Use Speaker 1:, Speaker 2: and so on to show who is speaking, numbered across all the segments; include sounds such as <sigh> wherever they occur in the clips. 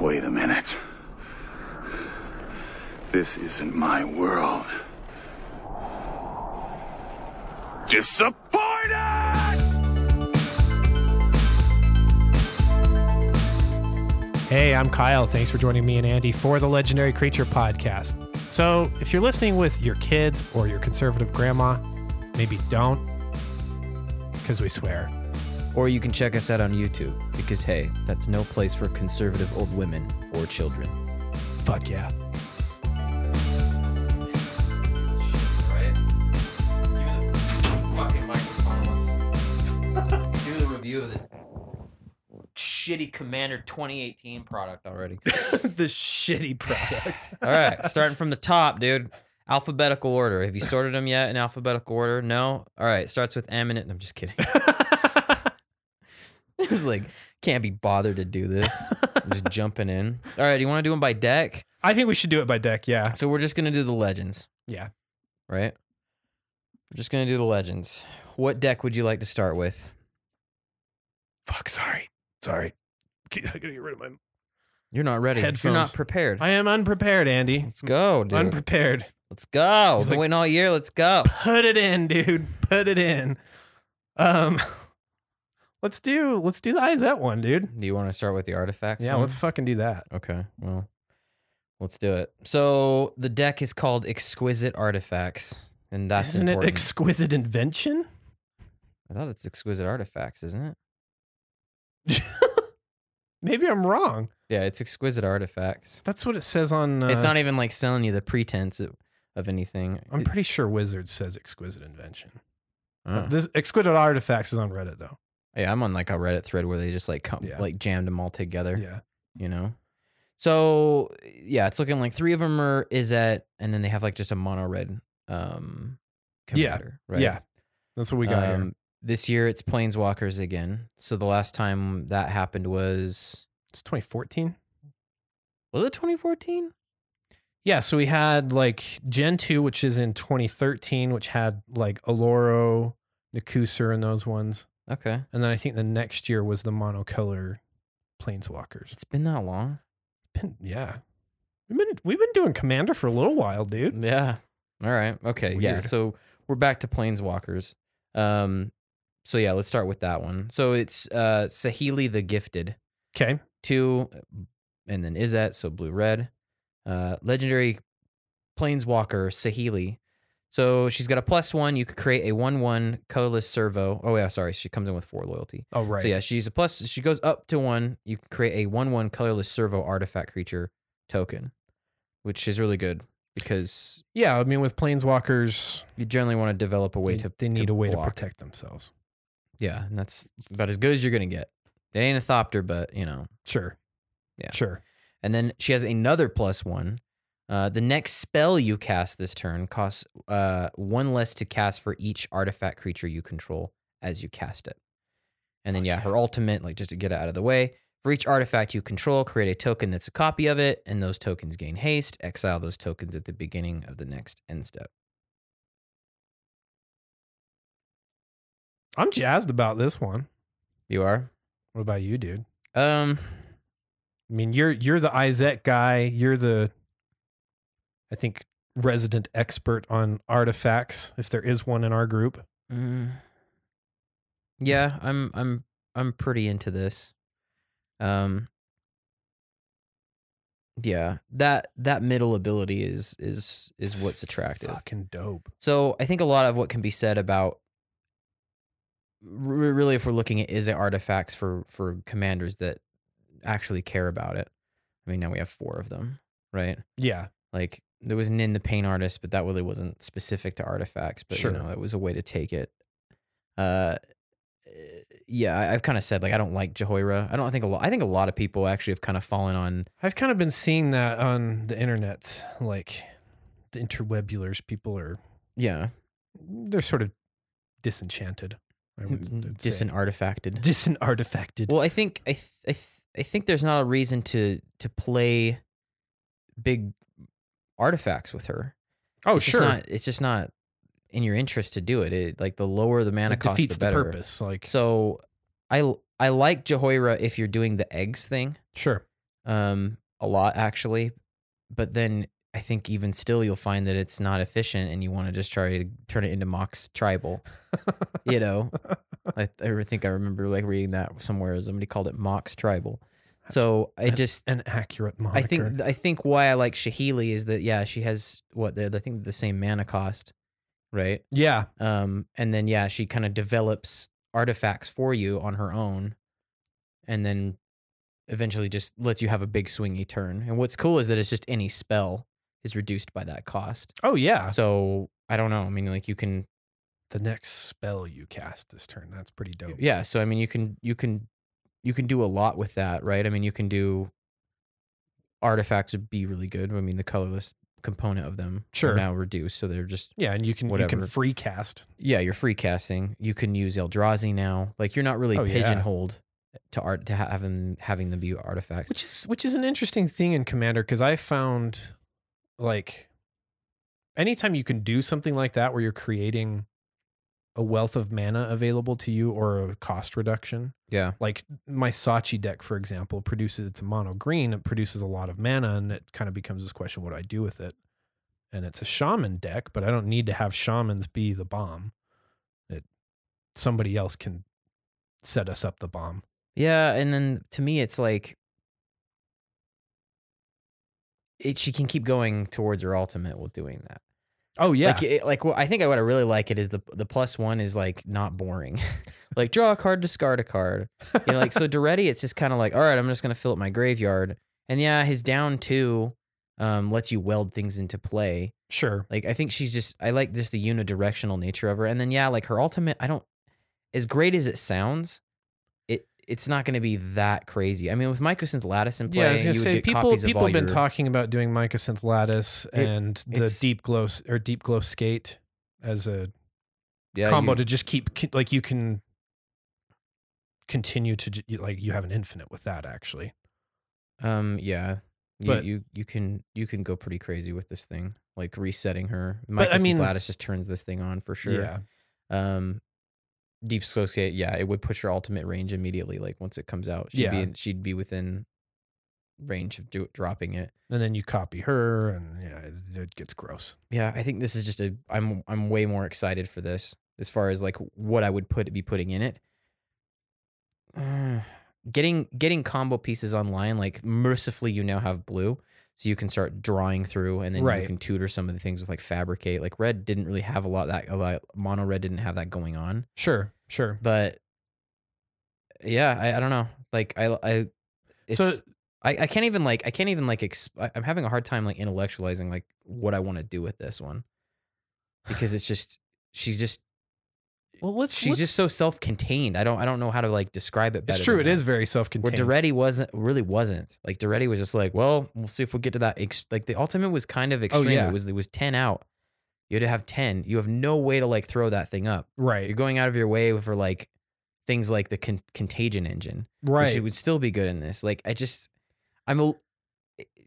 Speaker 1: Wait a minute. This isn't my world. Disappointed!
Speaker 2: Hey, I'm Kyle. Thanks for joining me and Andy for the Legendary Creature Podcast. So, if you're listening with your kids or your conservative grandma, maybe don't, because we swear.
Speaker 3: Or you can check us out on YouTube because, hey, that's no place for conservative old women or children.
Speaker 2: Fuck yeah. <laughs>
Speaker 3: <laughs> Do the review of this shitty Commander 2018 product <laughs> already.
Speaker 2: the shitty product.
Speaker 3: <laughs> All right, starting from the top, dude. Alphabetical order. Have you sorted them yet in alphabetical order? No. All right, starts with eminent. I'm just kidding. <laughs> it's like can't be bothered to do this. I'm <laughs> just jumping in. All right, you want to do them by deck?
Speaker 2: I think we should do it by deck. Yeah.
Speaker 3: So we're just gonna do the legends.
Speaker 2: Yeah.
Speaker 3: Right. We're just gonna do the legends. What deck would you like to start with?
Speaker 2: Fuck, sorry. Sorry. <laughs> I gotta get rid of my.
Speaker 3: You're not ready. You're
Speaker 2: Headphones.
Speaker 3: not prepared.
Speaker 2: I am unprepared, Andy.
Speaker 3: Let's go, dude.
Speaker 2: Unprepared.
Speaker 3: Let's go.
Speaker 2: He's
Speaker 3: Been
Speaker 2: like-
Speaker 3: waiting all year. Let's go.
Speaker 2: Put it in, dude. Put it in. Um, <laughs> let's do let's do the Izette one, dude.
Speaker 3: Do you want to start with the artifacts?
Speaker 2: Yeah,
Speaker 3: one?
Speaker 2: let's fucking do that.
Speaker 3: Okay. Well, let's do it. So the deck is called Exquisite Artifacts, and that's
Speaker 2: Isn't
Speaker 3: important.
Speaker 2: it exquisite invention?
Speaker 3: I thought it's Exquisite Artifacts, isn't it?
Speaker 2: Maybe I'm wrong.
Speaker 3: Yeah, it's Exquisite Artifacts.
Speaker 2: That's what it says on. Uh,
Speaker 3: it's not even like selling you the pretense of, of anything.
Speaker 2: I'm
Speaker 3: It-
Speaker 2: pretty sure Wizards says exquisite invention.
Speaker 3: oh.
Speaker 2: This exquisite artifacts is on Reddit though.
Speaker 3: yeah, I'm on like a Reddit thread where they just like come,
Speaker 2: Yeah.
Speaker 3: like jammed them all together.
Speaker 2: Yeah,
Speaker 3: you know. So yeah, it's looking like three of them are is at, and then they have like just a mono red um
Speaker 2: Yeah,
Speaker 3: commander, right?
Speaker 2: yeah, that's what we got here.
Speaker 3: Um, This year it's planeswalkers again. So the last time that happened was
Speaker 2: It's 2014.
Speaker 3: was it 2014?
Speaker 2: Yeah, so we had like Gen 2, which is in 2013, which had like Aloro, Nakusur, and those ones.
Speaker 3: Okay,
Speaker 2: And then I think the next year was the monocolor planeswalkers.
Speaker 3: it's been that long.
Speaker 2: Been- yeah. We've been we've been doing commander for a little while, dude.
Speaker 3: <laughs> Yeah. All right. Okay. Yeah.
Speaker 2: Weird.
Speaker 3: So we're back to planeswalkers. Um. So yeah, let's start with that one. So it's uh Sahili the Gifted.
Speaker 2: Okay.
Speaker 3: two, uh, and then Izet, so blue red. Uh, legendary Planeswalker Sahili. So she's got a plus one. You could create a one one colorless servo. Oh yeah, sorry, she comes in with four loyalty.
Speaker 2: Oh right.
Speaker 3: So yeah, she's a plus. She goes up to one. You can create a one one colorless servo artifact creature token, which is really good because
Speaker 2: Yeah, I mean with planeswalkers,
Speaker 3: you generally want to develop a way
Speaker 2: they,
Speaker 3: to
Speaker 2: they need
Speaker 3: to
Speaker 2: a way
Speaker 3: block.
Speaker 2: to protect themselves.
Speaker 3: Yeah, and that's about as good as you're gonna get. It ain't a thopter, but you know
Speaker 2: Sure.
Speaker 3: Yeah.
Speaker 2: Sure.
Speaker 3: And then she has another plus one. Uh, the next spell you cast this turn costs uh, one less to cast for each artifact creature you control as you cast it. And then, yeah, her ultimate, like just to get it out of the way, for each artifact you control, create a token that's a copy of it, and those tokens gain haste. Exile those tokens at the beginning of the next end step.
Speaker 2: I'm jazzed about this one.
Speaker 3: You are?
Speaker 2: What about you, dude?
Speaker 3: Um,
Speaker 2: I mean, you're you're the Izek guy. You're the, I think, resident expert on artifacts, if there is one in our group.
Speaker 3: Mm. Yeah, I'm I'm I'm pretty into this. Um Yeah, that that middle ability is is is what's attractive.
Speaker 2: Fucking dope.
Speaker 3: So, I think a lot of what can be said about re- really if we're looking at is it artifacts for for commanders that actually care about it. I mean, now we have 4 of them, right?
Speaker 2: Yeah.
Speaker 3: Like there was Nin the paint artist, but that really wasn't specific to artifacts. But
Speaker 2: Sure.
Speaker 3: you know, it was a way to take it. Uh, eh, yeah, I, I've kind of said like I don't like Jehoira. I don't think a lot. I think a lot of people actually have kind of fallen on.
Speaker 2: I've kind of been seeing that on the internet, like the interwebulars. People are
Speaker 3: Yeah,
Speaker 2: they're sort of disenchanted. I would, I'd say.
Speaker 3: disenartifacted.
Speaker 2: disenartifacted.
Speaker 3: Mm-hmm. Well, I think I th- I th- I think there's not a reason to to play big artifacts with her.
Speaker 2: oh,
Speaker 3: it's
Speaker 2: sure.
Speaker 3: Just not, it's just not in your interest to do it. It like the lower the mana
Speaker 2: it
Speaker 3: cost,
Speaker 2: defeats the,
Speaker 3: the better.
Speaker 2: purpose. Like
Speaker 3: So I I like Jehoira if you're doing the eggs thing,
Speaker 2: sure. <laughs>
Speaker 3: um, a lot actually. But then I think even still, you'll find that it's not efficient, and you want to just try to turn it into Mox Tribal.
Speaker 2: <laughs>
Speaker 3: you know, I, I think I remember like reading that somewhere. Somebody called it Mox Tribal.
Speaker 2: That's
Speaker 3: so I
Speaker 2: that's
Speaker 3: just
Speaker 2: An accurate moniker.
Speaker 3: I think I think why I like Shahili is that yeah, she has what the I think the same mana cost, right?
Speaker 2: yeah,
Speaker 3: Um, and then yeah, she kind of develops artifacts for you on her own, and then eventually just lets you have a big swingy turn. And what's cool is that it's just any spell is reduced by that cost.
Speaker 2: Oh yeah.
Speaker 3: So I don't know. I mean, like you can
Speaker 2: The next spell you cast this turn. That's pretty dope.
Speaker 3: yeah. So I mean, you can you can you can do a lot with that, right? I mean, you can do artifacts would be really good. I mean, the colorless component of them are
Speaker 2: Sure.
Speaker 3: now reduced, so they're just
Speaker 2: Yeah, and you can you
Speaker 3: Whatever.
Speaker 2: can free cast.
Speaker 3: yeah, you're free casting. You can use Eldrazi now. Like you're not really
Speaker 2: Oh, yeah.
Speaker 3: pigeonholed to art to ha- having having them be artifacts.
Speaker 2: Which is which is an interesting thing in Commander because I found like anytime you can do something like that where you're creating a wealth of mana available to you or a cost reduction.
Speaker 3: yeah,
Speaker 2: Like my Sachi deck, for example, produces it's a mono green, it produces a lot of mana, and it kind of becomes this question, what do I do with it? And it's a shaman deck, but I don't need to have shamans be the bomb. It somebody else can set us up the bomb.
Speaker 3: yeah. And then to me, it's like it. She can keep going towards her ultimate while doing that.
Speaker 2: Oh yeah,
Speaker 3: Like, it, like what I think what I really like it is the the plus one is like not boring. <laughs> like draw a card, discard a card. You know,
Speaker 2: <laughs>
Speaker 3: like so Doretti, it's just kind of like, all right, I'm just gonna fill up my graveyard. And yeah, his down two um, lets you weld things into play.
Speaker 2: sure.
Speaker 3: Like I think she's just I like just the unidirectional nature of her. And then yeah, like her ultimate, I don't as great as it sounds, it it's not going to be that crazy. I mean, with Mycosynth Lattice in play,
Speaker 2: yeah, I was
Speaker 3: you
Speaker 2: gonna
Speaker 3: would
Speaker 2: say
Speaker 3: get
Speaker 2: people
Speaker 3: copies of
Speaker 2: people
Speaker 3: all
Speaker 2: have been
Speaker 3: your-
Speaker 2: talking about doing Mycosynth Lattice and the
Speaker 3: it's-
Speaker 2: deep glow s- or deep glow skate as a
Speaker 3: yeah,
Speaker 2: combo
Speaker 3: you-
Speaker 2: to just keep c- like you can continue to j- you- like you have an infinite with that actually.
Speaker 3: um, yeah, you,
Speaker 2: But-
Speaker 3: you you can you can go pretty crazy with this thing, like resetting her.
Speaker 2: But, I
Speaker 3: Mycosynth
Speaker 2: mean-
Speaker 3: Lattice just turns this thing on for sure.
Speaker 2: Yeah.
Speaker 3: Um, Deep Skate, yeah, it would push her ultimate range immediately. Like once it comes out, she'd be
Speaker 2: Yeah.
Speaker 3: in, she'd be within range of do, dropping it.
Speaker 2: And then you copy her and yeah, it, it gets gross.
Speaker 3: Yeah, I think this is just a I'm I'm way more excited for this as far as like what I would put be putting in it. Uh, getting getting combo pieces online like mercifully you now have blue so you can start drawing through and then
Speaker 2: Right.
Speaker 3: you can tutor some of the things with like fabricate. Like red didn't really have a lot that a lot mono red didn't have that going on,
Speaker 2: Sure, sure.
Speaker 3: but yeah, I, I don't know. Like I I it's,
Speaker 2: so
Speaker 3: I, I can't even like I can't even like exp- I- I'm having a hard time like intellectualizing like what I want to do with this one because it's just she's just
Speaker 2: well, let's
Speaker 3: she's
Speaker 2: let's-
Speaker 3: just so self-contained. I don't I don't know how to like describe it better.
Speaker 2: it's true. It
Speaker 3: than
Speaker 2: is
Speaker 3: that.
Speaker 2: very
Speaker 3: where
Speaker 2: self-contained.
Speaker 3: Doretti wasn't really wasn't like Doretti was just like well we'll see if we get to that ex- like the ultimate was kind of extreme.
Speaker 2: Oh, yeah.
Speaker 3: It was it was ten out. You had to have ten. You have no way to like throw that thing up. You're
Speaker 2: right,
Speaker 3: going out of your way for like things like the con- contagion engine which it
Speaker 2: right.
Speaker 3: would still be good in this. Like I just, I'm a,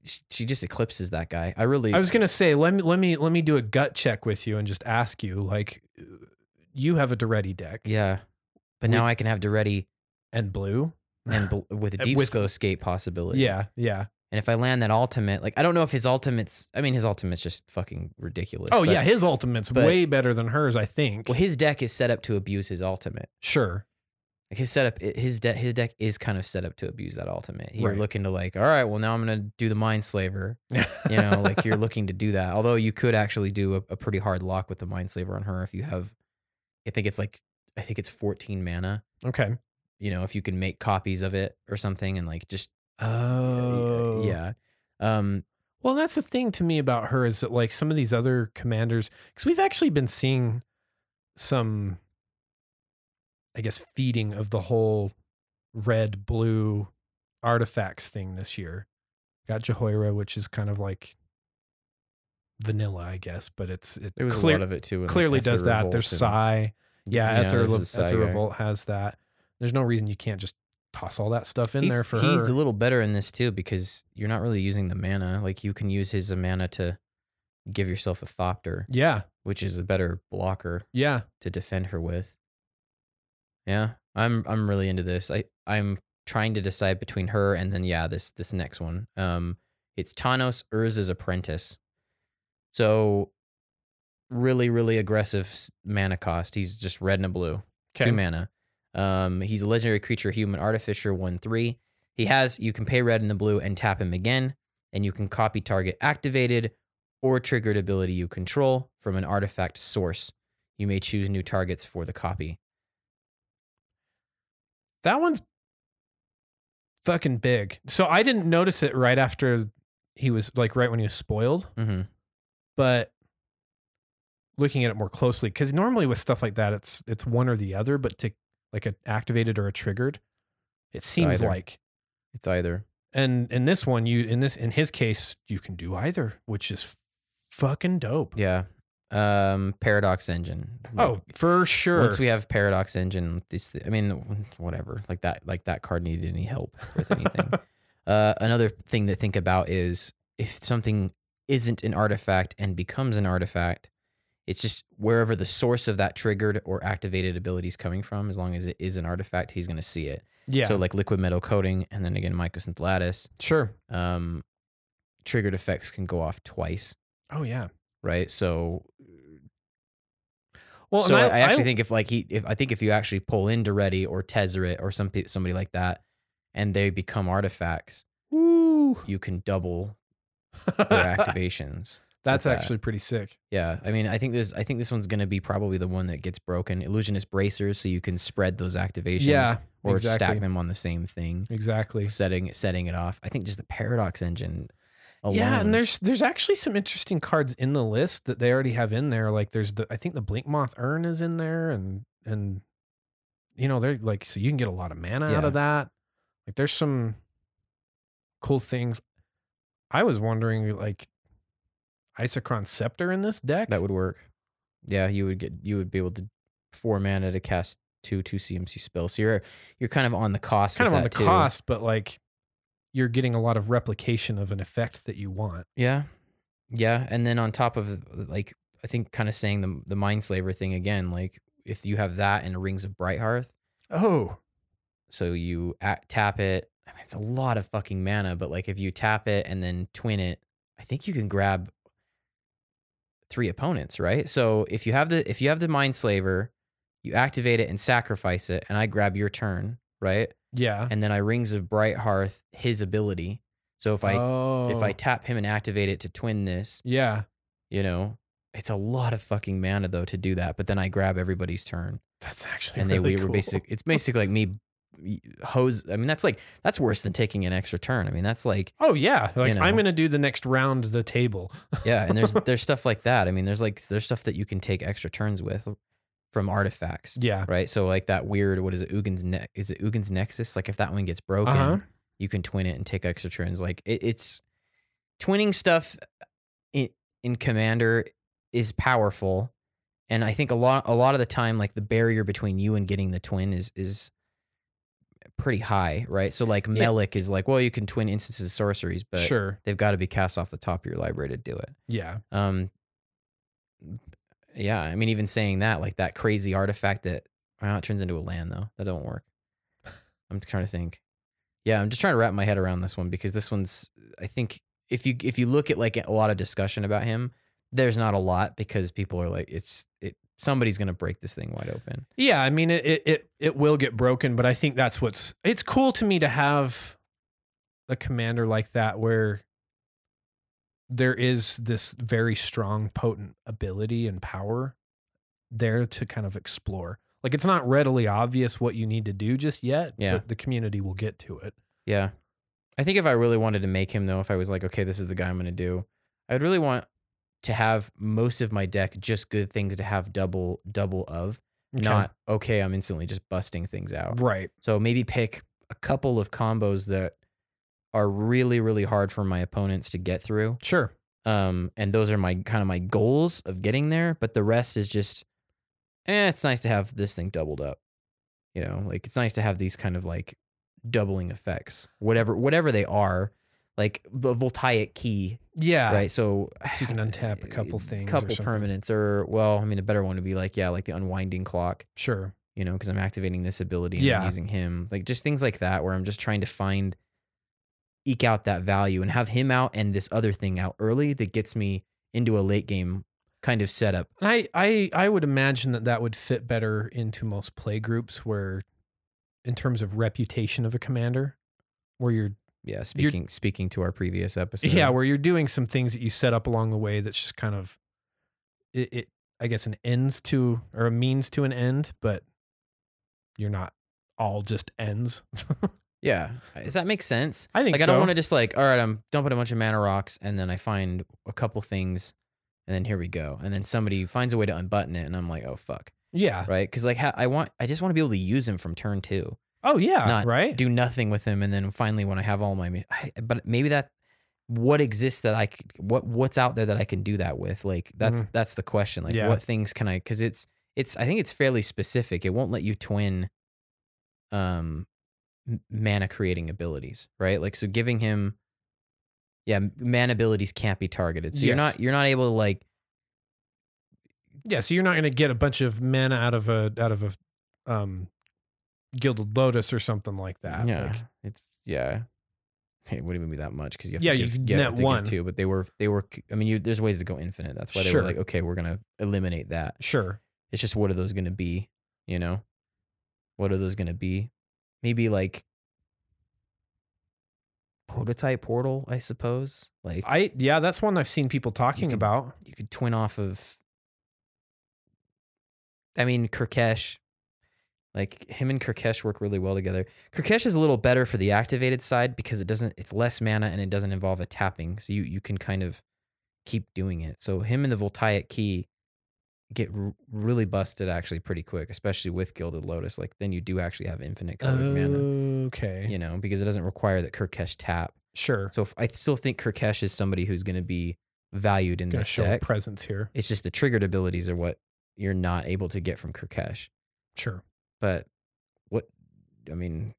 Speaker 3: sh- she just eclipses that guy. I really,
Speaker 2: I was gonna say let me let me let me do a gut check with you and just ask you like, you have a Doretti deck.
Speaker 3: yeah. But
Speaker 2: We-
Speaker 3: now I can have Doretti
Speaker 2: and blue. <sighs>
Speaker 3: and bl- with a
Speaker 2: Uh,
Speaker 3: deep
Speaker 2: with-
Speaker 3: slow skate possibility.
Speaker 2: Yeah, yeah.
Speaker 3: And if I land that ultimate, like I don't know if his ultimate's, I mean his ultimate's just fucking ridiculous.
Speaker 2: Oh
Speaker 3: but-
Speaker 2: yeah, his ultimate's
Speaker 3: but-
Speaker 2: way better than hers, I think.
Speaker 3: Well, his deck is set up to abuse his ultimate.
Speaker 2: sure.
Speaker 3: Like his setup, i- his deck, his deck is kind of set up to abuse that ultimate. You're
Speaker 2: Right.
Speaker 3: looking to like, all right, well now I'm gonna do the mind slaver. <laughs> You know, like you're looking to do that. Although you could actually do a, a pretty hard lock with the mind slaver on her if you have. I think it's like I think it's 14 mana.
Speaker 2: <laughs> Okay.
Speaker 3: You know, if you can make copies of it or something and like just uh,
Speaker 2: Oh.
Speaker 3: yeah, um,
Speaker 2: Well, that's the thing to me about her is that like some of these other commanders, because we've actually been seeing some, I guess, feeding of the whole red blue artifacts thing this year. Got Jehoira, which is kind of like vanilla, I guess, but it's it
Speaker 3: there was
Speaker 2: clear-
Speaker 3: a lot of it too. in, like,
Speaker 2: clearly
Speaker 3: Ether
Speaker 2: does that.
Speaker 3: Revolt
Speaker 2: There's
Speaker 3: and-
Speaker 2: Psy. Yeah, Ether,
Speaker 3: there's a
Speaker 2: Le-
Speaker 3: Psy
Speaker 2: Ether
Speaker 3: guy.
Speaker 2: Revolt has that. There's no reason you can't just toss all that stuff in
Speaker 3: He-
Speaker 2: there for
Speaker 3: he's
Speaker 2: her.
Speaker 3: a little better in this too because you're not really using the mana. Like you can use his uh, mana to give yourself a Thopter,
Speaker 2: yeah,
Speaker 3: which is a better blocker
Speaker 2: yeah.
Speaker 3: to defend her with. Yeah, I'm I'm really into this. I I'm trying to decide between her and then yeah, this this next one. Um, it's Thanos Urza's apprentice. So really, really aggressive s- mana cost. He's just red and a blue.
Speaker 2: Okay.
Speaker 3: Two mana. Um, he's a legendary creature, human artificer, one three. He has you can pay red and the blue and tap him again, and you can copy target activated or triggered ability you control from an artifact source. You may choose new targets for the copy.
Speaker 2: That one's fucking big. So I didn't notice it right after he was like right when he was spoiled,
Speaker 3: Mm-hmm.
Speaker 2: but looking at it more closely, because normally with stuff like that, it's it's one or the other, but to like a activated or a triggered, it seems
Speaker 3: either.
Speaker 2: like.
Speaker 3: It's either.
Speaker 2: And in this one, you in this in his case, you can do either, which is fucking dope.
Speaker 3: Yeah. Um, Paradox Engine. Like,
Speaker 2: Oh, for sure.
Speaker 3: Once we have Paradox Engine, this I mean, whatever. Like that, like that card needed any help
Speaker 2: <laughs>
Speaker 3: with anything. uh, another thing to think about is if something isn't an artifact and becomes an artifact, it's just wherever the source of that triggered or activated ability is coming from. As long as it is an artifact, he's going to see it.
Speaker 2: yeah,
Speaker 3: So like liquid metal coating, and then again, mycosynth lattice.
Speaker 2: sure.
Speaker 3: Um, triggered effects can go off twice,
Speaker 2: Oh yeah.
Speaker 3: right? So
Speaker 2: Well,
Speaker 3: so I,
Speaker 2: and
Speaker 3: I actually think if like he, if I think if you actually pull into Reddy or Tezzeret or some pe- somebody like that, and they become artifacts,
Speaker 2: <laughs> Ooh.
Speaker 3: you can double
Speaker 2: <laughs>
Speaker 3: their activations.
Speaker 2: That's
Speaker 3: with uh, that.
Speaker 2: actually pretty sick.
Speaker 3: Yeah, I mean, I think this, I think this one's gonna be probably the one that gets broken. Illusionist bracers, so you can spread those activations,
Speaker 2: Yeah,
Speaker 3: or
Speaker 2: exactly.
Speaker 3: stack them on the same thing,
Speaker 2: Exactly.
Speaker 3: setting setting it off. I think just the paradox engine. Alone.
Speaker 2: Yeah, and there's there's actually some interesting cards in the list that they already have in there. Like there's the I think the Blink Moth Urn is in there, and and you know they're like so you can get a lot of mana out
Speaker 3: Yeah.
Speaker 2: of that. Like there's some cool things. I was wondering like Isochron Scepter in this deck.
Speaker 3: that would work. Yeah, you would get you would be able to four mana to cast two two CMC spells. So you're you're kind of on the cost.
Speaker 2: kind of
Speaker 3: with
Speaker 2: on the
Speaker 3: that, too.
Speaker 2: cost, but like you're getting a lot of replication of an effect that you want.
Speaker 3: Yeah, yeah, and then on top of like I think kind of saying the the mind slaver thing again. Like if you have that and Rings of Brighthearth,
Speaker 2: Oh,
Speaker 3: so you at, tap it. I mean, it's a lot of fucking mana, but like if you tap it and then twin it, I think you can grab three opponents, right? So if you have the if you have the mind slaver, you activate it and sacrifice it, and I grab your turn, right?
Speaker 2: yeah.
Speaker 3: And then I rings of bright hearth his ability. So if I
Speaker 2: oh.
Speaker 3: if I tap him and activate it to twin this,
Speaker 2: yeah,
Speaker 3: you know, it's a lot of fucking mana though to do that. But then I grab
Speaker 2: <laughs>
Speaker 3: everybody's turn,
Speaker 2: that's actually
Speaker 3: and
Speaker 2: really
Speaker 3: they we were
Speaker 2: cool.
Speaker 3: basic.
Speaker 2: <laughs>
Speaker 3: It's basically like me hose. I mean, that's like that's worse than taking an extra turn. I mean, that's like
Speaker 2: Oh yeah, like
Speaker 3: know.
Speaker 2: I'm gonna do the next round the table.
Speaker 3: yeah.
Speaker 2: <laughs>
Speaker 3: And there's there's stuff like that. I mean, there's like there's stuff that you can take extra turns with
Speaker 2: <laughs>
Speaker 3: from artifacts,
Speaker 2: Yeah,
Speaker 3: right? So like that weird what is it? Ugin's ne- is it Ugin's Nexus? Like if that one gets broken,
Speaker 2: Uh-huh.
Speaker 3: you can twin it and take extra turns. Like it, it's twinning stuff in in Commander is powerful, and I think a lot a lot of the time, like the barrier between you and getting the twin is is pretty high, right? So like
Speaker 2: Yeah.
Speaker 3: Melik is like, well, you can twin instances of sorceries, but
Speaker 2: sure.
Speaker 3: they've got to be cast off the top of your library to do it.
Speaker 2: Yeah,
Speaker 3: Um, yeah, I mean, even saying that, like that crazy artifact that well, it turns into a land though. That don't work. I'm trying to think. Yeah, I'm just trying to wrap my head around this one because this one's. I think if you if you look at like a lot of discussion about him, there's not a lot because people are like, it's it. Somebody's gonna break this thing wide open.
Speaker 2: yeah. I mean, it it it, it will get broken, but I think that's what's. It's cool to me to have a commander like that where there is this very strong, potent ability and power there to kind of explore. Like it's not readily obvious what you need to do just yet,
Speaker 3: Yeah.
Speaker 2: but the community will get to it.
Speaker 3: Yeah. I think if I really wanted to make him though, if I was like, okay, this is the guy I'm gonna do, I'd really want to have most of my deck just good things to have double double of.
Speaker 2: Okay.
Speaker 3: Not okay, I'm instantly just busting things out.
Speaker 2: right.
Speaker 3: So maybe pick a couple of combos that are really, really hard for my opponents to get through.
Speaker 2: Sure.
Speaker 3: Um, and those are my kind of my goals of getting there, but the rest is just eh, it's nice to have this thing doubled up. You know, like it's nice to have these kind of like doubling effects, whatever whatever they are, like the voltaic key,
Speaker 2: Yeah.
Speaker 3: right? So,
Speaker 2: Ah, So you can untap
Speaker 3: <sighs>
Speaker 2: a couple things or
Speaker 3: couple
Speaker 2: something.
Speaker 3: permanents, or well, I mean, a better one would be like yeah, like the unwinding clock,
Speaker 2: Sure.
Speaker 3: you know, because I'm activating this ability and I'm
Speaker 2: Yeah.
Speaker 3: using him. Like just things like that where I'm just trying to find eke out that value and have him out and this other thing out early that gets me into a late game kind of setup.
Speaker 2: And I, I, I would imagine that that would fit better into most play groups where, in terms of reputation of a commander, where you're
Speaker 3: Yeah, speaking speaking to our previous episode.
Speaker 2: yeah, where you're doing some things that you set up along the way that's just kind of it, it I guess an ends to or a means to an end, but you're not all just ends. <laughs>
Speaker 3: Yeah. Does that make sense?
Speaker 2: I think
Speaker 3: like I don't
Speaker 2: so.
Speaker 3: want to just like, all right, I'm dumping a bunch of mana rocks and then I find a couple things and then here we go. And then somebody finds a way to unbutton it and I'm like, oh fuck.
Speaker 2: yeah.
Speaker 3: Right? Cuz like ha- I want I just want to be able to use him from turn 2.
Speaker 2: Oh yeah.
Speaker 3: Not
Speaker 2: right.
Speaker 3: Do nothing with him and then finally when I have all my ma- I, but maybe that what exists that I c- what what's out there that I can do that with? Like that's that's the question. Like
Speaker 2: Mm-hmm. Yeah.
Speaker 3: what things can I cuz it's it's I think it's fairly specific. It won't let you twin um m- mana creating abilities, right? Like so giving him yeah, m- mana abilities can't be targeted. So you're
Speaker 2: Yes.
Speaker 3: not you're not able to like
Speaker 2: yeah. So you're not going to get a bunch of mana out of a out of a um, gilded lotus or something like that.
Speaker 3: Yeah,
Speaker 2: Like,
Speaker 3: it's yeah. It wouldn't even be that much because you have
Speaker 2: Yeah,
Speaker 3: to
Speaker 2: you
Speaker 3: give,
Speaker 2: could
Speaker 3: have
Speaker 2: net
Speaker 3: to give
Speaker 2: one.
Speaker 3: two, but they were they were. I mean, you, there's ways to go infinite. That's why they
Speaker 2: Sure.
Speaker 3: were like, okay, we're gonna eliminate that.
Speaker 2: sure.
Speaker 3: It's just what are those gonna be? You know, what are those gonna be? Maybe like prototype portal, I suppose. Like
Speaker 2: I yeah, that's one I've seen people talking
Speaker 3: could-
Speaker 2: about.
Speaker 3: you could twin off of. I mean, Kirkesh. Like him and Kirkesh work really well together. Kirkesh is a little better for the activated side because it doesn't. It's less mana and it doesn't involve a tapping, so you you can kind of keep doing it. So him and the Voltaic Key get r- really busted actually pretty quick, especially with Gilded Lotus. Like then you do actually have infinite colored mana,
Speaker 2: Okay.
Speaker 3: you know, because it doesn't require that Kirkesh tap.
Speaker 2: Sure.
Speaker 3: So if, I still think Kirkesh is somebody who's going to be valued in
Speaker 2: Going to
Speaker 3: this
Speaker 2: show
Speaker 3: deck.
Speaker 2: presence here.
Speaker 3: It's just the triggered abilities are what you're not able to get from Kirkesh.
Speaker 2: Sure.
Speaker 3: But what I mean,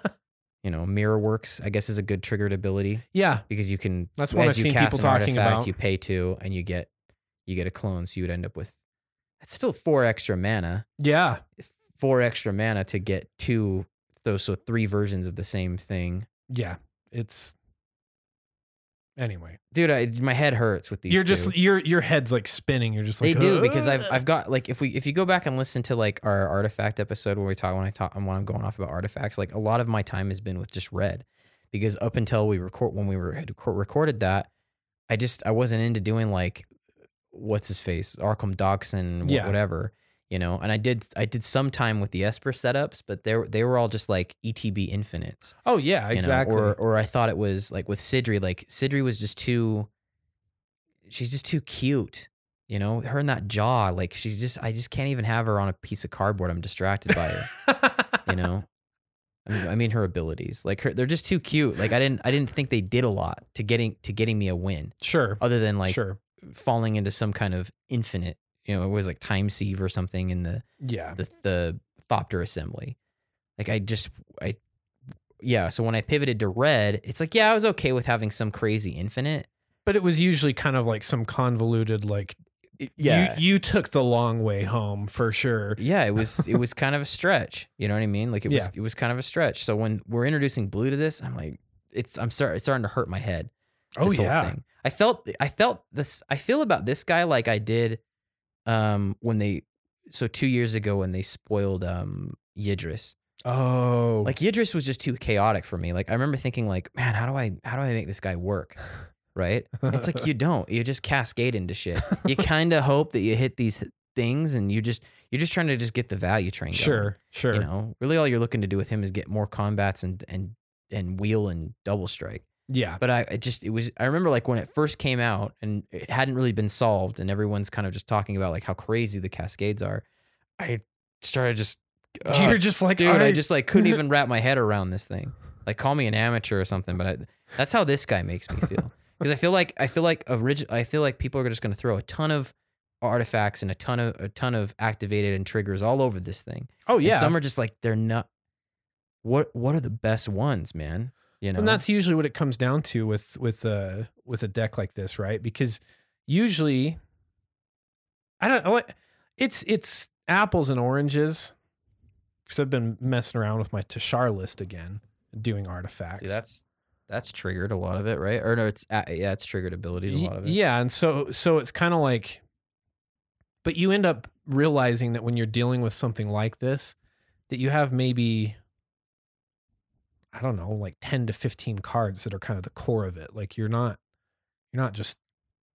Speaker 3: <laughs> you know, Mirror Works, I guess, is a good triggered ability
Speaker 2: Yeah.
Speaker 3: because you can.
Speaker 2: That's one
Speaker 3: as
Speaker 2: I've
Speaker 3: you
Speaker 2: seen
Speaker 3: cast
Speaker 2: people
Speaker 3: an
Speaker 2: talking
Speaker 3: artifact,
Speaker 2: about.
Speaker 3: You pay two, and you get you get a clone, so you would end up with that's still four extra mana,
Speaker 2: Yeah.
Speaker 3: four extra mana to get two, so so three versions of the same thing.
Speaker 2: Yeah. It's anyway.
Speaker 3: Dude, I, my head hurts with these.
Speaker 2: you're
Speaker 3: two.
Speaker 2: just your your head's like spinning. You're just like
Speaker 3: they do because I've
Speaker 2: "Ugh."
Speaker 3: I've got like if we if you go back and listen to like our artifact episode where we talk when I talk when I'm going off about artifacts, like a lot of my time has been with just red because up until we record when we were had record- recorded that, I just I wasn't into doing like what's his face Arkham Dachshund wh-
Speaker 2: Yeah.
Speaker 3: whatever you know, and I did I did some time with the Esper setups, but they were- they were all just like ETB infinites
Speaker 2: oh yeah
Speaker 3: you know,
Speaker 2: exactly
Speaker 3: or or I thought it was like with Sidri, like Sidri was just too she's just too cute. You know, her and that jaw, like she's just I just can't even have her on a piece of cardboard. I'm distracted by her, you know. I mean, I mean her abilities. Like her they're just too cute. Like I didn't I didn't think they did a lot to getting to getting me a win
Speaker 2: <laughs> sure
Speaker 3: other than like
Speaker 2: sure
Speaker 3: falling into some kind of infinite, you know, it was like time sieve or something in the
Speaker 2: yeah
Speaker 3: uh, the the Thopter assembly. Like I just I yeah, so when I pivoted to red, it's like yeah, I was okay with having some crazy infinite.
Speaker 2: but it was usually kind of like some convoluted like you, you took the long way home for sure
Speaker 3: yeah, it
Speaker 2: <laughs>
Speaker 3: was it was kind of a stretch. You know what I mean? Like it was
Speaker 2: Yeah.
Speaker 3: it was kind of a stretch. So when we're introducing blue to this, I'm like it's I'm start, it's starting to hurt my head.
Speaker 2: oh
Speaker 3: this whole
Speaker 2: yeah
Speaker 3: thing. I felt I felt this I feel about this guy like I did um when they so 2 years ago when they spoiled um Yidris.
Speaker 2: oh
Speaker 3: like Yidris was just too chaotic for me. Like I remember thinking like, man, how do I how do I make this guy work? Right? And it's like you don't. You just cascade into shit.
Speaker 2: <laughs>
Speaker 3: You kind of hope that you hit these things and you just you're just trying to just get the value train going.
Speaker 2: sure sure
Speaker 3: You know, really all you're looking to do with him is get more combats and and and wheel and double strike.
Speaker 2: yeah
Speaker 3: But I it just it was I remember like when it first came out and it hadn't really been solved and everyone's kind of just talking about like how crazy the cascades are. I started just Ugh
Speaker 2: <laughs> you're just like
Speaker 3: Uh, dude i
Speaker 2: "I-
Speaker 3: just
Speaker 2: <laughs>
Speaker 3: like couldn't even wrap my head around this thing like call me an amateur or something but I, that's how this guy makes me feel
Speaker 2: <laughs>
Speaker 3: because i feel like i feel like orig- i feel like people are just going to throw a ton of artifacts and a ton of a ton of activated and triggers all over this thing
Speaker 2: oh
Speaker 3: And
Speaker 2: yeah
Speaker 3: some are just like they're not what what are the best ones man you know
Speaker 2: And that's usually what it comes down to with with a with a deck like this, right? Because usually, I don't know. It's it's apples and oranges because I've been messing around with my Tashar list again, doing artifacts.
Speaker 3: See, that's that's triggered a lot of it, right? Or no, it's uh, yeah, it's triggered abilities a
Speaker 2: Ye-
Speaker 3: lot of it.
Speaker 2: Yeah, and so so it's kind of like but you end up realizing that when you're dealing with something like this that you have maybe I don't know, like 10 to 15 cards that are kind of the core of it. Like you're not you're not just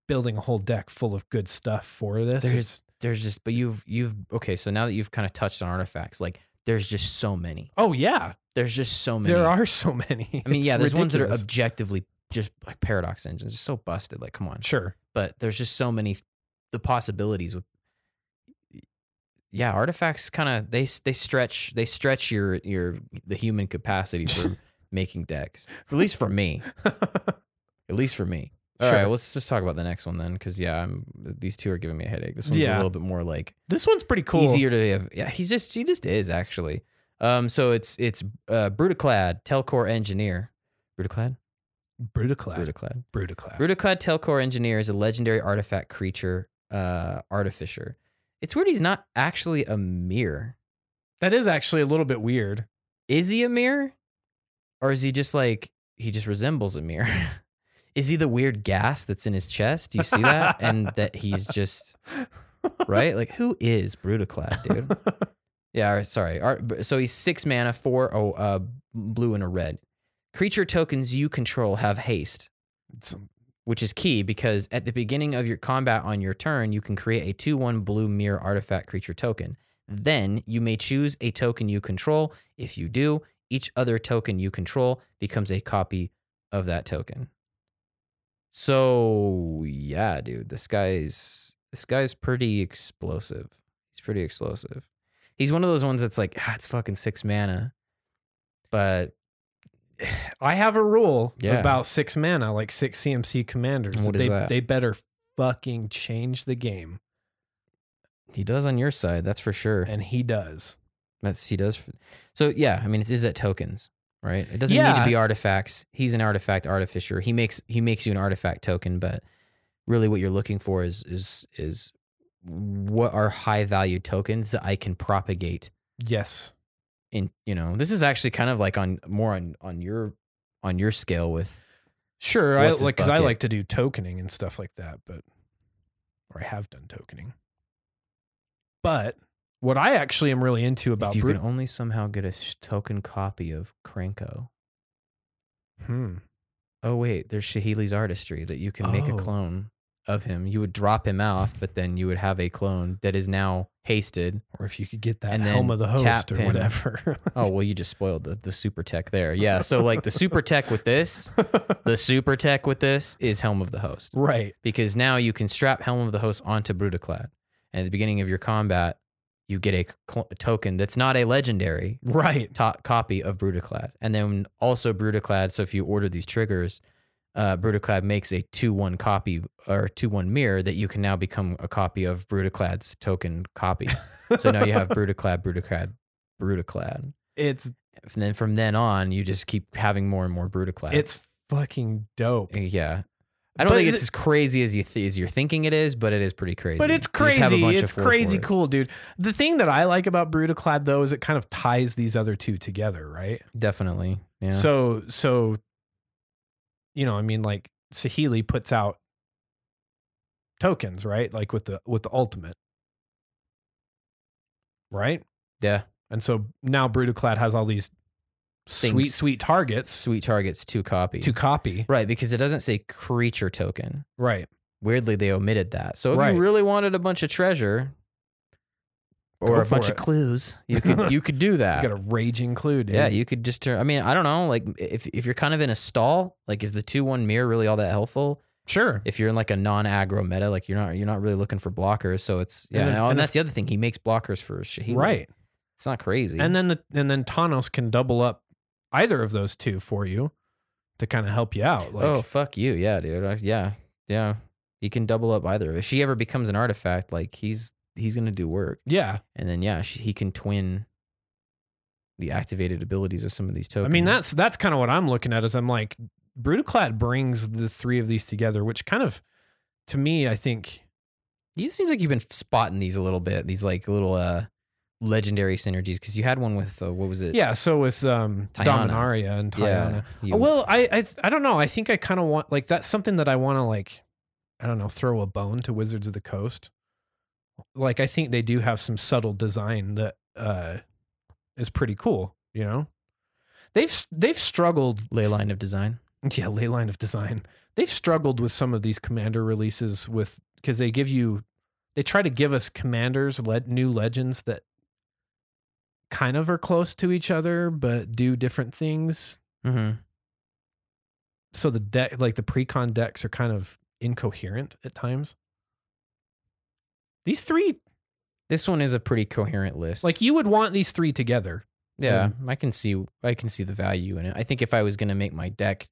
Speaker 2: building a whole deck full of good stuff for this. It's-
Speaker 3: There's there's just but you've you've okay, so now that you've kind of touched on artifacts, like there's just so many.
Speaker 2: oh yeah,
Speaker 3: There's just so many.
Speaker 2: there are so many.
Speaker 3: I mean, yeah,
Speaker 2: It's
Speaker 3: there's ones that are
Speaker 2: ridiculous.
Speaker 3: objectively just like paradox engines, just so busted. Like, come on.
Speaker 2: sure. <laughs>
Speaker 3: But there's just so many the possibilities with. Yeah, artifacts kind of they they stretch they stretch your your the human capacity
Speaker 2: <laughs>
Speaker 3: for making decks. At least for me. At least for me. All
Speaker 2: Sure.
Speaker 3: right, let's just talk about the next one then, because yeah, I'm, these two are giving me a headache. This one's a
Speaker 2: Yeah.
Speaker 3: little bit more like
Speaker 2: This one's pretty cool.
Speaker 3: easier to have. Yeah, he's just he just is actually. Um, so it's it's uh, Brutaclad, Telcor Engineer, Brutaclad,
Speaker 2: Brutaclad.
Speaker 3: Brutaclad,
Speaker 2: Brutaclad.
Speaker 3: Brutaclad Telcor Engineer is a legendary artifact creature, uh, artificer. It's weird he's not actually a mirror.
Speaker 2: that is actually a little bit weird. <laughs>
Speaker 3: Is he a mirror, or is he just like he just resembles a mirror? <laughs> is he the weird gas that's in his chest? Do you see that? and that he's just right? Like, who is Brutaclad, dude? yeah, all right, sorry. All right, So he's six mana, four oh, uh, blue and a red. Creature tokens you control have haste,
Speaker 2: It's-
Speaker 3: which is key because at the beginning of your combat on your turn, you can create a 2 1 blue mirror artifact creature token. Then you may choose a token you control. If you do, each other token you control becomes a copy of that token. So yeah, dude, this guy's this guy's pretty explosive. He's pretty explosive. He's one of those ones that's like, ah, it's fucking six mana. But
Speaker 2: I have a rule
Speaker 3: Yeah.
Speaker 2: about six mana, like six CMC commanders.
Speaker 3: What is
Speaker 2: they,
Speaker 3: that?
Speaker 2: they better fucking change the game.
Speaker 3: he does on your side, that's for sure.
Speaker 2: And he does.
Speaker 3: That's he does. So yeah, I mean, it is at tokens, right? It doesn't need
Speaker 2: Yeah.
Speaker 3: to be artifacts. He's an artifact artificer. He makes he makes you an artifact token, but really, what you're looking for is is is what are high value tokens that I can propagate
Speaker 2: Yes.
Speaker 3: in. You know, this is actually kind of like on more on on your on your scale with
Speaker 2: Sure. I
Speaker 3: What's his
Speaker 2: like because I
Speaker 3: bucket?
Speaker 2: like to do tokening and stuff like that, but or I have done tokening. But what I actually am really into about
Speaker 3: if you
Speaker 2: Bru-
Speaker 3: can only somehow get a sh- token copy of Cranko.
Speaker 2: hmm.
Speaker 3: Oh wait, there's Shahili's artistry that you can make a
Speaker 2: Oh.
Speaker 3: clone of him. You would drop him off, but then you would have a clone that is now hasted.
Speaker 2: or if you could get that
Speaker 3: And
Speaker 2: helm
Speaker 3: then
Speaker 2: of the
Speaker 3: tap
Speaker 2: host or
Speaker 3: him.
Speaker 2: whatever.
Speaker 3: Oh well, you just spoiled the, the super tech there. Yeah, so like the super tech with this, the super tech with this is Helm of the Host
Speaker 2: <laughs> right.
Speaker 3: because now you can strap Helm of the Host onto Brutaclad, and at the beginning of your combat, you get a cl- token that's not a legendary
Speaker 2: Right.
Speaker 3: to- copy of Brutaclad, and then also Brutaclad. So if you order these triggers, uh, Brutaclad makes a two-one copy or two-one mirror that you can now become a copy of Brutaclad's token copy. so
Speaker 2: <laughs>
Speaker 3: now you have Brutaclad, Brutaclad, Brutaclad,
Speaker 2: It's
Speaker 3: and then from then on, you just keep having more and more Brutaclad. Uh,
Speaker 2: it's fucking dope.
Speaker 3: yeah. I don't
Speaker 2: But
Speaker 3: think
Speaker 2: it-
Speaker 3: it's as crazy as you th- as you're thinking it is, but it is pretty crazy.
Speaker 2: But it's
Speaker 3: You just have a
Speaker 2: crazy.
Speaker 3: bunch of
Speaker 2: It's
Speaker 3: four
Speaker 2: crazy
Speaker 3: fours.
Speaker 2: cool, dude. The thing that I like about Brutaclad though is it kind of ties these other two together, right?
Speaker 3: Definitely. Yeah.
Speaker 2: So so you know, I mean like Sahili puts out tokens, right? Like with the with the ultimate. Right?
Speaker 3: yeah.
Speaker 2: And so now Brutaclad has all these sweet
Speaker 3: Things.
Speaker 2: sweet targets
Speaker 3: Sweet targets two copy.
Speaker 2: to copy.
Speaker 3: Right, because it doesn't say creature token.
Speaker 2: Right.
Speaker 3: Weirdly, they omitted that. So if
Speaker 2: Right.
Speaker 3: you really wanted a bunch of treasure or
Speaker 2: Go
Speaker 3: a bunch
Speaker 2: for
Speaker 3: of
Speaker 2: it.
Speaker 3: clues, you could you could do
Speaker 2: <laughs>
Speaker 3: that.
Speaker 2: You got a raging clue, dude.
Speaker 3: yeah, you could just turn. I mean, I don't know. Like if if you're kind of in a stall, like is the two one mirror really all that helpful?
Speaker 2: sure.
Speaker 3: If you're in like a non aggro meta, like you're not you're not really looking for blockers. So it's yeah,
Speaker 2: And
Speaker 3: and,
Speaker 2: then- and
Speaker 3: that's the other thing. He makes blockers for Shahid.
Speaker 2: right.
Speaker 3: it's not crazy.
Speaker 2: And then the and then Thanos can double up either of those two for you to kind of help you out. Like
Speaker 3: oh fuck you, yeah, dude, I, yeah, yeah. He can double up either. If she ever becomes an artifact, like he's he's gonna do work.
Speaker 2: yeah.
Speaker 3: and then yeah, she, he can twin the activated abilities of some of these
Speaker 2: I
Speaker 3: tokens.
Speaker 2: mean that's that's kind of what I'm looking at is I'm like Brutaclad brings the three of these together, which kind of to me I think
Speaker 3: you seems like you've been spotting these a little bit. These like little uh legendary synergies because you had one with uh, what was it?
Speaker 2: Yeah, so with um,
Speaker 3: Tiana.
Speaker 2: Dominaria and Tiana.
Speaker 3: yeah. you-
Speaker 2: Well, I, I I don't know. I think I kind of want like that's something that I want to like. I don't know, throw a bone to Wizards of the Coast. Like I think they do have some subtle design that uh is pretty cool. You know, they've s- they've struggled
Speaker 3: ley line of design.
Speaker 2: <laughs> yeah, ley line of design. They've struggled with some of these commander releases with because they give you, they try to give us commanders, led new legends that kind of are close to each other but do different things.
Speaker 3: Mm-hmm.
Speaker 2: So the deck, like the precon decks, are kind of incoherent at times. These three,
Speaker 3: This one is a pretty coherent list.
Speaker 2: like you would want these three together.
Speaker 3: yeah, I can see I can see the value in it. I think if I was gonna make my deck,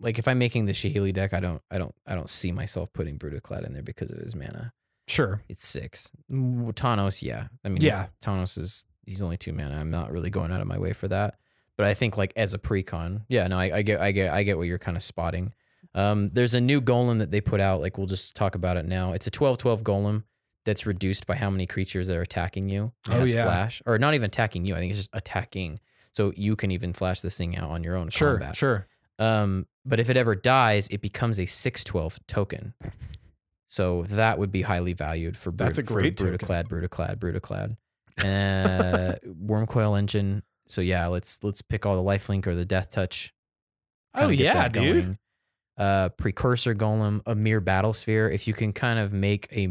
Speaker 3: like if I'm making the Shahili deck, I don't I don't I don't see myself putting Brutaclad in there because of his mana.
Speaker 2: Sure.
Speaker 3: It's six. Mm, Tanos, yeah. I mean,
Speaker 2: Yeah.
Speaker 3: he's- Tanos is he's only two mana. I'm not really going out of my way for that. But I think like as a precon, yeah. No, I, I get I get I get what you're kind of spotting. Um, there's a new golem that they put out. Like we'll just talk about it now. It's a 12-12 golem that's reduced by how many creatures are attacking you. It
Speaker 2: Oh,
Speaker 3: has
Speaker 2: yeah.
Speaker 3: flash or not even attacking you. I think it's just attacking. So you can even flash this thing out on your own. in
Speaker 2: Sure.
Speaker 3: combat.
Speaker 2: Sure.
Speaker 3: Um, but if it ever dies, it becomes a 612 token. So that would be highly valued for
Speaker 2: That's a
Speaker 3: for
Speaker 2: great token.
Speaker 3: Brutaclad, Brutaclad, Brutaclad. Uh, Wormcoil engine. So yeah, let's let's pick all the lifelink or the death touch.
Speaker 2: Oh
Speaker 3: kinda get
Speaker 2: yeah,
Speaker 3: that
Speaker 2: dude.
Speaker 3: going. Uh, precursor golem, a mere battle sphere. If you can kind of make a
Speaker 2: Yeah,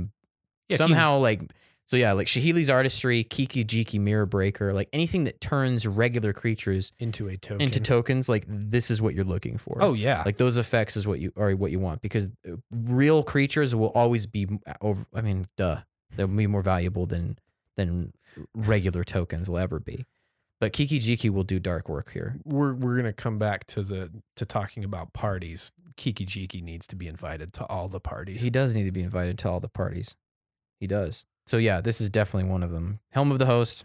Speaker 2: if you-
Speaker 3: somehow like so yeah, like Shahili's artistry, Kiki Jiki mirror breaker, like anything that turns regular creatures
Speaker 2: Into a token.
Speaker 3: into tokens, like this is what you're looking for.
Speaker 2: Oh yeah.
Speaker 3: Like those effects is what you are what you want because uh, real creatures will always be m- uh, over. I mean, duh, they'll be more valuable than than regular tokens will ever be. But Kiki Jiki will do dark work here.
Speaker 2: we're we're gonna come back to the to talking about parties. Kiki Jiki needs to be invited to all the parties.
Speaker 3: He does need to be invited to all the parties. He does. So yeah, this is definitely one of them. Helm of the Host,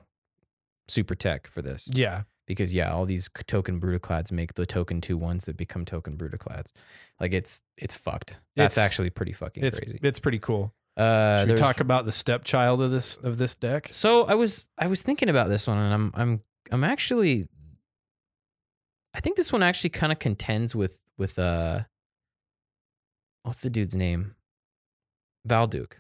Speaker 3: super tech for this
Speaker 2: yeah,
Speaker 3: because yeah, all these c- token Brutaclads make the token two ones that become token Brutaclads. Like it's it's fucked. That's
Speaker 2: It's-
Speaker 3: actually pretty fucking
Speaker 2: it's
Speaker 3: crazy.
Speaker 2: it's pretty cool.
Speaker 3: Uh,
Speaker 2: Should we
Speaker 3: there's-
Speaker 2: talk about the stepchild of this of this deck?
Speaker 3: So I was I was thinking about this one, and I'm I'm I'm actually I think this one actually kind of contends with with uh what's the dude's name Valduke.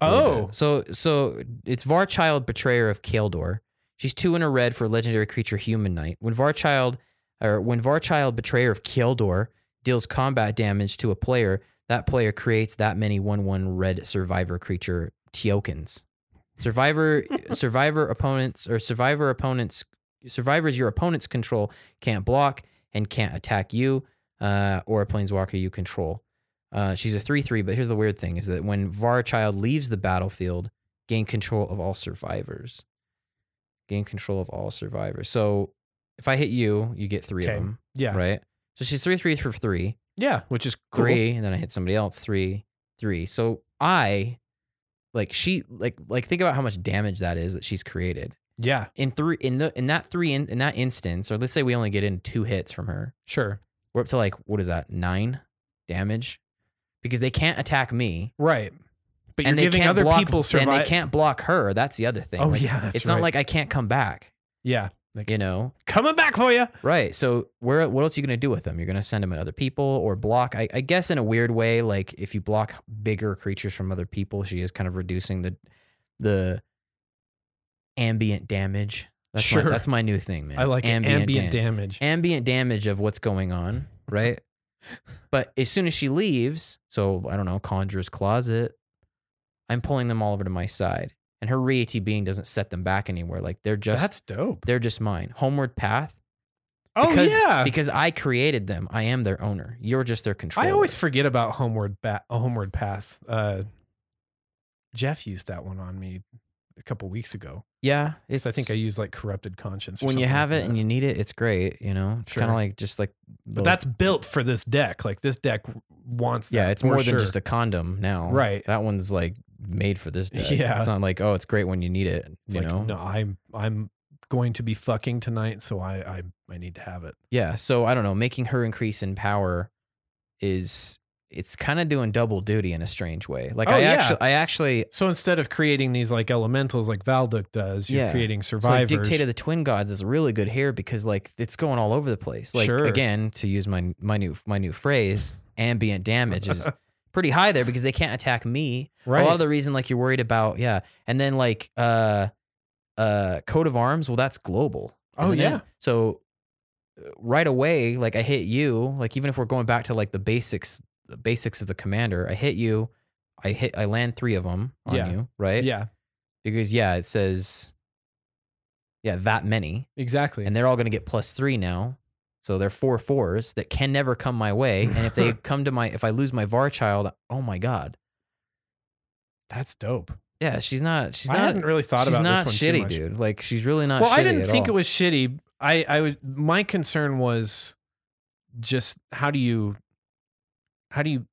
Speaker 3: a little
Speaker 2: Oh,
Speaker 3: bit. so so it's Varchild, Betrayer of Kaldor. She's two in a red for legendary creature Human Knight. When Varchild or when Varchild, Betrayer of Kaldor deals combat damage to a player, that player creates that many one-one red survivor creature tokens. Survivor, survivor opponents or survivor opponents, survivors your opponents control can't block and can't attack you uh, or a planeswalker you control. Uh, she's a 3 3, but here's the weird thing is that when Varchild leaves the battlefield, gain control of all survivors. Gain control of all survivors. So if I hit you, you get three
Speaker 2: Okay.
Speaker 3: of them,
Speaker 2: yeah,
Speaker 3: right? So she's 3 3 for 3,
Speaker 2: yeah, which is cool.
Speaker 3: 3, and then I hit somebody else, 3, 3. So I, like, she, like, like think about how much damage that is that she's created.
Speaker 2: Yeah,
Speaker 3: In three, in the, in that three, in, in that instance, or let's say we only get in two hits from her,
Speaker 2: sure,
Speaker 3: we're up to like what is that nine damage because they can't attack me
Speaker 2: right. But
Speaker 3: and
Speaker 2: you're
Speaker 3: they
Speaker 2: giving
Speaker 3: can't
Speaker 2: other
Speaker 3: block
Speaker 2: people
Speaker 3: and they
Speaker 2: survive.
Speaker 3: can't block her that's the other thing
Speaker 2: Oh
Speaker 3: Like,
Speaker 2: yeah, that's
Speaker 3: it's
Speaker 2: right.
Speaker 3: not like i can't come back
Speaker 2: yeah, like,
Speaker 3: you know
Speaker 2: coming back for you.
Speaker 3: right so where what else are you going to do with them you're going to send them at other people or block I, I guess in a weird way like if you block bigger creatures from other people she is kind of reducing the the ambient damage that's,
Speaker 2: Sure.
Speaker 3: my, that's my new thing man
Speaker 2: I like it. ambient,
Speaker 3: dam-
Speaker 2: damage.
Speaker 3: ambient damage of what's going on, right?
Speaker 2: <laughs>
Speaker 3: but as soon as she leaves, so I don't know, Conjurer's Closet, I'm pulling them all over to my side. And her re being doesn't set them back anywhere. Like they're just
Speaker 2: That's dope.
Speaker 3: they're just mine. Homeward path.
Speaker 2: Oh
Speaker 3: because,
Speaker 2: yeah.
Speaker 3: Because I created them. I am their owner. You're just their controller.
Speaker 2: I always forget about homeward ba- homeward path. Uh, Jeff used that one on me a couple weeks ago.
Speaker 3: Yeah. It's
Speaker 2: So I think I used like corrupted conscience. Or
Speaker 3: when you
Speaker 2: something
Speaker 3: have
Speaker 2: like
Speaker 3: it
Speaker 2: that.
Speaker 3: and you need it, it's great, you know? It's
Speaker 2: Sure.
Speaker 3: kinda like just like the-
Speaker 2: but that's built for this deck. Like this deck wants that.
Speaker 3: yeah, it's
Speaker 2: for
Speaker 3: more
Speaker 2: sure.
Speaker 3: than just a condom now.
Speaker 2: Right.
Speaker 3: That one's like made
Speaker 2: <laughs>
Speaker 3: for this deck.
Speaker 2: Yeah.
Speaker 3: It's not like, oh, it's great when you need it.
Speaker 2: It's
Speaker 3: you
Speaker 2: like,
Speaker 3: know?
Speaker 2: no, I'm I'm going to be fucking tonight, so I I, I need to have it.
Speaker 3: Yeah. So I don't know. Making her increase in power is it's kind of doing double duty in a strange way. Like
Speaker 2: Oh,
Speaker 3: I
Speaker 2: yeah.
Speaker 3: actually, I actually
Speaker 2: So instead of creating these like elementals like Valduk does, you're
Speaker 3: Yeah.
Speaker 2: creating
Speaker 3: it's like
Speaker 2: survivors.
Speaker 3: Dictate of the Twin Gods is really good here because like it's going all over the place. Like
Speaker 2: Sure.
Speaker 3: again, to use my my new my new phrase, ambient
Speaker 2: <laughs>
Speaker 3: damage is pretty high there because they can't attack me.
Speaker 2: right.
Speaker 3: A lot of the reason like you're worried about, yeah. And then like uh uh coat of arms, well that's global.
Speaker 2: Oh,
Speaker 3: isn't it?
Speaker 2: yeah.
Speaker 3: So uh, right away, like I hit you, like even if we're going back to like the basics the basics of the commander, I hit you, I hit I land 3 of them on
Speaker 2: Yeah.
Speaker 3: you, right?
Speaker 2: yeah,
Speaker 3: Because yeah, it says yeah, that many.
Speaker 2: exactly.
Speaker 3: And they're all going to get plus 3 now. So they're four fours that can never come my way. And if
Speaker 2: <laughs>
Speaker 3: they come to my if I lose my var child, oh my god.
Speaker 2: That's dope.
Speaker 3: Yeah, she's not she's
Speaker 2: I
Speaker 3: not
Speaker 2: hadn't really thought
Speaker 3: she's
Speaker 2: about
Speaker 3: not
Speaker 2: this one
Speaker 3: shitty,
Speaker 2: too much.
Speaker 3: dude. Like she's really not.
Speaker 2: well,
Speaker 3: shitty
Speaker 2: I didn't
Speaker 3: at
Speaker 2: think
Speaker 3: all.
Speaker 2: it was shitty. I, I was my concern was just how do you how do you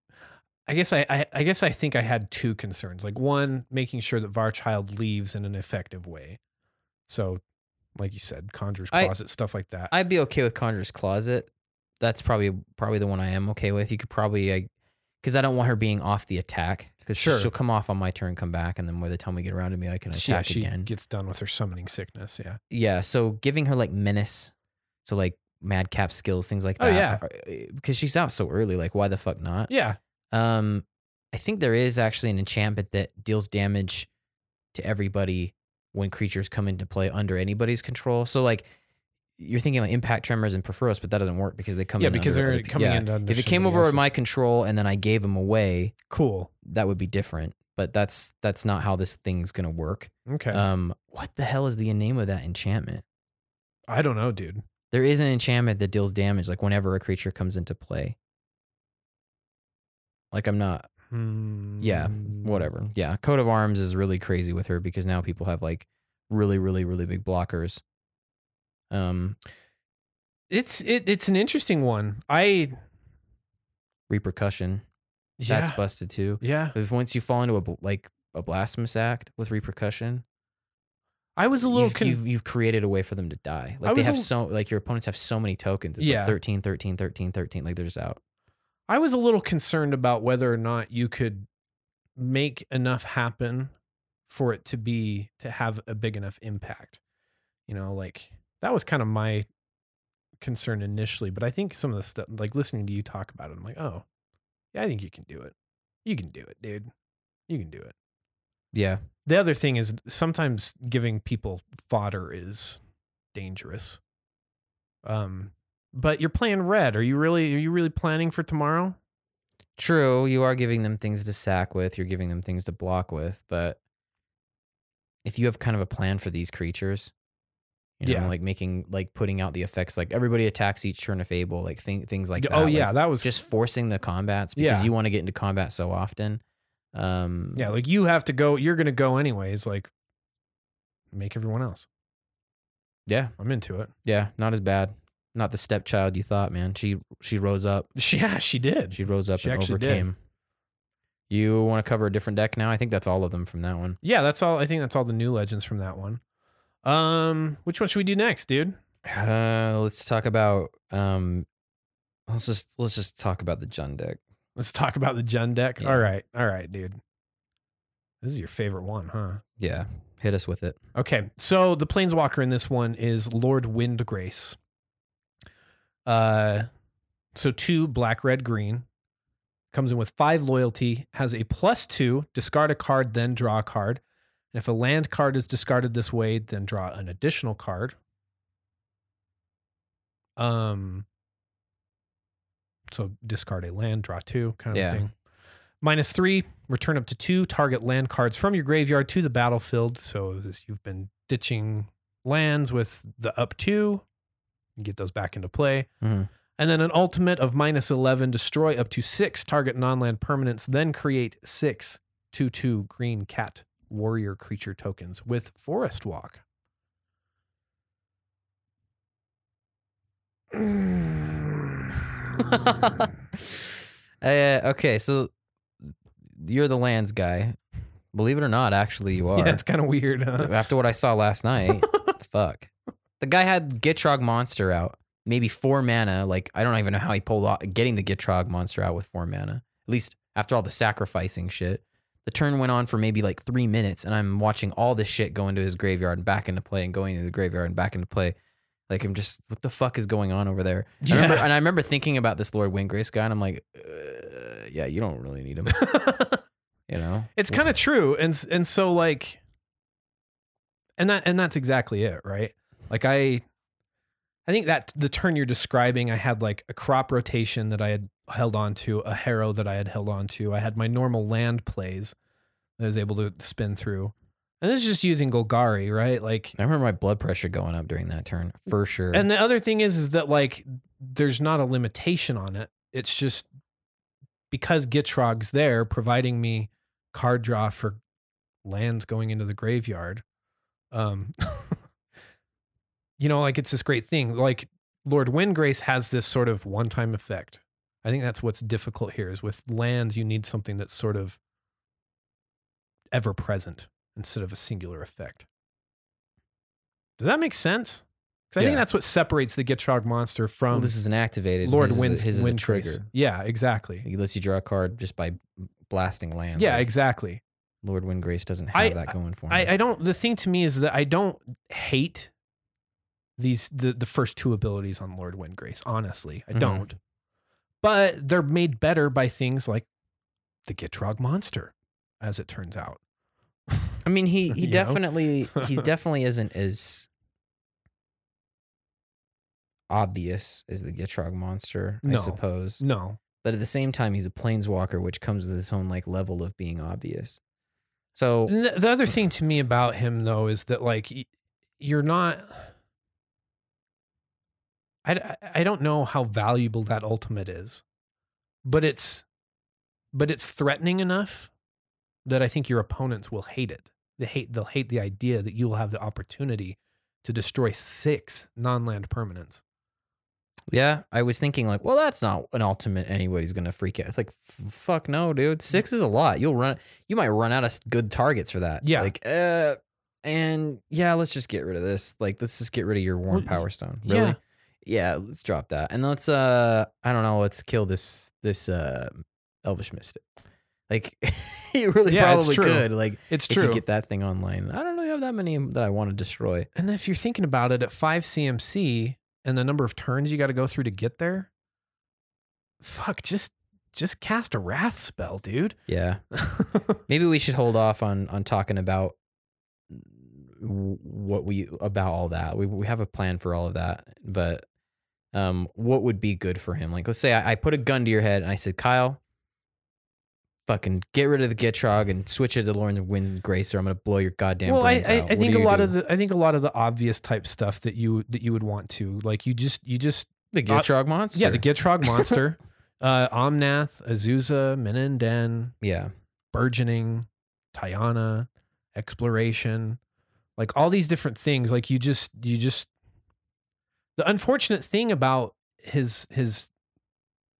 Speaker 2: I guess I, I I guess I think I had two concerns. Like one, making sure that Varchild leaves in an effective way. So like you said, Conjurer's
Speaker 3: I-
Speaker 2: Closet, stuff like that.
Speaker 3: I'd be okay with Conjurer's Closet. That's probably probably the one I am okay with. You could probably, because I don't want her being off the attack. Because
Speaker 2: Sure.
Speaker 3: she'll come off on my turn, come back, and then by the time we get around to me, I can
Speaker 2: she, yeah,
Speaker 3: attack
Speaker 2: she
Speaker 3: again.
Speaker 2: gets done with her summoning sickness. Yeah.
Speaker 3: yeah. So giving her like menace, so like madcap skills, things like
Speaker 2: Oh,
Speaker 3: that. yeah. Because she's out so early. Like why the fuck not?
Speaker 2: Yeah.
Speaker 3: Um, I think there is actually an enchantment that deals damage to everybody when creatures come into play under anybody's control. So like you're thinking like impact tremors and perforos, but that doesn't work because they come
Speaker 2: yeah,
Speaker 3: in
Speaker 2: because
Speaker 3: under
Speaker 2: they're
Speaker 3: other pe-
Speaker 2: coming
Speaker 3: yeah.
Speaker 2: in under
Speaker 3: If it came
Speaker 2: somebody
Speaker 3: over
Speaker 2: else's-
Speaker 3: my control and then I gave them away,
Speaker 2: cool.
Speaker 3: that would be different. But that's that's not how this thing's gonna work.
Speaker 2: Okay.
Speaker 3: Um, what the hell is the name of that enchantment?
Speaker 2: I don't know, dude.
Speaker 3: There is an enchantment that deals damage, like whenever a creature comes into play. Like I'm not yeah,
Speaker 2: Hmm.
Speaker 3: whatever. Yeah, coat of arms is really crazy with her because now people have like really, really, really big blockers. Um,
Speaker 2: It's it, it's an interesting one. I
Speaker 3: repercussion
Speaker 2: yeah.
Speaker 3: that's busted too.
Speaker 2: yeah.
Speaker 3: If once you fall into a bl- like a blasphemous act with repercussion,
Speaker 2: I was a little
Speaker 3: you've,
Speaker 2: confused.
Speaker 3: you've, you've created a way for them to die.
Speaker 2: I
Speaker 3: Like they
Speaker 2: was
Speaker 3: have
Speaker 2: a-
Speaker 3: so like your opponents have so many tokens. It's
Speaker 2: Yeah.
Speaker 3: like 13, 13, 13, 13. Like they're just out.
Speaker 2: I was a little concerned about whether or not you could make enough happen for it to be to have a big enough impact. You know, like that was kind of my concern initially, but I think some of the stuff like listening to you talk about it, I'm like, "Oh, yeah, I think you can do it. You can do it, dude. You can do it."
Speaker 3: Yeah,
Speaker 2: The other thing is sometimes giving people fodder is dangerous. Um but you're playing red. Are you really are you really planning for tomorrow?
Speaker 3: true. You are giving them things to sack with. You're giving them things to block with, but. If you have kind of a plan for these creatures, you know,
Speaker 2: Yeah.
Speaker 3: like making like putting out the effects, like everybody attacks each turn of Fable, like thing, things like that.
Speaker 2: oh
Speaker 3: like,
Speaker 2: yeah, that was
Speaker 3: just forcing the combats because
Speaker 2: Yeah.
Speaker 3: you want to get into combat so often. Um,
Speaker 2: yeah. Like you have to go. You're gonna go anyways. Like make everyone else.
Speaker 3: yeah,
Speaker 2: I'm into
Speaker 3: <laughs>
Speaker 2: it.
Speaker 3: yeah, not as bad. Not the stepchild you thought, man. She she rose up.
Speaker 2: Yeah, she did.
Speaker 3: She rose up
Speaker 2: She
Speaker 3: and
Speaker 2: actually did.
Speaker 3: overcame. You want to cover a different deck now? I think that's all of them from that one.
Speaker 2: yeah, that's all. I think that's all the new legends from that one. Um, which one should we do next, dude?
Speaker 3: Uh, let's talk about um, let's just let's just talk about the Jun deck.
Speaker 2: Let's talk about the Jun deck.
Speaker 3: Yeah.
Speaker 2: All right, all right, dude. This is your favorite one, huh?
Speaker 3: Yeah, hit us with it.
Speaker 2: <laughs>
Speaker 3: <laughs>
Speaker 2: Okay, so the planeswalker in this one is Lord Windgrace. Uh, so two black, red, green. Comes in with five loyalty, has a plus two, discard a card, then draw a card. And if a land card is discarded this way, then draw an additional card. Um, so discard a land, draw two, kind of
Speaker 3: Yeah.
Speaker 2: thing. Minus three, return up to two target land cards from your graveyard to the battlefield. So as you've been ditching lands with the up two, you get those back into play.
Speaker 3: Mhm.
Speaker 2: And then an ultimate of minus 11, destroy up to six target non land permanents, then create six 2 2 green cat warrior creature tokens with Forest Walk. <laughs>
Speaker 3: Uh, okay, so you're the lands guy. Believe it or not, actually, you are.
Speaker 2: Yeah, it's kind of weird. Huh?
Speaker 3: after what I saw
Speaker 2: <laughs>
Speaker 3: last night, fuck. The guy had Gitrog Monster out, maybe four mana. Like I don't even know how he pulled off getting the Gitrog Monster out with four mana. at least after all the sacrificing shit. The turn went on for maybe like three minutes, and I'm watching all this shit go into his graveyard and back into play, and going into the graveyard and back into play. Like I'm just, what the fuck is going on over there? I remember,
Speaker 2: Yeah.
Speaker 3: and I remember thinking about this Lord Windgrace guy, and I'm like, uh, yeah, you don't really need
Speaker 2: <laughs>
Speaker 3: him, you know.
Speaker 2: It's kind of true, and s- and so like, and that and that's exactly it, right? Like I, I think that the turn you're describing, I had like a crop rotation that I had held on to, a harrow that I had held on to. I had my normal land plays that I was able to spin through, and this is just using Golgari, right? Like,
Speaker 3: I remember my blood pressure going up during that turn for sure.
Speaker 2: and the other thing is, is that like, there's not a limitation on it. It's just because Gitrog's there providing me card draw for lands going into the graveyard. Um, <laughs> you know, like it's this great thing. Like Lord Windgrace has this sort of one-time effect. I think that's what's difficult here is with lands, you need something that's sort of ever present instead of a singular effect. Does that make sense? Because I
Speaker 3: Yeah.
Speaker 2: think that's what separates the Gitrog monster from
Speaker 3: well, this is an activated.
Speaker 2: um, Lord
Speaker 3: his
Speaker 2: Wind's
Speaker 3: is a, his is a
Speaker 2: Windgrace.
Speaker 3: trigger.
Speaker 2: Yeah, exactly.
Speaker 3: He lets you draw a card just by blasting land.
Speaker 2: Yeah,
Speaker 3: Like,
Speaker 2: exactly.
Speaker 3: Lord Windgrace doesn't have
Speaker 2: I-
Speaker 3: that going for him.
Speaker 2: I, I don't. The thing to me is that I don't hate these the the first two abilities on Lord Windgrace. Honestly, I
Speaker 3: Mhm.
Speaker 2: don't. But they're made better by things like the Gitrog monster, as it turns out.
Speaker 3: I
Speaker 2: <laughs>
Speaker 3: mean, he he
Speaker 2: You know?
Speaker 3: definitely
Speaker 2: <laughs>
Speaker 3: he definitely isn't as obvious as the Gitrog monster, I
Speaker 2: No.
Speaker 3: suppose.
Speaker 2: No,
Speaker 3: But at the same time, he's a planeswalker, which comes with its own like level of being obvious. So
Speaker 2: And The, the other thing to me about him though is that like y- you're not. I, I- I don't know how valuable that ultimate is, but it's, but it's threatening enough that I think your opponents will hate it. They hate they'll hate the idea that you will have the opportunity to destroy six non-land permanents.
Speaker 3: yeah, I was thinking like, well, that's not an ultimate. Anybody's gonna freak out. It's like, f- fuck no, dude. Six is a lot. You'll run. You might run out of s- good targets for that.
Speaker 2: Yeah.
Speaker 3: Like, uh, and yeah, let's just get rid of this. Like, let's just get rid of your
Speaker 2: Well,
Speaker 3: Warm Power Stone.
Speaker 2: yeah.
Speaker 3: Really? yeah let's drop that and let's uh i don't know let's kill this this uh elvish mystic like <laughs> you really
Speaker 2: Yeah, it's
Speaker 3: probably
Speaker 2: true.
Speaker 3: could like
Speaker 2: It's
Speaker 3: if
Speaker 2: true.
Speaker 3: you get that thing online i don't really have that many that i want to destroy
Speaker 2: and if you're thinking about it at 5 cmc and the number of turns you got to go through to get there fuck just just cast a wrath spell dude <laughs>
Speaker 3: yeah maybe we should hold off on on talking about w- what we about all that we, we have a plan for all of that but um what would be good for him like let's say I, I put a gun to your head and i said kyle fucking get rid of the gitrog and switch it to lauren wind grace or i'm gonna blow your goddamn
Speaker 2: well I,
Speaker 3: brains
Speaker 2: I,
Speaker 3: out.
Speaker 2: I
Speaker 3: What
Speaker 2: think
Speaker 3: do
Speaker 2: a
Speaker 3: you
Speaker 2: lot
Speaker 3: do?
Speaker 2: of the i think a lot of the obvious type stuff that you that you would want to like you just you just
Speaker 3: the gitrog monster
Speaker 2: yeah the
Speaker 3: <laughs>
Speaker 2: gitrog monster uh omnath azusa menenden
Speaker 3: yeah
Speaker 2: burgeoning, Tiana, exploration, like all these different things. Like you just you just the unfortunate thing about his his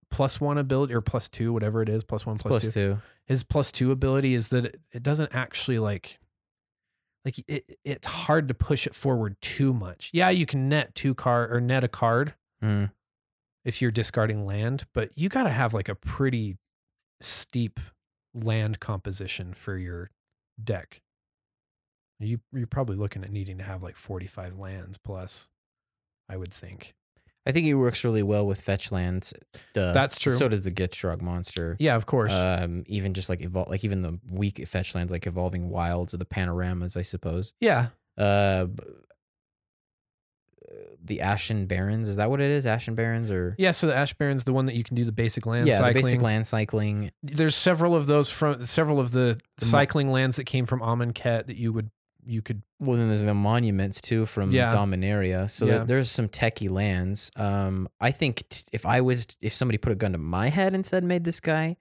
Speaker 2: plus one ability or plus two, whatever it is, plus one, plus
Speaker 3: plus
Speaker 2: two.
Speaker 3: two.
Speaker 2: His plus two ability is that it, it doesn't actually like like it it's hard to push it forward too much. Yeah, you can net two card or net a card
Speaker 3: Mm.
Speaker 2: if you're discarding land, but you got to have like a pretty steep land composition for your deck. You you're probably looking at needing to have like 45 lands plus, I would think.
Speaker 3: i think he works really well with fetch lands Duh.
Speaker 2: That's true.
Speaker 3: Uh, so does the gitrog monster
Speaker 2: Yeah, of course.
Speaker 3: Um, even just like evol- like even the weak fetch lands like evolving wilds or the panoramas, I suppose.
Speaker 2: yeah,
Speaker 3: Uh, b- uh, the Ashen Barons is that what it is? Ashen Barons or
Speaker 2: yeah. So the Ash Baron's the one that you can do the basic land
Speaker 3: yeah, the
Speaker 2: cycling.
Speaker 3: basic land cycling.
Speaker 2: There's several of those from several of the,
Speaker 3: The mo-
Speaker 2: cycling lands that came from Amonkhet that you would you could
Speaker 3: Well, then there's the monuments too from
Speaker 2: Yeah.
Speaker 3: Dominaria. So
Speaker 2: Yeah.
Speaker 3: there, there's some techie lands. Um, I think t- if I was if somebody put a gun to my head and said made this guy,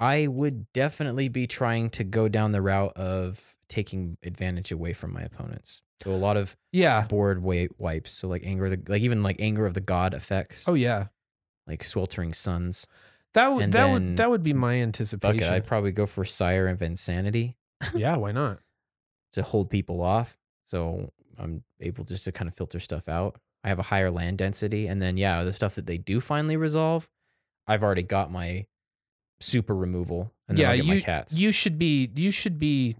Speaker 3: I would definitely be trying to go down the route of taking advantage away from my opponents. So a lot of
Speaker 2: yeah.
Speaker 3: board wa- wipes. So like anger, of the, like even like anger of the god effects,
Speaker 2: Oh yeah.
Speaker 3: like sweltering suns.
Speaker 2: That would
Speaker 3: And
Speaker 2: that
Speaker 3: then- Mm.
Speaker 2: would that would be my
Speaker 3: Fuck
Speaker 2: anticipation.
Speaker 3: it, <laughs> I'd probably go for sire of insanity
Speaker 2: yeah, why not?
Speaker 3: to hold people off. So I'm able just to kind of filter stuff out. I have a higher land density, and then yeah, the stuff that they do finally resolve, I've already got my super removal, and
Speaker 2: yeah,
Speaker 3: then I'll get
Speaker 2: you
Speaker 3: my cats.
Speaker 2: you should be you should be.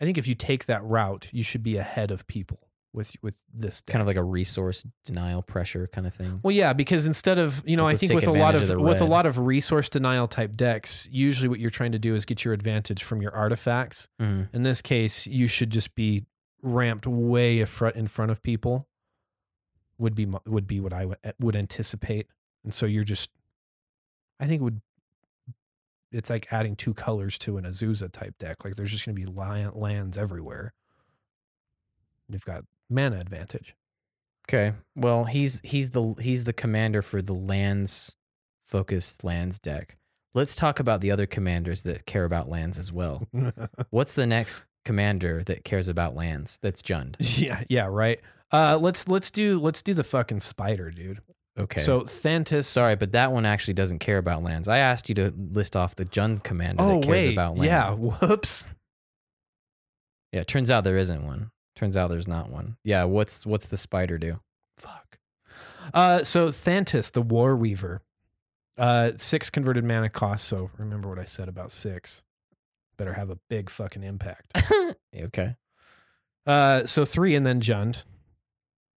Speaker 2: I think if you take that route, you should be ahead of people with with this deck.
Speaker 3: kind of like a resource denial pressure kind of thing.
Speaker 2: Well, yeah, because instead of you know,
Speaker 3: With
Speaker 2: I
Speaker 3: the
Speaker 2: think
Speaker 3: sick
Speaker 2: with a lot of,
Speaker 3: advantage of the
Speaker 2: with a
Speaker 3: red.
Speaker 2: lot of resource denial type decks, usually what you're trying to do is get your advantage from your artifacts.
Speaker 3: Mhm.
Speaker 2: In this case, you should just be ramped way a front in front of people. Would be my- would be what I would, eh, would anticipate, and so you're just, I think it would. It's like adding two colors to an Azusa type deck. Like there's just going to be lion, lands everywhere. You've got mana
Speaker 3: <laughs>
Speaker 2: advantage. <laughs>
Speaker 3: Okay. Well, he's he's the he's the commander for the lands focused lands deck. Let's talk about the other commanders that care about lands as well. What's the next commander that cares about lands? That's Jund.
Speaker 2: Yeah, yeah, right. Uh, let's let's do let's do the fucking spider, dude.
Speaker 3: Okay.
Speaker 2: So Thantis.
Speaker 3: sorry, but that one actually doesn't care about lands. I asked you to list off the Jund commander
Speaker 2: oh
Speaker 3: that cares
Speaker 2: wait,
Speaker 3: about lands.
Speaker 2: yeah. <laughs> Whoops.
Speaker 3: Yeah, turns out there isn't one. Turns out there's not one. Yeah, what's what's the
Speaker 2: <laughs>
Speaker 3: spider do?
Speaker 2: Fuck. Uh, so Thantis, the War Weaver, uh, six converted mana cost. So remember what I said about six. Better have a big fucking impact.
Speaker 3: Okay.
Speaker 2: Uh, so three and then Jund.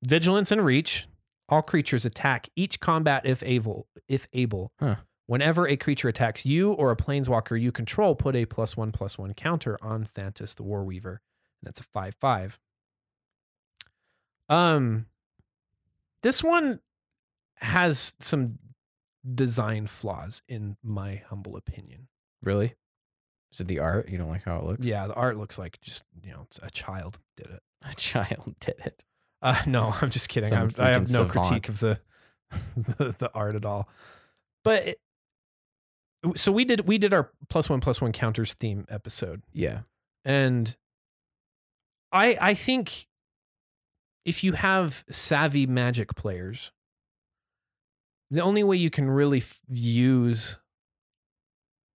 Speaker 2: Vigilance and reach. All creatures attack each combat if able. If able.
Speaker 3: Huh.
Speaker 2: Whenever a creature attacks you or a planeswalker you control, put a plus one plus one counter on Thantis the Warweaver. And that's a five five. Um this one has some design flaws, in my humble opinion.
Speaker 3: Really? Is it the art? You don't like how it looks?
Speaker 2: Yeah, the art looks like just, you know, it's a child did it.
Speaker 3: <laughs> A child did it.
Speaker 2: Uh, <laughs> no, I'm just kidding.
Speaker 3: Some
Speaker 2: I'm, I have no
Speaker 3: freaking savant.
Speaker 2: critique of the, <laughs> the the art at all. But it, so we did we did our plus one plus one counters theme episode,
Speaker 3: Yeah.
Speaker 2: and I I think if you have savvy Magic players, the only way you can really f- use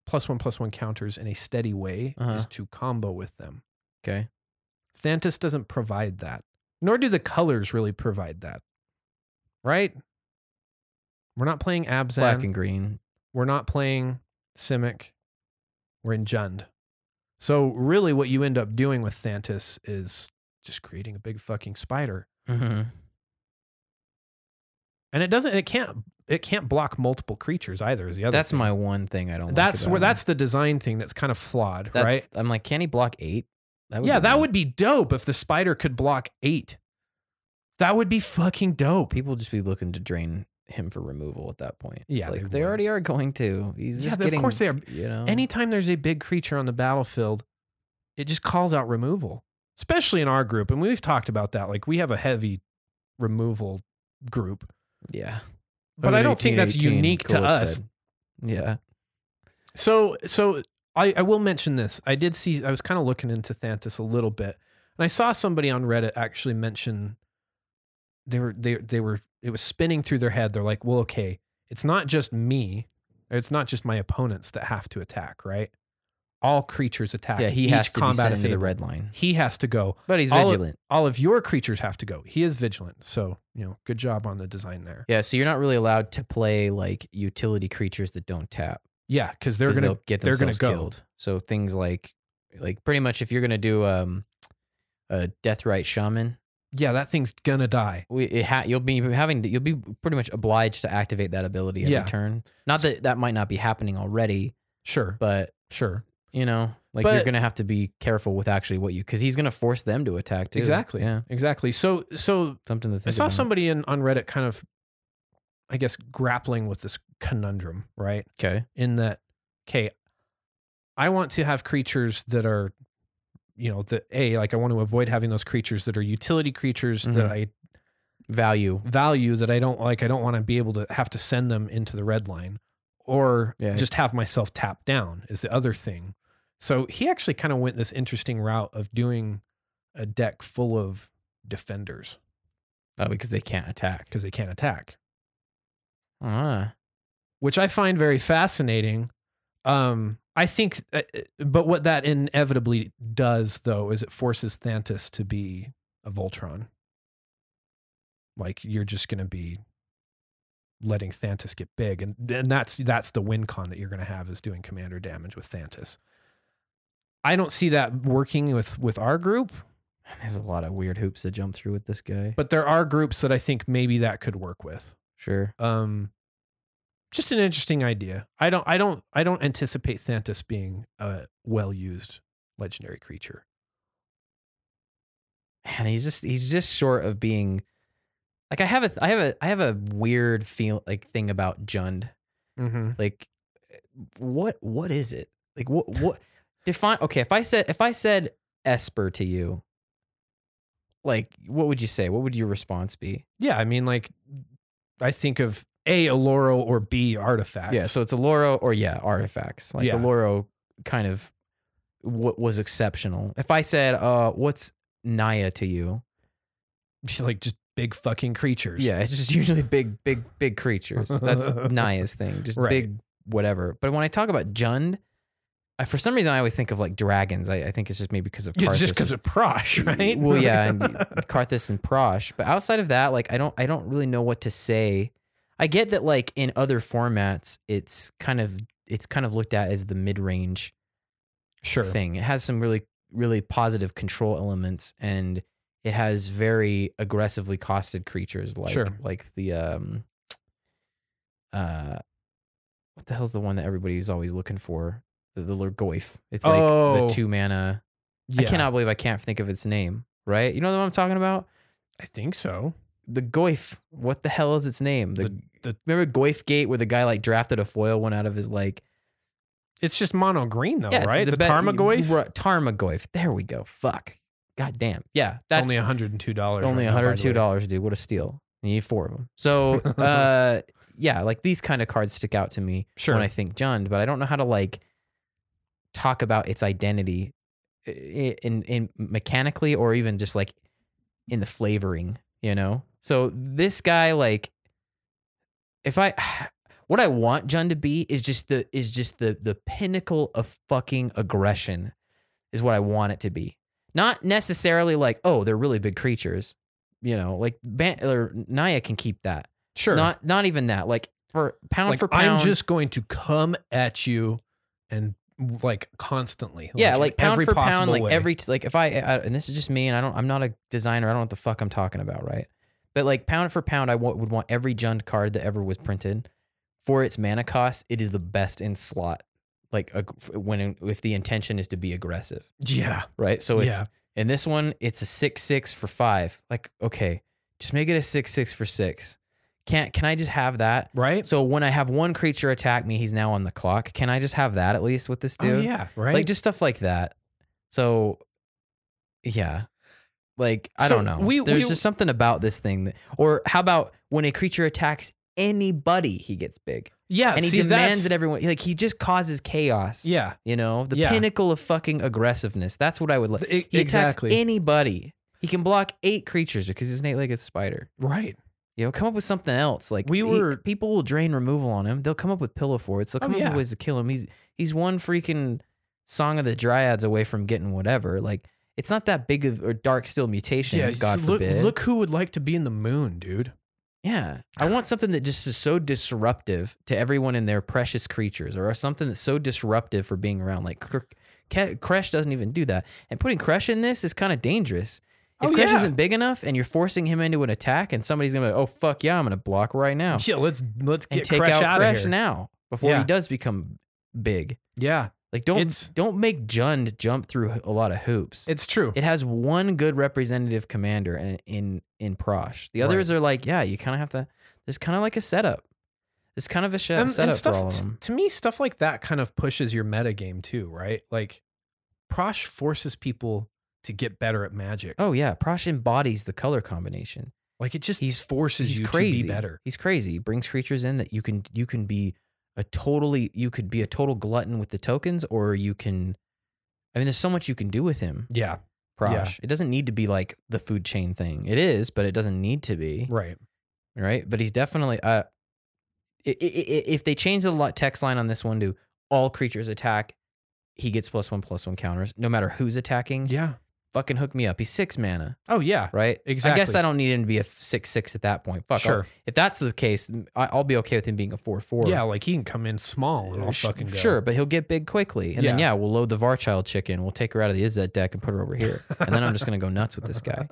Speaker 2: plus one plus one counters in a steady way
Speaker 3: Uh-huh.
Speaker 2: is to combo with them.
Speaker 3: Okay.
Speaker 2: Thantis doesn't provide that, nor do the colors really provide that. Right? We're not playing Abzan.
Speaker 3: Black and green.
Speaker 2: We're not playing Simic. We're in Jund. So, really, what you end up doing with Thantis is just creating a big fucking spider.
Speaker 3: Mm-hmm.
Speaker 2: And it doesn't, it can't, it can't block multiple creatures either, is the other.
Speaker 3: That's
Speaker 2: thing.
Speaker 3: my one thing I don't.
Speaker 2: that's
Speaker 3: like
Speaker 2: where,
Speaker 3: about
Speaker 2: that's the design thing that's kind of flawed,
Speaker 3: him. That's-
Speaker 2: right?
Speaker 3: I'm like, can he block eight? That
Speaker 2: yeah,
Speaker 3: be
Speaker 2: that
Speaker 3: nice.
Speaker 2: would be dope if the spider could block eight. That would be fucking dope.
Speaker 3: People just be looking to drain him for removal at that point. It's
Speaker 2: Yeah,
Speaker 3: like
Speaker 2: they
Speaker 3: they,
Speaker 2: would.
Speaker 3: already are going to. He's
Speaker 2: Yeah,
Speaker 3: just
Speaker 2: of
Speaker 3: getting, Oh.
Speaker 2: course they are.
Speaker 3: You know,
Speaker 2: anytime there's a big creature on the battlefield, it just calls out removal, especially in our group. And we've talked about that. Like we have a heavy removal group,
Speaker 3: Oh, yeah.
Speaker 2: but I don't think that's
Speaker 3: 18,
Speaker 2: unique
Speaker 3: cool,
Speaker 2: to
Speaker 3: it's
Speaker 2: us.
Speaker 3: dead. Yeah.
Speaker 2: So, so I, I will mention this. I did see, I was kind of looking into Thantis a little bit and I saw somebody on Reddit actually mention they were, they, they were, it was spinning through their head. They're like, well, okay, it's not just me. or It's not just my opponents that have to attack, right? All creatures attack.
Speaker 3: Yeah. He
Speaker 2: each
Speaker 3: has to be
Speaker 2: combat
Speaker 3: sent
Speaker 2: if
Speaker 3: into the
Speaker 2: able.
Speaker 3: red line,
Speaker 2: He has to go.
Speaker 3: but he's
Speaker 2: All of-
Speaker 3: vigilant.
Speaker 2: All of your creatures have to go. He is vigilant. So, you know, good job on the design there.
Speaker 3: yeah. So you're not really allowed to play like utility creatures that don't tap.
Speaker 2: Yeah, because they're
Speaker 3: 'cause
Speaker 2: gonna
Speaker 3: they'll get
Speaker 2: they're gonna
Speaker 3: themselves
Speaker 2: go.
Speaker 3: killed. So things like like pretty much if you're gonna do um a death right shaman,
Speaker 2: Yeah, that thing's gonna die.
Speaker 3: we it ha- you'll be having to, you'll be pretty much obliged to activate that ability every
Speaker 2: Yeah.
Speaker 3: turn. Not that that might not be happening already,
Speaker 2: Sure.
Speaker 3: but
Speaker 2: sure.
Speaker 3: you know, like
Speaker 2: But-
Speaker 3: you're gonna have to be careful with actually what you because he's gonna force them to attack too.
Speaker 2: Exactly.
Speaker 3: Yeah.
Speaker 2: Exactly. So so
Speaker 3: Something to think.
Speaker 2: I saw
Speaker 3: about.
Speaker 2: somebody in on Reddit kind of I guess grappling with this conundrum, right?
Speaker 3: Okay.
Speaker 2: in that okay i want to have creatures that are you know that a like i want to avoid having those creatures that are utility creatures that
Speaker 3: Mhm.
Speaker 2: i
Speaker 3: Value.
Speaker 2: value that i don't like i don't want to be able to have to send them into the red line or
Speaker 3: Yeah.
Speaker 2: just have myself tapped down is the other thing so he actually kind of went this interesting route of doing a deck full of defenders
Speaker 3: Oh, because they can't attack.
Speaker 2: because they can't attack
Speaker 3: Ah.
Speaker 2: which I find very fascinating. Um, I think, uh, but what that inevitably does, though, is it forces Thantis to be a Voltron. Like you're just going to be letting Thantis get big, and and that's that's the win con that you're going to have is doing commander damage with Thantis. I don't see that working with with our group,
Speaker 3: There's a lot of weird hoops to jump through with this guy.
Speaker 2: but there are groups that I think maybe that could work with.
Speaker 3: Sure.
Speaker 2: Um, just an interesting idea. I don't I don't I don't anticipate Thantis being a well used legendary creature.
Speaker 3: Man, he's just he's just short of being like I have a I have a I have a weird feel like thing about Jund.
Speaker 2: Mm-hmm.
Speaker 3: Like what what is it? Like what what define okay, if I said if I said Esper to you, like what would you say? What would your response be?
Speaker 2: Yeah, I mean, like I think of a Oloro or B artifacts.
Speaker 3: Yeah, so it's Aloro or yeah, artifacts. Like
Speaker 2: Yeah.
Speaker 3: Aloro kind of what was exceptional. If I said, uh, what's Naya to you?
Speaker 2: like <laughs> just big fucking creatures.
Speaker 3: Yeah, it's just usually big, big, big creatures. That's
Speaker 2: <laughs>
Speaker 3: Naya's thing. Just
Speaker 2: Right.
Speaker 3: big whatever. But when I talk about Jund, I, for some reason I always think of like dragons. I, I think it's just maybe because of
Speaker 2: It's just
Speaker 3: Karthus
Speaker 2: because
Speaker 3: is-
Speaker 2: of Prosh, <laughs> right?
Speaker 3: Well, yeah, and Karthus and Prosh. But outside of that, like I don't I don't really know what to say. I get that like in other formats, it's kind of it's kind of looked at as the mid range
Speaker 2: <laughs> sure.
Speaker 3: thing. It has some really, really positive control elements, and it has very aggressively costed creatures like
Speaker 2: Sure.
Speaker 3: like the um uh what the hell's the one that everybody's always looking for? The, the Lurgoyf. It's like
Speaker 2: Oh.
Speaker 3: the two mana.
Speaker 2: Yeah,
Speaker 3: I cannot believe I can't think of its name. Right? You know what I'm talking about?
Speaker 2: I think so.
Speaker 3: The Goyf. What the hell is its name? The,
Speaker 2: the-
Speaker 3: remember Goyf Gate where the guy like drafted a foil one out of his like
Speaker 2: It's just mono green though,
Speaker 3: it's
Speaker 2: right? The,
Speaker 3: be-
Speaker 2: Tarmogoyf.
Speaker 3: Ru- Tarmogoyf. There we go. Fuck. God damn. Yeah. That's
Speaker 2: only hundred and two dollars.
Speaker 3: only $102, dude. What a steal. You need four of them.
Speaker 2: <laughs>
Speaker 3: So, uh, yeah, like these kind of cards stick out to me
Speaker 2: Sure.
Speaker 3: when I think Jund, but I don't know how to like talk about its identity i- in, in mechanically or even just like in the flavoring, you know? So this guy, like, if I. <sighs> What I want Jun to be is just the is just the the pinnacle of fucking aggression is what I want it to be. Not necessarily like, oh, they're really big creatures. You know, like Ban- or Naya can keep that.
Speaker 2: Sure.
Speaker 3: Not not even that. Like for pound
Speaker 2: like
Speaker 3: for pound.
Speaker 2: I'm just going to come at you and like constantly.
Speaker 3: yeah,
Speaker 2: in
Speaker 3: like pound
Speaker 2: every
Speaker 3: for
Speaker 2: possible
Speaker 3: pound, like
Speaker 2: way.
Speaker 3: every like if I, I and this is just me, and I don't, I'm not a designer. I don't know what the fuck I'm talking about, right? But like pound for pound, I wa- would want every Jund card that ever was printed for its mana cost. It is the best in slot, like ag- when if the intention is to be aggressive.
Speaker 2: yeah.
Speaker 3: right? So it's
Speaker 2: Yeah.
Speaker 3: in this one, it's a six six for five. Like, okay, just make it a six six for six. Can't can I just have that?
Speaker 2: Right.
Speaker 3: So when I have one creature attack me, he's now on the clock. Can I just have that at least with this dude?
Speaker 2: Oh, yeah. Right.
Speaker 3: Like just stuff like that. So yeah. Like I
Speaker 2: So
Speaker 3: don't know.
Speaker 2: we-
Speaker 3: There's
Speaker 2: we-
Speaker 3: just something about this thing that, or how about when a creature attacks anybody, he gets big.
Speaker 2: yeah.
Speaker 3: And he
Speaker 2: Uh, see,
Speaker 3: demands
Speaker 2: that's-
Speaker 3: that everyone like he just causes chaos.
Speaker 2: Yeah.
Speaker 3: You know, the
Speaker 2: Yeah.
Speaker 3: pinnacle of fucking aggressiveness. That's what I would like.
Speaker 2: E-
Speaker 3: He
Speaker 2: exactly.
Speaker 3: attacks anybody. He can block eight creatures because he's an eight-legged spider.
Speaker 2: right.
Speaker 3: You know, come up with something else. Like
Speaker 2: We
Speaker 3: he-
Speaker 2: were-
Speaker 3: people will drain removal on him. They'll come up with pillow forwards. They'll
Speaker 2: Oh,
Speaker 3: come up
Speaker 2: yeah.
Speaker 3: with ways to kill him. He's he's one freaking song of the dryads away from getting whatever. Like it's not that big of or dark steel mutation.
Speaker 2: Yeah.
Speaker 3: God
Speaker 2: so look,
Speaker 3: forbid.
Speaker 2: look who would like to be in the moon, dude.
Speaker 3: Yeah. I want something that just is so disruptive to everyone and their precious creatures, or something that's so disruptive for being around. Like Kr- Ke- Kresh doesn't even do that. And putting Kresh in this is kind of dangerous. If
Speaker 2: Oh,
Speaker 3: Kresh
Speaker 2: yeah.
Speaker 3: isn't big enough and you're forcing him into an attack, and somebody's going to be like, oh, fuck yeah, I'm going to block right now
Speaker 2: Yeah. Let's let's
Speaker 3: Oh. and
Speaker 2: get
Speaker 3: take
Speaker 2: Kresh
Speaker 3: out
Speaker 2: out of
Speaker 3: Kresh
Speaker 2: here.
Speaker 3: now before
Speaker 2: Yeah.
Speaker 3: he does become big.
Speaker 2: Yeah.
Speaker 3: Like, don't
Speaker 2: It's-
Speaker 3: don't make Jund jump through a lot of hoops.
Speaker 2: It's true.
Speaker 3: It has one good representative commander in in, in Prosh. The others are like, yeah, you kind of have to. There's kind of like a setup. It's kind of a sh- setup
Speaker 2: stuff,
Speaker 3: for all of them.
Speaker 2: To me, stuff like that kind of pushes your meta game too, right? Like Prosh forces people to get better at magic.
Speaker 3: Oh yeah, Prosh embodies the color combination.
Speaker 2: like it just
Speaker 3: he's-
Speaker 2: forces
Speaker 3: He's
Speaker 2: you
Speaker 3: crazy.
Speaker 2: to be better.
Speaker 3: He's crazy. He brings creatures in that you can you can be a totally you could be a total glutton with the tokens, or you can. I mean, there's so much you can do with him,
Speaker 2: Yeah,
Speaker 3: Prosh.
Speaker 2: Yeah.
Speaker 3: It doesn't need to be like the food chain thing. It is, but it doesn't need to be. <laughs>
Speaker 2: right.
Speaker 3: right? But he's definitely uh, i- i- i- if they change the lot text line on this one to all creatures attack, he gets plus one plus one counters no matter who's attacking.
Speaker 2: Yeah,
Speaker 3: fucking hook me up. He's six mana,
Speaker 2: Oh yeah.
Speaker 3: right? I guess
Speaker 2: Exactly.
Speaker 3: I don't need him to be a six six at that point. Fuck. I'll-
Speaker 2: Sure.
Speaker 3: if that's the case, I, I'll be okay with him being a four four.
Speaker 2: Yeah, like he can come in small and I'll
Speaker 3: Sh-
Speaker 2: fucking go.
Speaker 3: Sure, but he'll get big quickly. And then
Speaker 2: Yeah.
Speaker 3: yeah, we'll load the Varchild chicken. We'll take her out of the Izzet deck and put her over here. And then I'm just gonna go nuts with
Speaker 2: <laughs>
Speaker 3: this guy.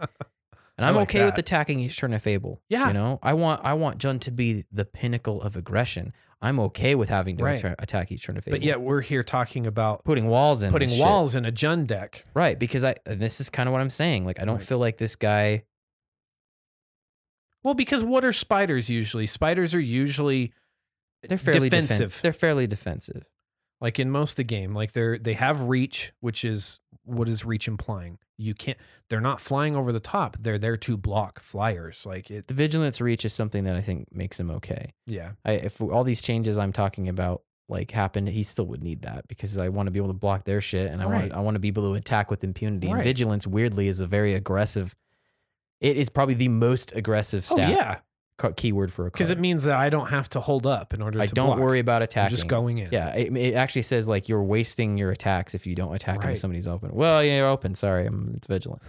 Speaker 3: And
Speaker 2: I
Speaker 3: I'm
Speaker 2: like
Speaker 3: okay with
Speaker 2: that.
Speaker 3: attacking each turn of Fable.
Speaker 2: Yeah.
Speaker 3: You know, I want I want Jun to be the pinnacle of aggression. I'm okay with having to
Speaker 2: Right.
Speaker 3: atta- attack each turn of Fable.
Speaker 2: But yet we're here talking about
Speaker 3: putting walls in
Speaker 2: putting
Speaker 3: this shit.
Speaker 2: walls in a Jun deck.
Speaker 3: right because I and this is kind of what I'm saying. Like I don't
Speaker 2: Right.
Speaker 3: feel like this guy.
Speaker 2: Well, because what are spiders usually? Spiders are usually
Speaker 3: They're fairly defen-
Speaker 2: Defensive.
Speaker 3: they're fairly defensive.
Speaker 2: like in most of the game, like they're they have reach, which is what is reach implying? You can't. They're not flying over the top. They're there to block flyers. Like it.
Speaker 3: The vigilance reach is something that I think makes him okay.
Speaker 2: Yeah.
Speaker 3: I, if all these changes I'm talking about like happened, he still would need that because I want to be able to block their shit and I
Speaker 2: Right.
Speaker 3: want I want to be able to attack with impunity.
Speaker 2: Right.
Speaker 3: And vigilance, weirdly, is a very aggressive. It is probably the most aggressive stat.
Speaker 2: Oh yeah,
Speaker 3: ca- keyword for a
Speaker 2: because it
Speaker 3: card.
Speaker 2: means that I don't have to hold up in order.
Speaker 3: I
Speaker 2: to
Speaker 3: don't
Speaker 2: block.
Speaker 3: worry about attacking.
Speaker 2: I'm just going <laughs> in.
Speaker 3: Yeah, it, it actually says like you're wasting your attacks if you don't attack until
Speaker 2: Right.
Speaker 3: somebody's open. Well, yeah, you're open. Sorry, I'm, it's vigilant.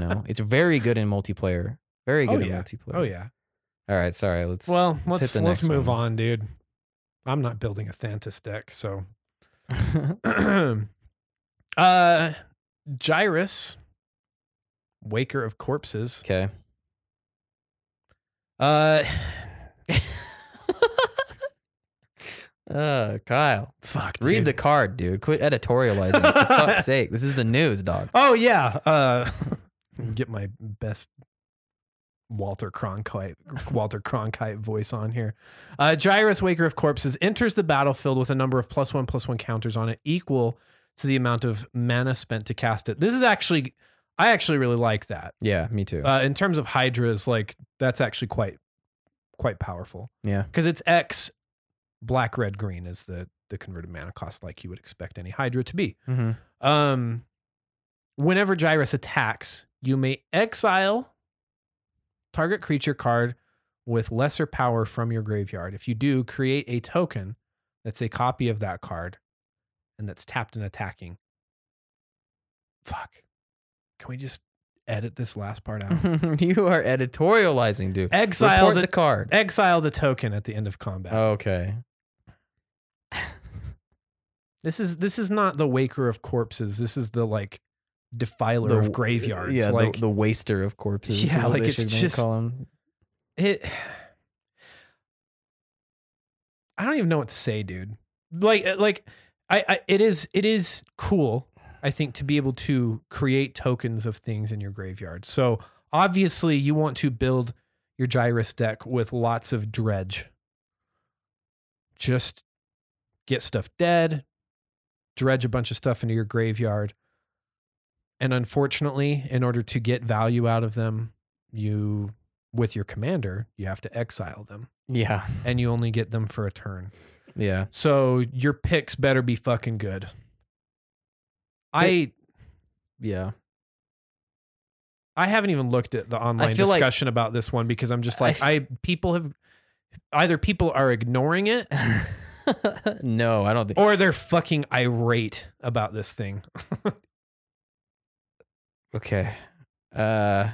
Speaker 2: <laughs>
Speaker 3: know, it's very good in multiplayer. Very
Speaker 2: Oh,
Speaker 3: good in
Speaker 2: yeah.
Speaker 3: multiplayer.
Speaker 2: oh yeah.
Speaker 3: All right. Sorry. Let's.
Speaker 2: Well,
Speaker 3: let's hit
Speaker 2: let's
Speaker 3: the
Speaker 2: let's,
Speaker 3: next
Speaker 2: move
Speaker 3: one.
Speaker 2: on, dude. I'm not building a Thantis deck, so. <clears throat>
Speaker 3: <laughs>
Speaker 2: <laughs> uh, Gyrus, Waker of Corpses.
Speaker 3: okay.
Speaker 2: Uh,
Speaker 3: <sighs> Uh, Kyle.
Speaker 2: fuck. Dude.
Speaker 3: Read the card, dude. Quit editorializing. For
Speaker 2: <laughs>
Speaker 3: fuck's sake. This is the news, dog.
Speaker 2: Oh yeah. Uh, <laughs> get my best Walter Cronkite Walter Cronkite voice on here. Uh, Gyrus Waker of Corpses enters the battlefield with a number of plus one plus one counters on it equal to the amount of mana spent to cast it. This is actually I actually really like that.
Speaker 3: Yeah, me too.
Speaker 2: Uh, in terms of Hydras, like that's actually quite quite powerful
Speaker 3: yeah.
Speaker 2: because it's X black red green is the the converted mana cost like you would expect any Hydra to be.
Speaker 3: Mm-hmm.
Speaker 2: Um, whenever Gyrus attacks, you may exile target creature card with lesser power from your graveyard. If you do, create a token that's a copy of that card and that's tapped and attacking. Fuck. Can we just edit this last part out?
Speaker 3: <laughs> you are editorializing, dude.
Speaker 2: exile
Speaker 3: Report
Speaker 2: the,
Speaker 3: the Oh. card.
Speaker 2: exile the token at the end of combat.
Speaker 3: Okay.
Speaker 2: This is this is not the waker of corpses. This is the like defiler of graveyards.
Speaker 3: Yeah, the-
Speaker 2: like
Speaker 3: the, waster of corpses. is
Speaker 2: Yeah,
Speaker 3: what
Speaker 2: like,
Speaker 3: they
Speaker 2: it's
Speaker 3: should
Speaker 2: just-
Speaker 3: call him.
Speaker 2: it I don't even know what to say, dude. Like eh, like I, I it is it is cool, I think, to be able to create tokens of things in your graveyard. So obviously you want to build your gyrus deck with lots of dredge. Just get stuff dead, dredge a bunch of stuff into your graveyard. And unfortunately, in order to get value out of them, you with your commander, you have to exile them
Speaker 3: Yeah.
Speaker 2: and you only get them for a turn.
Speaker 3: Yeah.
Speaker 2: So your picks better be fucking good. I <laughs>
Speaker 3: Yeah. <laughs>
Speaker 2: I haven't even looked at the online
Speaker 3: feel like-
Speaker 2: discussion about this one because I'm just like I,
Speaker 3: I-
Speaker 2: people have either people are ignoring it
Speaker 3: no, I don't think.
Speaker 2: or they're fucking irate about this thing.
Speaker 3: Okay. Uh,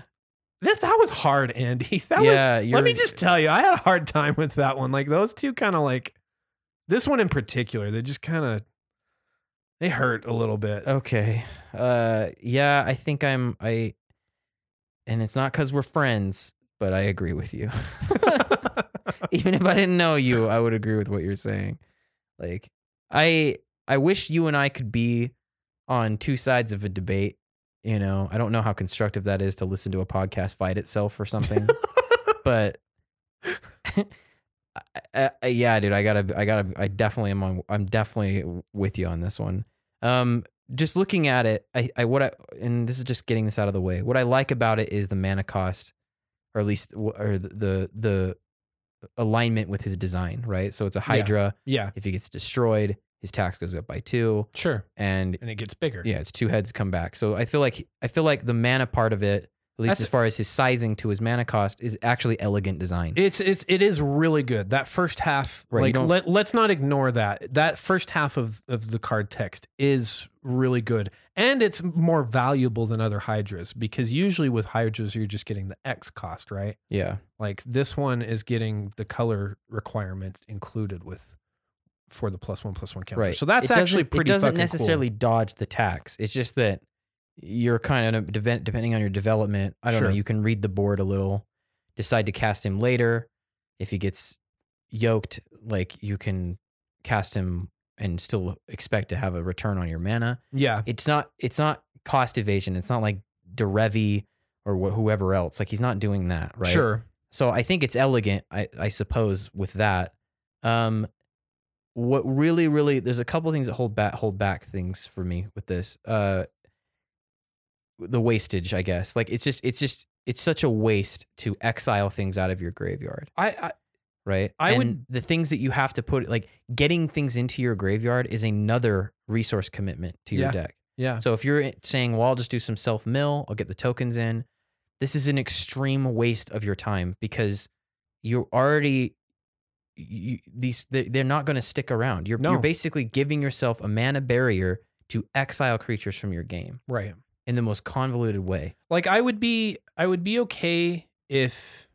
Speaker 2: That that was hard, Andy. <laughs> That was
Speaker 3: yeah.
Speaker 2: Let me
Speaker 3: you're-
Speaker 2: just tell you, I had a hard time with that one. Like those two kind of like this one in particular, they just kind of they hurt a little bit.
Speaker 3: Okay. Uh yeah, I think I'm I and it's not cuz we're friends, but I agree with you. <laughs> Oh.
Speaker 2: <laughs>
Speaker 3: Even if I didn't know you, I would agree with what you're saying. Like I I wish you and I could be on two sides of a debate, you know. I don't know how constructive that is to listen to a podcast fight itself or something, but <laughs> I, I, yeah, dude, I gotta, I gotta, I definitely am on. I'm definitely with you on this one. Um, just looking at it, I, I, what I, and this is just getting this out of the way. What I like about it is the mana cost, or at least, or the the alignment with his design, right? So it's a Hydra.
Speaker 2: yeah,
Speaker 3: If he gets destroyed, his tax goes up by two,
Speaker 2: sure.
Speaker 3: and
Speaker 2: And it gets bigger.
Speaker 3: yeah, it's two heads come back. So I feel like I feel like the mana part of it, at least
Speaker 2: That's-
Speaker 3: as far as his sizing to his mana cost, is actually elegant design.
Speaker 2: It's it's it is really good. That first half,
Speaker 3: Right, you
Speaker 2: like
Speaker 3: don't-
Speaker 2: let, let's not ignore that. That first half of of the card text is really good, and it's more valuable than other hydras because usually with hydras you're just getting the X cost, right?
Speaker 3: yeah.
Speaker 2: Like this one is getting the color requirement included with for the plus one plus one counter.
Speaker 3: Right.
Speaker 2: So that's
Speaker 3: It doesn't-
Speaker 2: actually pretty.
Speaker 3: It doesn't
Speaker 2: fucking cool.
Speaker 3: necessarily dodge the tax. It's just that you're kind of deve- depending on your development. I don't
Speaker 2: Sure.
Speaker 3: know. You can read the board a little, decide to cast him later. If he gets yoked, like you can cast him and still expect to have a return on your mana.
Speaker 2: Yeah.
Speaker 3: It's not. It's not cost evasion. It's not like Derevi or wh- whoever else. Like he's not doing that. Right.
Speaker 2: Sure.
Speaker 3: So I think it's elegant, I, I suppose, with that. Um, what really, really, there's a couple things that hold back, hold back things for me with this. Uh, the wastage, I guess. Like it's just, it's just, it's such a waste to exile things out of your graveyard,
Speaker 2: I, I
Speaker 3: right?
Speaker 2: I
Speaker 3: and
Speaker 2: would-
Speaker 3: the things that you have to put, like getting things into your graveyard, is another resource commitment to your
Speaker 2: Yeah.
Speaker 3: deck.
Speaker 2: yeah.
Speaker 3: So if you're saying, well, I'll just do some self mill, I'll get the tokens in, this is an extreme waste of your time because you're already you, these they- they're not going to stick around. You're
Speaker 2: No.
Speaker 3: you're basically giving yourself a mana barrier to exile creatures from your game
Speaker 2: Right.
Speaker 3: in the most convoluted way.
Speaker 2: Like I would be I would be okay if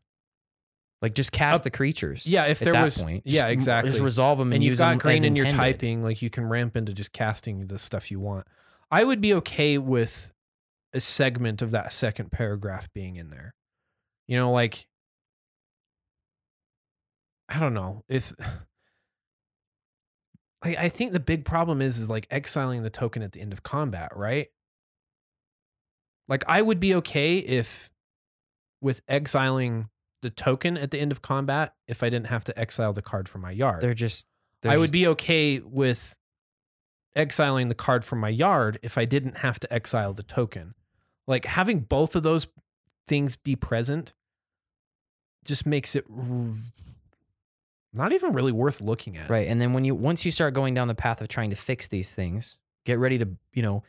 Speaker 3: Like just cast
Speaker 2: Up-
Speaker 3: the creatures.
Speaker 2: yeah if
Speaker 3: at
Speaker 2: there
Speaker 3: that
Speaker 2: was
Speaker 3: point.
Speaker 2: yeah
Speaker 3: Just-
Speaker 2: exactly
Speaker 3: Just resolve them and,
Speaker 2: and you've
Speaker 3: use
Speaker 2: got
Speaker 3: 'em
Speaker 2: green
Speaker 3: as
Speaker 2: in your
Speaker 3: intended.
Speaker 2: typing, like you can ramp into just casting the stuff you want. I would be okay with a segment of that second paragraph being in there. You know, like I don't know if <sighs> I, I think the big problem is is like exiling the token at the end of combat, right? Like I would be okay if with exiling the token at the end of combat if I didn't have to exile the card from my yard.
Speaker 3: They're just. They're
Speaker 2: I
Speaker 3: just,
Speaker 2: would be okay with exiling the card from my yard if I didn't have to exile the token. Like having both of those things be present just makes it r- not even really worth looking at.
Speaker 3: Right. And then when you once you start going down the path of trying to fix these things, get ready to, you know,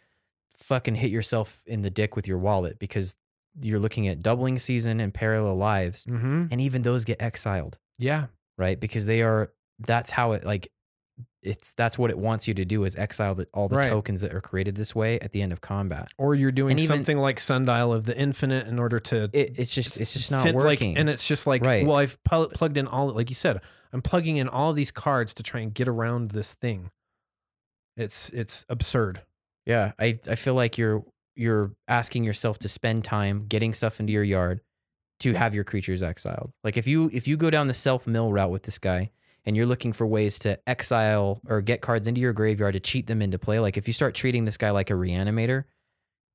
Speaker 3: fucking hit yourself in the dick with your wallet because you're looking at doubling season and parallel lives.
Speaker 2: Mm-hmm.
Speaker 3: And even those get exiled,
Speaker 2: Yeah.
Speaker 3: right? Because they are that's how it like it's that's what it wants you to do is exile the, all the
Speaker 2: Right.
Speaker 3: tokens that are created this way at the end of combat.
Speaker 2: Or you're doing
Speaker 3: And even-
Speaker 2: something like Sundial of the Infinite in order to
Speaker 3: It, it's just it's just not
Speaker 2: fit, like-
Speaker 3: working.
Speaker 2: and it's just like,
Speaker 3: Right.
Speaker 2: well, I've pl- plugged in all, like you said, I'm plugging in all these cards to try and get around this thing. It's it's absurd.
Speaker 3: Yeah, I I feel like you're you're asking yourself to spend time getting stuff into your yard to have your creatures exiled. Like if you if you go down the self mill route with this guy and you're looking for ways to exile or get cards into your graveyard to cheat them into play, like if you start treating this guy like a reanimator,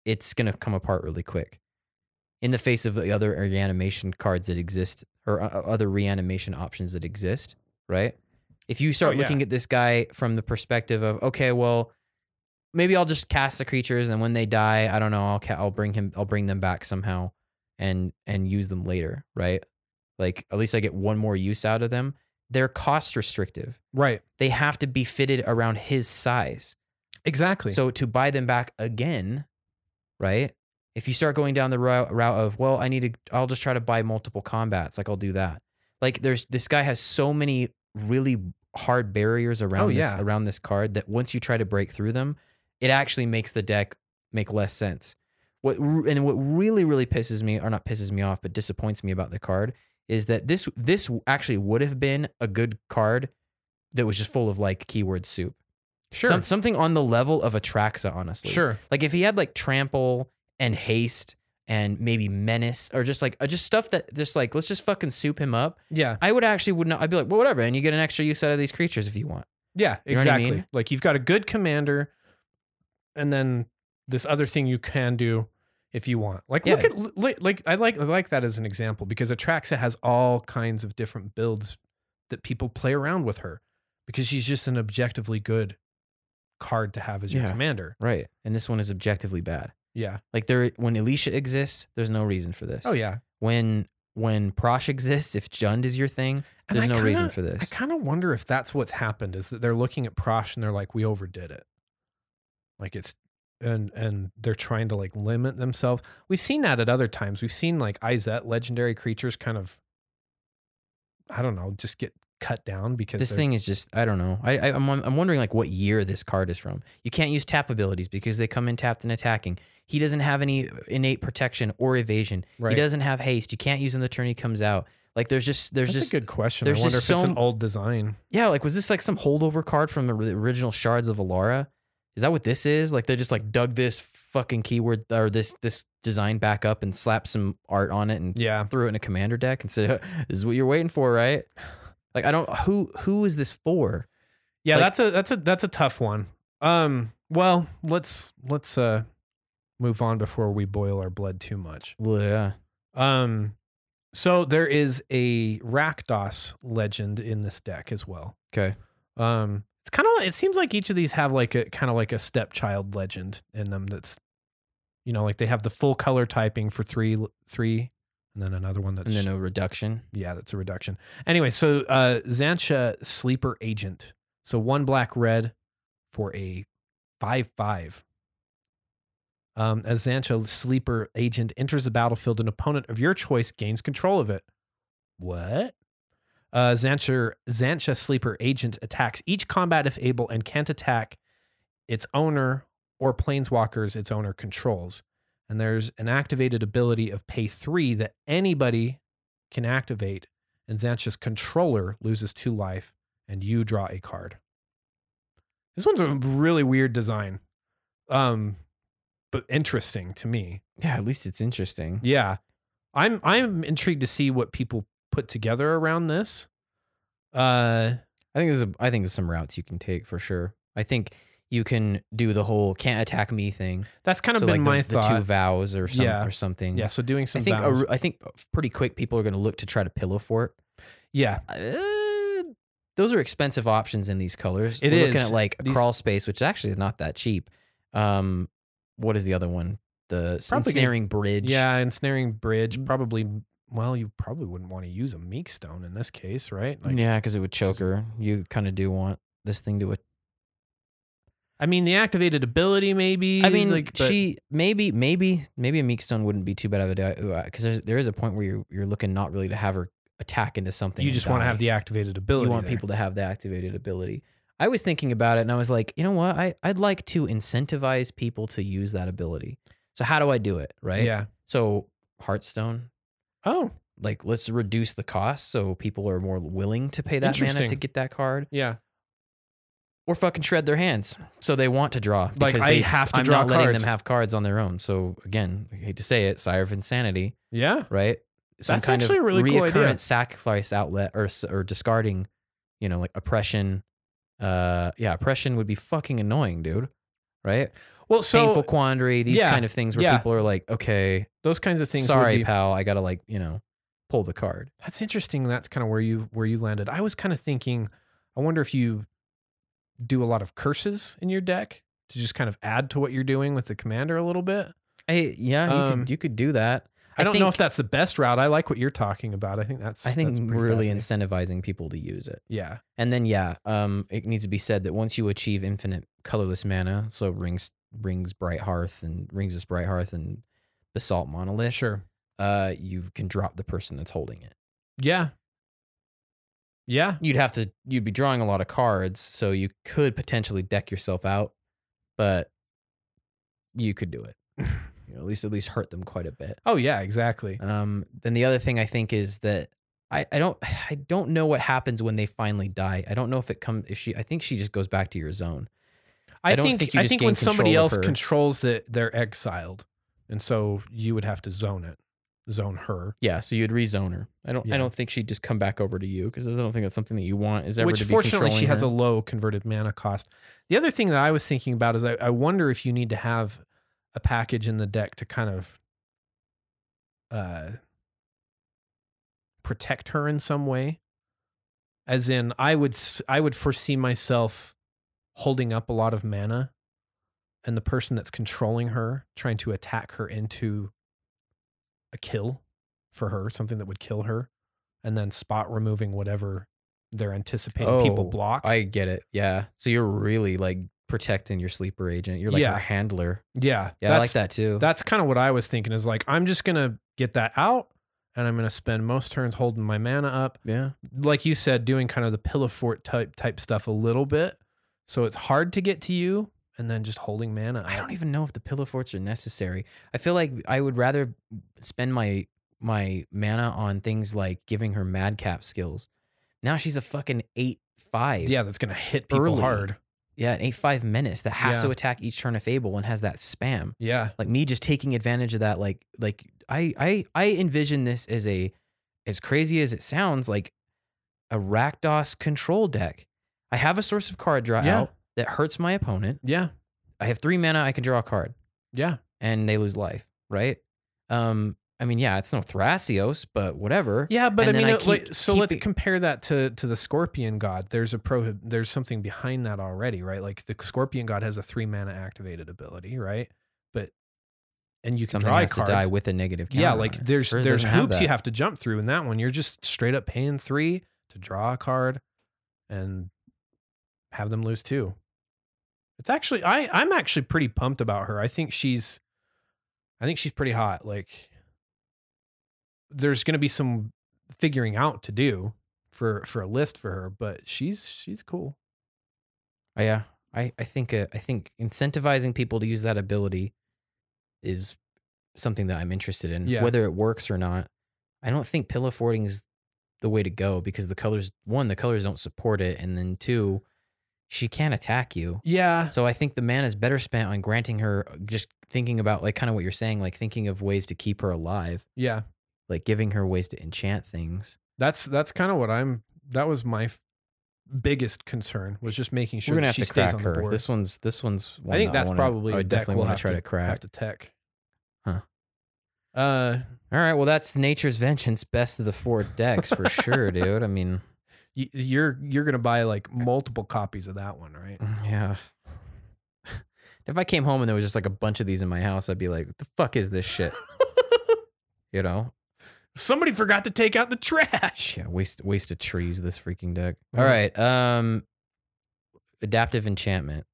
Speaker 3: it's gonna come apart really quick. In the face of the other reanimation cards that exist or o- o- other reanimation options that exist, right? If you start
Speaker 2: Oh, yeah.
Speaker 3: looking at this guy from the perspective of okay, well maybe I'll just cast the creatures, and when they die, I don't know. I'll ca- I'll bring him. I'll bring them back somehow, and and use them later, right? Like at least I get one more use out of them. They're cost restrictive.
Speaker 2: Right.
Speaker 3: They have to be fitted around his size.
Speaker 2: Exactly.
Speaker 3: So to buy them back again, right? If you start going down the route, route of well, I need to. I'll just try to buy multiple combats. Like I'll do that. Like there's this guy has so many really hard barriers around this
Speaker 2: Oh, yeah.
Speaker 3: around this card that once you try to break through them, it actually makes the deck make less sense. What r- and what really really pisses me or not pisses me off but disappoints me about the card is that this this actually would have been a good card that was just full of like keyword soup.
Speaker 2: sure.
Speaker 3: Some, something on the level of Atraxa, honestly.
Speaker 2: sure.
Speaker 3: Like if he had like trample and haste and maybe menace or just like uh, just stuff that just like let's just fucking soup him up.
Speaker 2: Yeah.
Speaker 3: I would actually would not. I'd be like, well, whatever, and you get an extra use out of these creatures if you want.
Speaker 2: Yeah.
Speaker 3: You know what I
Speaker 2: exactly.
Speaker 3: mean?
Speaker 2: Like you've got a good commander, and then this other thing you can do if you want. Like look
Speaker 3: Yeah.
Speaker 2: at li- li- like I like I like that as an example because Atraxa has all kinds of different builds that people play around with her because she's just an objectively good card to have as your
Speaker 3: Yeah.
Speaker 2: commander.
Speaker 3: Right. And this one is objectively bad.
Speaker 2: Yeah.
Speaker 3: Like there, when Elisha exists, there's no reason for this.
Speaker 2: Oh yeah.
Speaker 3: When when Prosh exists, if Jund is your thing,
Speaker 2: And
Speaker 3: there's
Speaker 2: I
Speaker 3: no
Speaker 2: kinda-
Speaker 3: reason for
Speaker 2: I
Speaker 3: this.
Speaker 2: kind of wonder if that's what's happened is that they're looking at Prosh and they're like, we overdid it. Like it's and and they're trying to like limit themselves. We've seen that at other times. We've seen like Izet legendary creatures kind of I don't know, just get cut down because
Speaker 3: This
Speaker 2: they're-
Speaker 3: thing is just I don't know. I, I I'm I'm wondering like what year this card is from. You can't use tap abilities because they come in tapped and attacking. He doesn't have any innate protection or evasion.
Speaker 2: Right.
Speaker 3: He doesn't have haste. You can't use him the turn he comes out. Like there's just there's
Speaker 2: That's
Speaker 3: just
Speaker 2: a good question. I
Speaker 3: there's
Speaker 2: wonder if
Speaker 3: just
Speaker 2: it's
Speaker 3: so
Speaker 2: an
Speaker 3: m- <laughs>
Speaker 2: Um, uh, Um, Um, uh, Um, Uh, um, Uh,
Speaker 3: Uh, Um, uh,
Speaker 2: Oh, Oh, uh,
Speaker 3: uh, um, uh, Um, <sighs> Oh, protecting your sleeper agent. You're like
Speaker 2: Yeah.
Speaker 3: your handler.
Speaker 2: Yeah,
Speaker 3: Yeah,
Speaker 2: that's,
Speaker 3: I like that too.
Speaker 2: That's kind of what I was thinking. Is like I'm just gonna get that out, and I'm gonna spend most turns holding my mana up,
Speaker 3: yeah.
Speaker 2: like you said, doing kind of the pillow fort type type stuff a little bit, so it's hard to get to you, and then just holding mana.
Speaker 3: I
Speaker 2: up.
Speaker 3: don't even know if the pillow forts are necessary. I feel like I would rather spend my my mana on things like giving her madcap skills. Now she's a fucking eight five.
Speaker 2: Yeah, that's gonna hit people
Speaker 3: Early.
Speaker 2: hard.
Speaker 3: Yeah, an eight five menace that has
Speaker 2: Yeah.
Speaker 3: to attack each turn of fable and has that spam.
Speaker 2: Yeah,
Speaker 3: Like me just taking advantage of that, like like I I I envision this as a as crazy as it sounds, like a Rakdos control deck. I have a source of card draw
Speaker 2: Yeah.
Speaker 3: out that hurts my opponent.
Speaker 2: yeah,
Speaker 3: I have three mana, I can draw a card
Speaker 2: yeah.
Speaker 3: and they lose life, right? Um, I mean, yeah, it's no Thrasios, but whatever.
Speaker 2: Yeah, but
Speaker 3: And
Speaker 2: I
Speaker 3: then
Speaker 2: mean,
Speaker 3: I
Speaker 2: it- like,
Speaker 3: keep-
Speaker 2: so
Speaker 3: keep
Speaker 2: let's
Speaker 3: it-
Speaker 2: compare that to to the Scorpion God. There's a pro. There's something behind that already, right? Like the Scorpion God has a three mana activated ability, right? But and you can
Speaker 3: Something
Speaker 2: draw
Speaker 3: has
Speaker 2: cards.
Speaker 3: to die with a negative. Counter
Speaker 2: yeah,
Speaker 3: on
Speaker 2: like
Speaker 3: it.
Speaker 2: there's
Speaker 3: Hers
Speaker 2: there's
Speaker 3: doesn't have
Speaker 2: hoops
Speaker 3: that.
Speaker 2: you have to jump through in that one. You're just straight up paying three to draw a card, and have them lose two. It's actually I I'm actually pretty pumped about her. I think she's, I think she's pretty hot. Like there's going to be some figuring out to do for for a list for her, but she's she's cool.
Speaker 3: Oh, yeah, I I think uh, I think incentivizing people to use that ability is something that I'm interested in.
Speaker 2: Yeah.
Speaker 3: Whether it works or not, I don't think pillow forwarding is the way to go because the colors one the colors don't support it, and then two, she can't attack you.
Speaker 2: Yeah,
Speaker 3: So I think the man is better spent on granting her uh, just thinking about like kind of what you're saying, like thinking of ways to keep her alive,
Speaker 2: yeah.
Speaker 3: like giving her ways to enchant things.
Speaker 2: That's that's kind of what I'm. That was my f- biggest concern was just making sure
Speaker 3: We're gonna
Speaker 2: that
Speaker 3: have
Speaker 2: she
Speaker 3: to
Speaker 2: stays
Speaker 3: crack
Speaker 2: on the
Speaker 3: her.
Speaker 2: board.
Speaker 3: This one's this one's. One
Speaker 2: I think
Speaker 3: that
Speaker 2: that's
Speaker 3: wanna-
Speaker 2: probably
Speaker 3: I
Speaker 2: a
Speaker 3: would
Speaker 2: deck
Speaker 3: definitely
Speaker 2: we'll
Speaker 3: want
Speaker 2: have
Speaker 3: to try to crack.
Speaker 2: have to tech.
Speaker 3: Huh.
Speaker 2: Uh,
Speaker 3: All right, well that's nature's vengeance, best of the four decks for sure, <laughs> dude. I mean,
Speaker 2: y- you're you're gonna buy like multiple copies of that one,
Speaker 3: <laughs>
Speaker 2: right?
Speaker 3: yeah. If I came home and there was just like a bunch of these in my house, I'd be like, "What the fuck is this shit?" you know,
Speaker 2: Somebody forgot to take out the trash.
Speaker 3: yeah, waste waste of trees. This freaking deck. All
Speaker 2: Yeah.
Speaker 3: right, um, adaptive enchantment.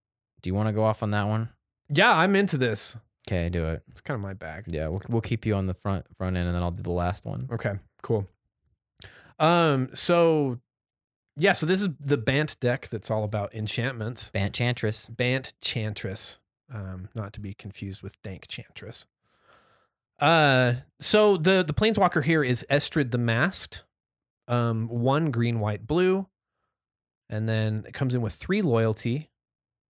Speaker 3: Do you want to go off on that one?
Speaker 2: Yeah, I'm into this.
Speaker 3: Okay, do it.
Speaker 2: It's kind of my bag.
Speaker 3: Yeah, we'll we'll keep you on the front front end, and then I'll do the last one.
Speaker 2: Okay, cool. Um, so yeah, so this is the Bant deck that's all about enchantments.
Speaker 3: Bant Chantress.
Speaker 2: Bant Chantress, um, not to be confused with Dank Chantress. Uh, so the the planeswalker here is Estrid the Masked, um, one green, white, blue, and then it comes in with three loyalty,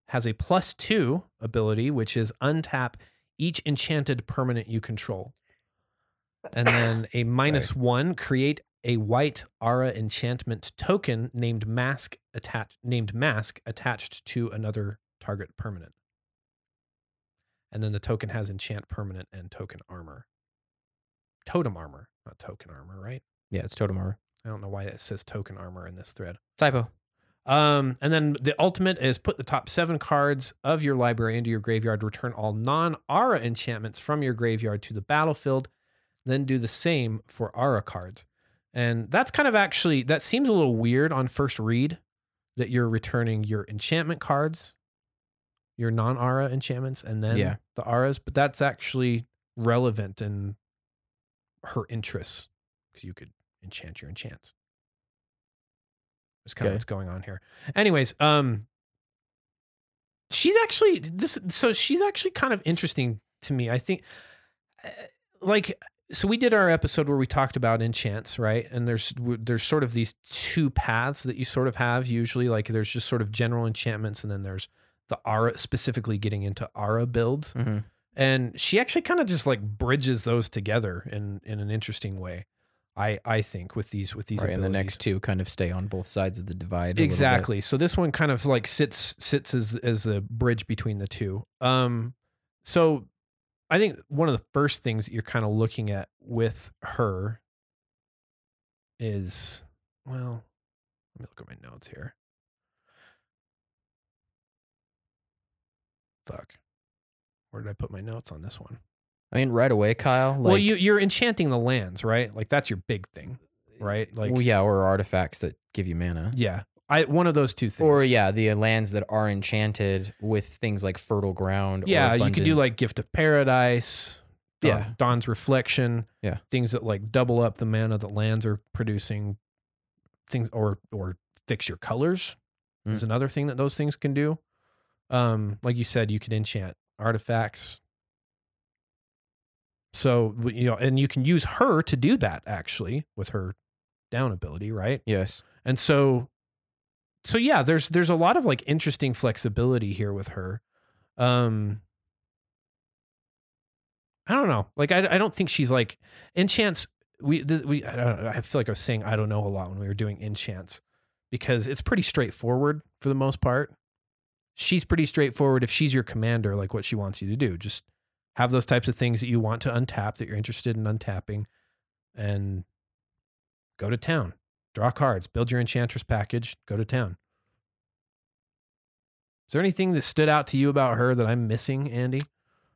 Speaker 2: has a plus two ability, which is untap each enchanted permanent you control, and then a minus one create a white aura enchantment token named mask attached named mask attached to another target permanent. And then the token has enchant permanent and token armor. Totem armor, not token armor, right?
Speaker 3: Yeah, it's Totem Armor.
Speaker 2: I don't know why it says token armor in this thread.
Speaker 3: Typo.
Speaker 2: Um, and then the ultimate is put the top seven cards of your library into your graveyard, return all non aura enchantments from your graveyard to the battlefield, then do the same for aura cards. And that's kind of actually, that seems a little weird on first read that you're returning your enchantment cards, your non aura enchantments, and then
Speaker 3: Yeah.
Speaker 2: the auras, but that's actually relevant in her interests because you could enchant your enchants. That's kind
Speaker 3: Okay.
Speaker 2: of what's going on here. Anyways, um, she's actually this. So she's actually kind of interesting to me. I think, uh, like, so we did our episode where we talked about enchants, right? And there's w- there's sort of these two paths that you sort of have usually. Like, there's just sort of general enchantments, and then there's the aura specifically getting into aura builds
Speaker 3: Mm-hmm.
Speaker 2: and she actually kind of just like bridges those together in in an interesting way i i think with these with these
Speaker 3: Right, and the
Speaker 2: abilities.
Speaker 3: next two kind of stay on both sides of the divide. a little bit.
Speaker 2: exactly so this one kind of like sits sits as as a bridge between the two um so i think one of the first things that you're kind of looking at with her is well let me look at my notes here fuck where did i put my notes on this one
Speaker 3: I mean, right away, Kyle. Like,
Speaker 2: well, you you're enchanting the
Speaker 3: Uh,
Speaker 2: lands, right? Like that's your big thing, right? Like
Speaker 3: well, yeah, or artifacts that give you mana.
Speaker 2: yeah. I one of those two things.
Speaker 3: Or yeah, the lands that are enchanted with things like fertile ground. or
Speaker 2: yeah, you could do
Speaker 3: abundant-
Speaker 2: like Gift of Paradise. Dawn-
Speaker 3: Yeah.
Speaker 2: Dawn's Reflection.
Speaker 3: Yeah.
Speaker 2: things that like double up the mana that lands are producing. Things or or fix your colors is
Speaker 3: Mm.
Speaker 2: another thing that those things can do. Um, like you said, you can enchant artifacts. So w- you know, and you can use her to do that actually with her down ability, right?
Speaker 3: yes,
Speaker 2: And so so yeah, there's there's a lot of like interesting flexibility here with her. Um I don't know. Like I I don't think she's like enchants we th- we I, don't know, I feel like I was saying I don't know a lot when we were doing enchants because it's pretty straightforward for the most part. She's pretty straightforward if she's your commander like what she wants you to do. Just have those types of things that you want to untap that you're interested in untapping and go to town draw cards, build your enchantress package, go to town. Is there anything that stood out to you about her that I'm missing, Andy?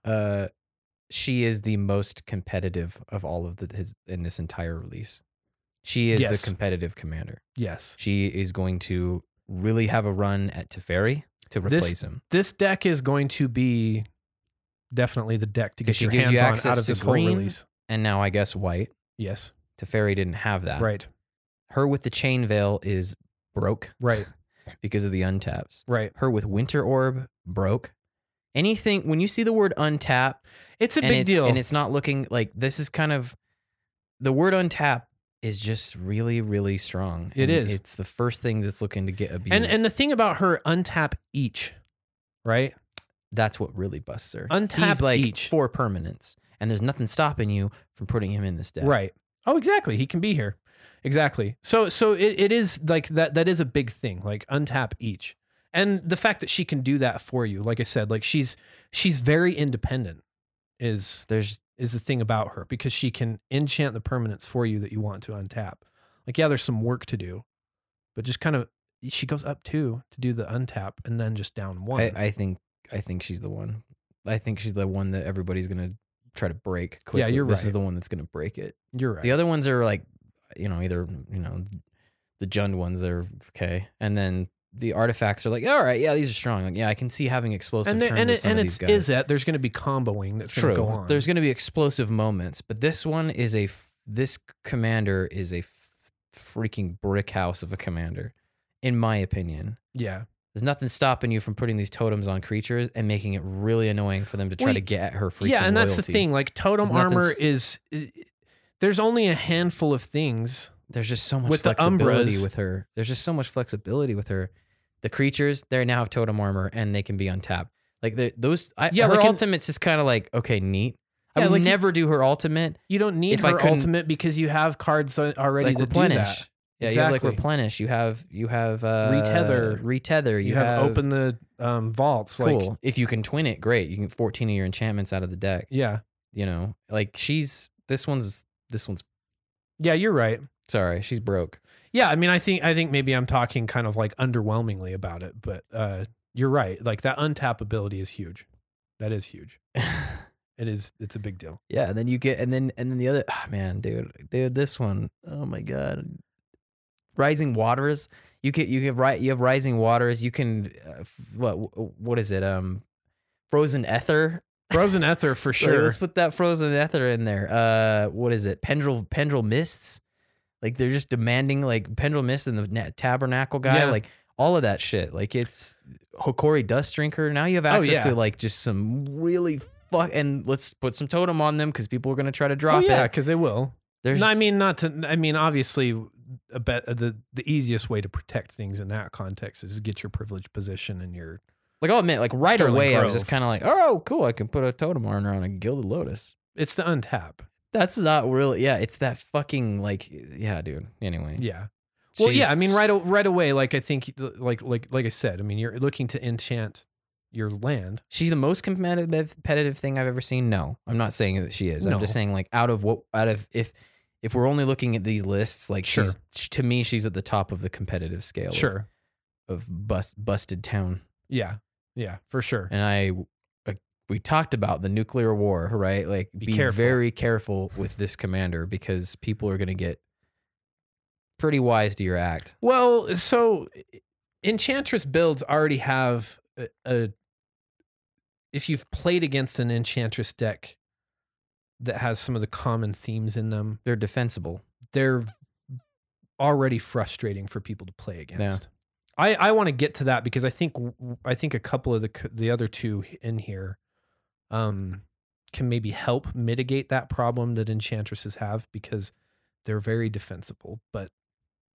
Speaker 3: uh, she is the most competitive of all of the his, in this entire release. She is
Speaker 2: Yes.
Speaker 3: the competitive commander.
Speaker 2: Yes.
Speaker 3: She is going to really have a run at Teferi to
Speaker 2: This-
Speaker 3: replace him.
Speaker 2: This deck is going to be definitely the deck to
Speaker 3: Because
Speaker 2: get
Speaker 3: she
Speaker 2: your
Speaker 3: gives
Speaker 2: hands
Speaker 3: you
Speaker 2: on
Speaker 3: access
Speaker 2: out of
Speaker 3: to
Speaker 2: this
Speaker 3: green.
Speaker 2: whole release.
Speaker 3: And now I guess white.
Speaker 2: Yes.
Speaker 3: Teferi didn't have that.
Speaker 2: Right.
Speaker 3: Her with the chain veil is broke
Speaker 2: Right.
Speaker 3: because of the untaps.
Speaker 2: Right.
Speaker 3: Her with winter orb broke. Anything when you see the word untap
Speaker 2: It's a
Speaker 3: and
Speaker 2: big
Speaker 3: it's,
Speaker 2: deal.
Speaker 3: and it's not looking like this is kind of the word untap is just really really strong.
Speaker 2: It
Speaker 3: and
Speaker 2: is.
Speaker 3: It's the first thing that's looking to get abused.
Speaker 2: and, and the thing about her, untap each, right?
Speaker 3: that's what really busts her.
Speaker 2: Untap
Speaker 3: He's like
Speaker 2: each.
Speaker 3: four permanents, and there's nothing stopping you from putting him in this deck.
Speaker 2: Right. Oh, exactly. He can be here. Exactly. So so it, it is like that that is a big thing. Like untap each. And the fact that she can do that for you, like I said, like she's she's very independent is
Speaker 3: There's
Speaker 2: is the thing about her because she can enchant the permanents for you that you want to untap. Like yeah, there's some work to do, but just kind of she goes up two to do the untap and then just down one.
Speaker 3: I, I think I think she's the one. I think she's the one that everybody's gonna try to break quickly.
Speaker 2: you're
Speaker 3: this is
Speaker 2: right.
Speaker 3: the one that's gonna break it.
Speaker 2: You're right.
Speaker 3: The other ones are like, you know, either you know, the Jund ones are okay, and then the artifacts are like, all right, yeah, these are strong. Like, yeah, I can see having explosive
Speaker 2: and there,
Speaker 3: turns
Speaker 2: and,
Speaker 3: with
Speaker 2: it,
Speaker 3: some
Speaker 2: and
Speaker 3: of
Speaker 2: it's
Speaker 3: these guys.
Speaker 2: is that there's going to be comboing that's going to
Speaker 3: True.
Speaker 2: go on.
Speaker 3: There's gonna be explosive moments, but this one is a f- this commander is a f- freaking brick house of a commander, in my opinion.
Speaker 2: yeah.
Speaker 3: There's nothing stopping you from putting these totems on creatures and making it really annoying for them to try
Speaker 2: Well,
Speaker 3: to get at her freaking
Speaker 2: yeah and that's the
Speaker 3: loyalty.
Speaker 2: thing like totem
Speaker 3: There's nothing
Speaker 2: armor
Speaker 3: s-
Speaker 2: is there's only a handful of things
Speaker 3: There's just so much
Speaker 2: With the
Speaker 3: flexibility
Speaker 2: Umbras-
Speaker 3: with her. There's just so much flexibility with her. The creatures, they now have totem armor and they can be untapped. Like they're- those, I,
Speaker 2: Yeah,
Speaker 3: her
Speaker 2: like in-
Speaker 3: ultimate's just kind of like okay, neat. I
Speaker 2: Yeah,
Speaker 3: would
Speaker 2: like you-
Speaker 3: never do her ultimate.
Speaker 2: you don't need
Speaker 3: If I
Speaker 2: her
Speaker 3: couldn't-
Speaker 2: ultimate because you have cards on- already
Speaker 3: Like
Speaker 2: that
Speaker 3: replenish.
Speaker 2: do that
Speaker 3: Yeah, you have like
Speaker 2: Exactly.
Speaker 3: replenish. You have you have uh,
Speaker 2: Retether.
Speaker 3: retether.
Speaker 2: you,
Speaker 3: You,
Speaker 2: have, open the um, vaults
Speaker 3: Cool.
Speaker 2: like
Speaker 3: if you can twin it, great. You can get 14 of your enchantments out of the deck.
Speaker 2: yeah
Speaker 3: You know, like she's this one's this one's
Speaker 2: yeah you're right
Speaker 3: Sorry, she's broke.
Speaker 2: yeah i mean i think i think maybe i'm talking kind of like underwhelmingly about it but uh you're right like that untap ability is huge that is
Speaker 3: <laughs>
Speaker 2: huge it is it's a big deal
Speaker 3: yeah, and then you get and then and then the other ah, man, dude, dude, this one. Oh my god. Rising Waters. You get you get right you have Rising Waters. You can uh, f- what what is it? Um Frozen Ether.
Speaker 2: frozen ether for
Speaker 3: Like,
Speaker 2: sure
Speaker 3: let's put that Frozen Ether in there. Uh what is it? Pendril Pendril Mists. Like they're just demanding like Pendril Mist and the na- Tabernacle guy
Speaker 2: Yeah.
Speaker 3: like all of that shit. Like it's Hokori Dust Drinker. Now you have
Speaker 2: Oh,
Speaker 3: access
Speaker 2: yeah.
Speaker 3: to like just some really fuck. And let's put some totem on them because people are gonna try to
Speaker 2: oh
Speaker 3: drop
Speaker 2: yeah
Speaker 3: it.
Speaker 2: because they will
Speaker 3: There's,
Speaker 2: no, I mean not to. I mean obviously, a bet the the easiest way to protect things in that context is to get your privileged position and your
Speaker 3: like I'll admit, like right
Speaker 2: Sterling
Speaker 3: away, I was just
Speaker 2: Grove.
Speaker 3: kind of like, oh, cool, I can put a totem armor on a gilded lotus.
Speaker 2: it's the untap.
Speaker 3: That's not really, yeah. It's that fucking like, yeah, dude. Anyway,
Speaker 2: Yeah. Well, yeah. I mean,
Speaker 3: she's-
Speaker 2: right o- right away. Like I think, like like like I said. I mean, you're looking to enchant your land.
Speaker 3: She's the most competitive competitive thing I've ever seen. No, I'm not saying that she is.
Speaker 2: No.
Speaker 3: I'm just saying like out of what out of if if we're only looking at these lists, like
Speaker 2: Sure.
Speaker 3: she's to me she's at the top of the competitive scale. of-
Speaker 2: Sure.
Speaker 3: Of, bust busted town,
Speaker 2: Yeah. Yeah. For sure.
Speaker 3: and I like, we talked about the nuclear war, right? Like
Speaker 2: Be
Speaker 3: be,
Speaker 2: careful.
Speaker 3: very careful with this commander because people are gonna get pretty wise to your act.
Speaker 2: Well, so enchantress builds already have a, a if you've played against an enchantress deck that has some of the common themes in them,
Speaker 3: They're defensible.
Speaker 2: they're already frustrating for people to play against. I, I want to get to that because I think I think a couple of the c- the other two in here um, can maybe help mitigate that problem that enchantresses have because they're very defensible, but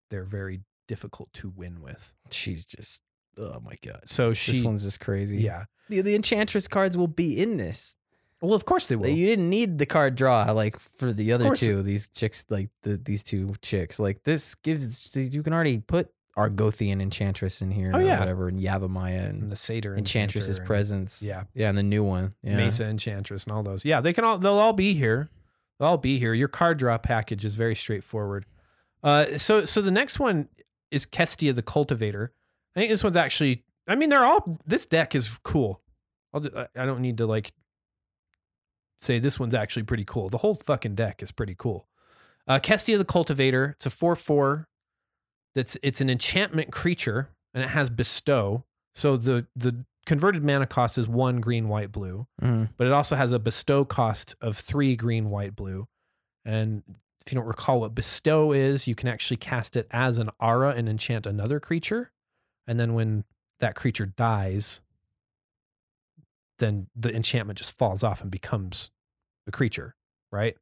Speaker 2: they're very difficult to win with.
Speaker 3: She's just oh my god.
Speaker 2: So she,
Speaker 3: this one's just crazy.
Speaker 2: yeah.
Speaker 3: The, the enchantress cards will be in this.
Speaker 2: Well, of course they will.
Speaker 3: you didn't need the card draw like for the other
Speaker 2: course.
Speaker 3: two. These chicks, like the, these two chicks, like this gives you can already put Argothian enchantress in here.
Speaker 2: Oh,
Speaker 3: or
Speaker 2: yeah.
Speaker 3: whatever and Yavamaya and
Speaker 2: and the satyr
Speaker 3: Enchantress's
Speaker 2: Enchanter and-
Speaker 3: presence.
Speaker 2: Yeah.
Speaker 3: yeah, and the new one. Yeah.
Speaker 2: Mesa Enchantress and all those. Yeah, they can all they'll all be here. They'll all be here. Your card draw package is very straightforward. Uh so so the next one is Kestia the Cultivator. I think this one's actually I mean they're all this deck is cool. I'll just, I don't need to like say this one's actually pretty cool. The whole fucking deck is pretty cool. Uh Kestia the Cultivator, it's a 4/4 that's it's an enchantment creature and it has bestow. So the the converted mana cost is 1 green white blue
Speaker 3: Mhm.
Speaker 2: but it also has a bestow cost of three green, white, blue. And if you don't recall what bestow is, you can actually cast it as an aura and enchant another creature. And then when that creature dies, then the enchantment just falls off and becomes the creature, right?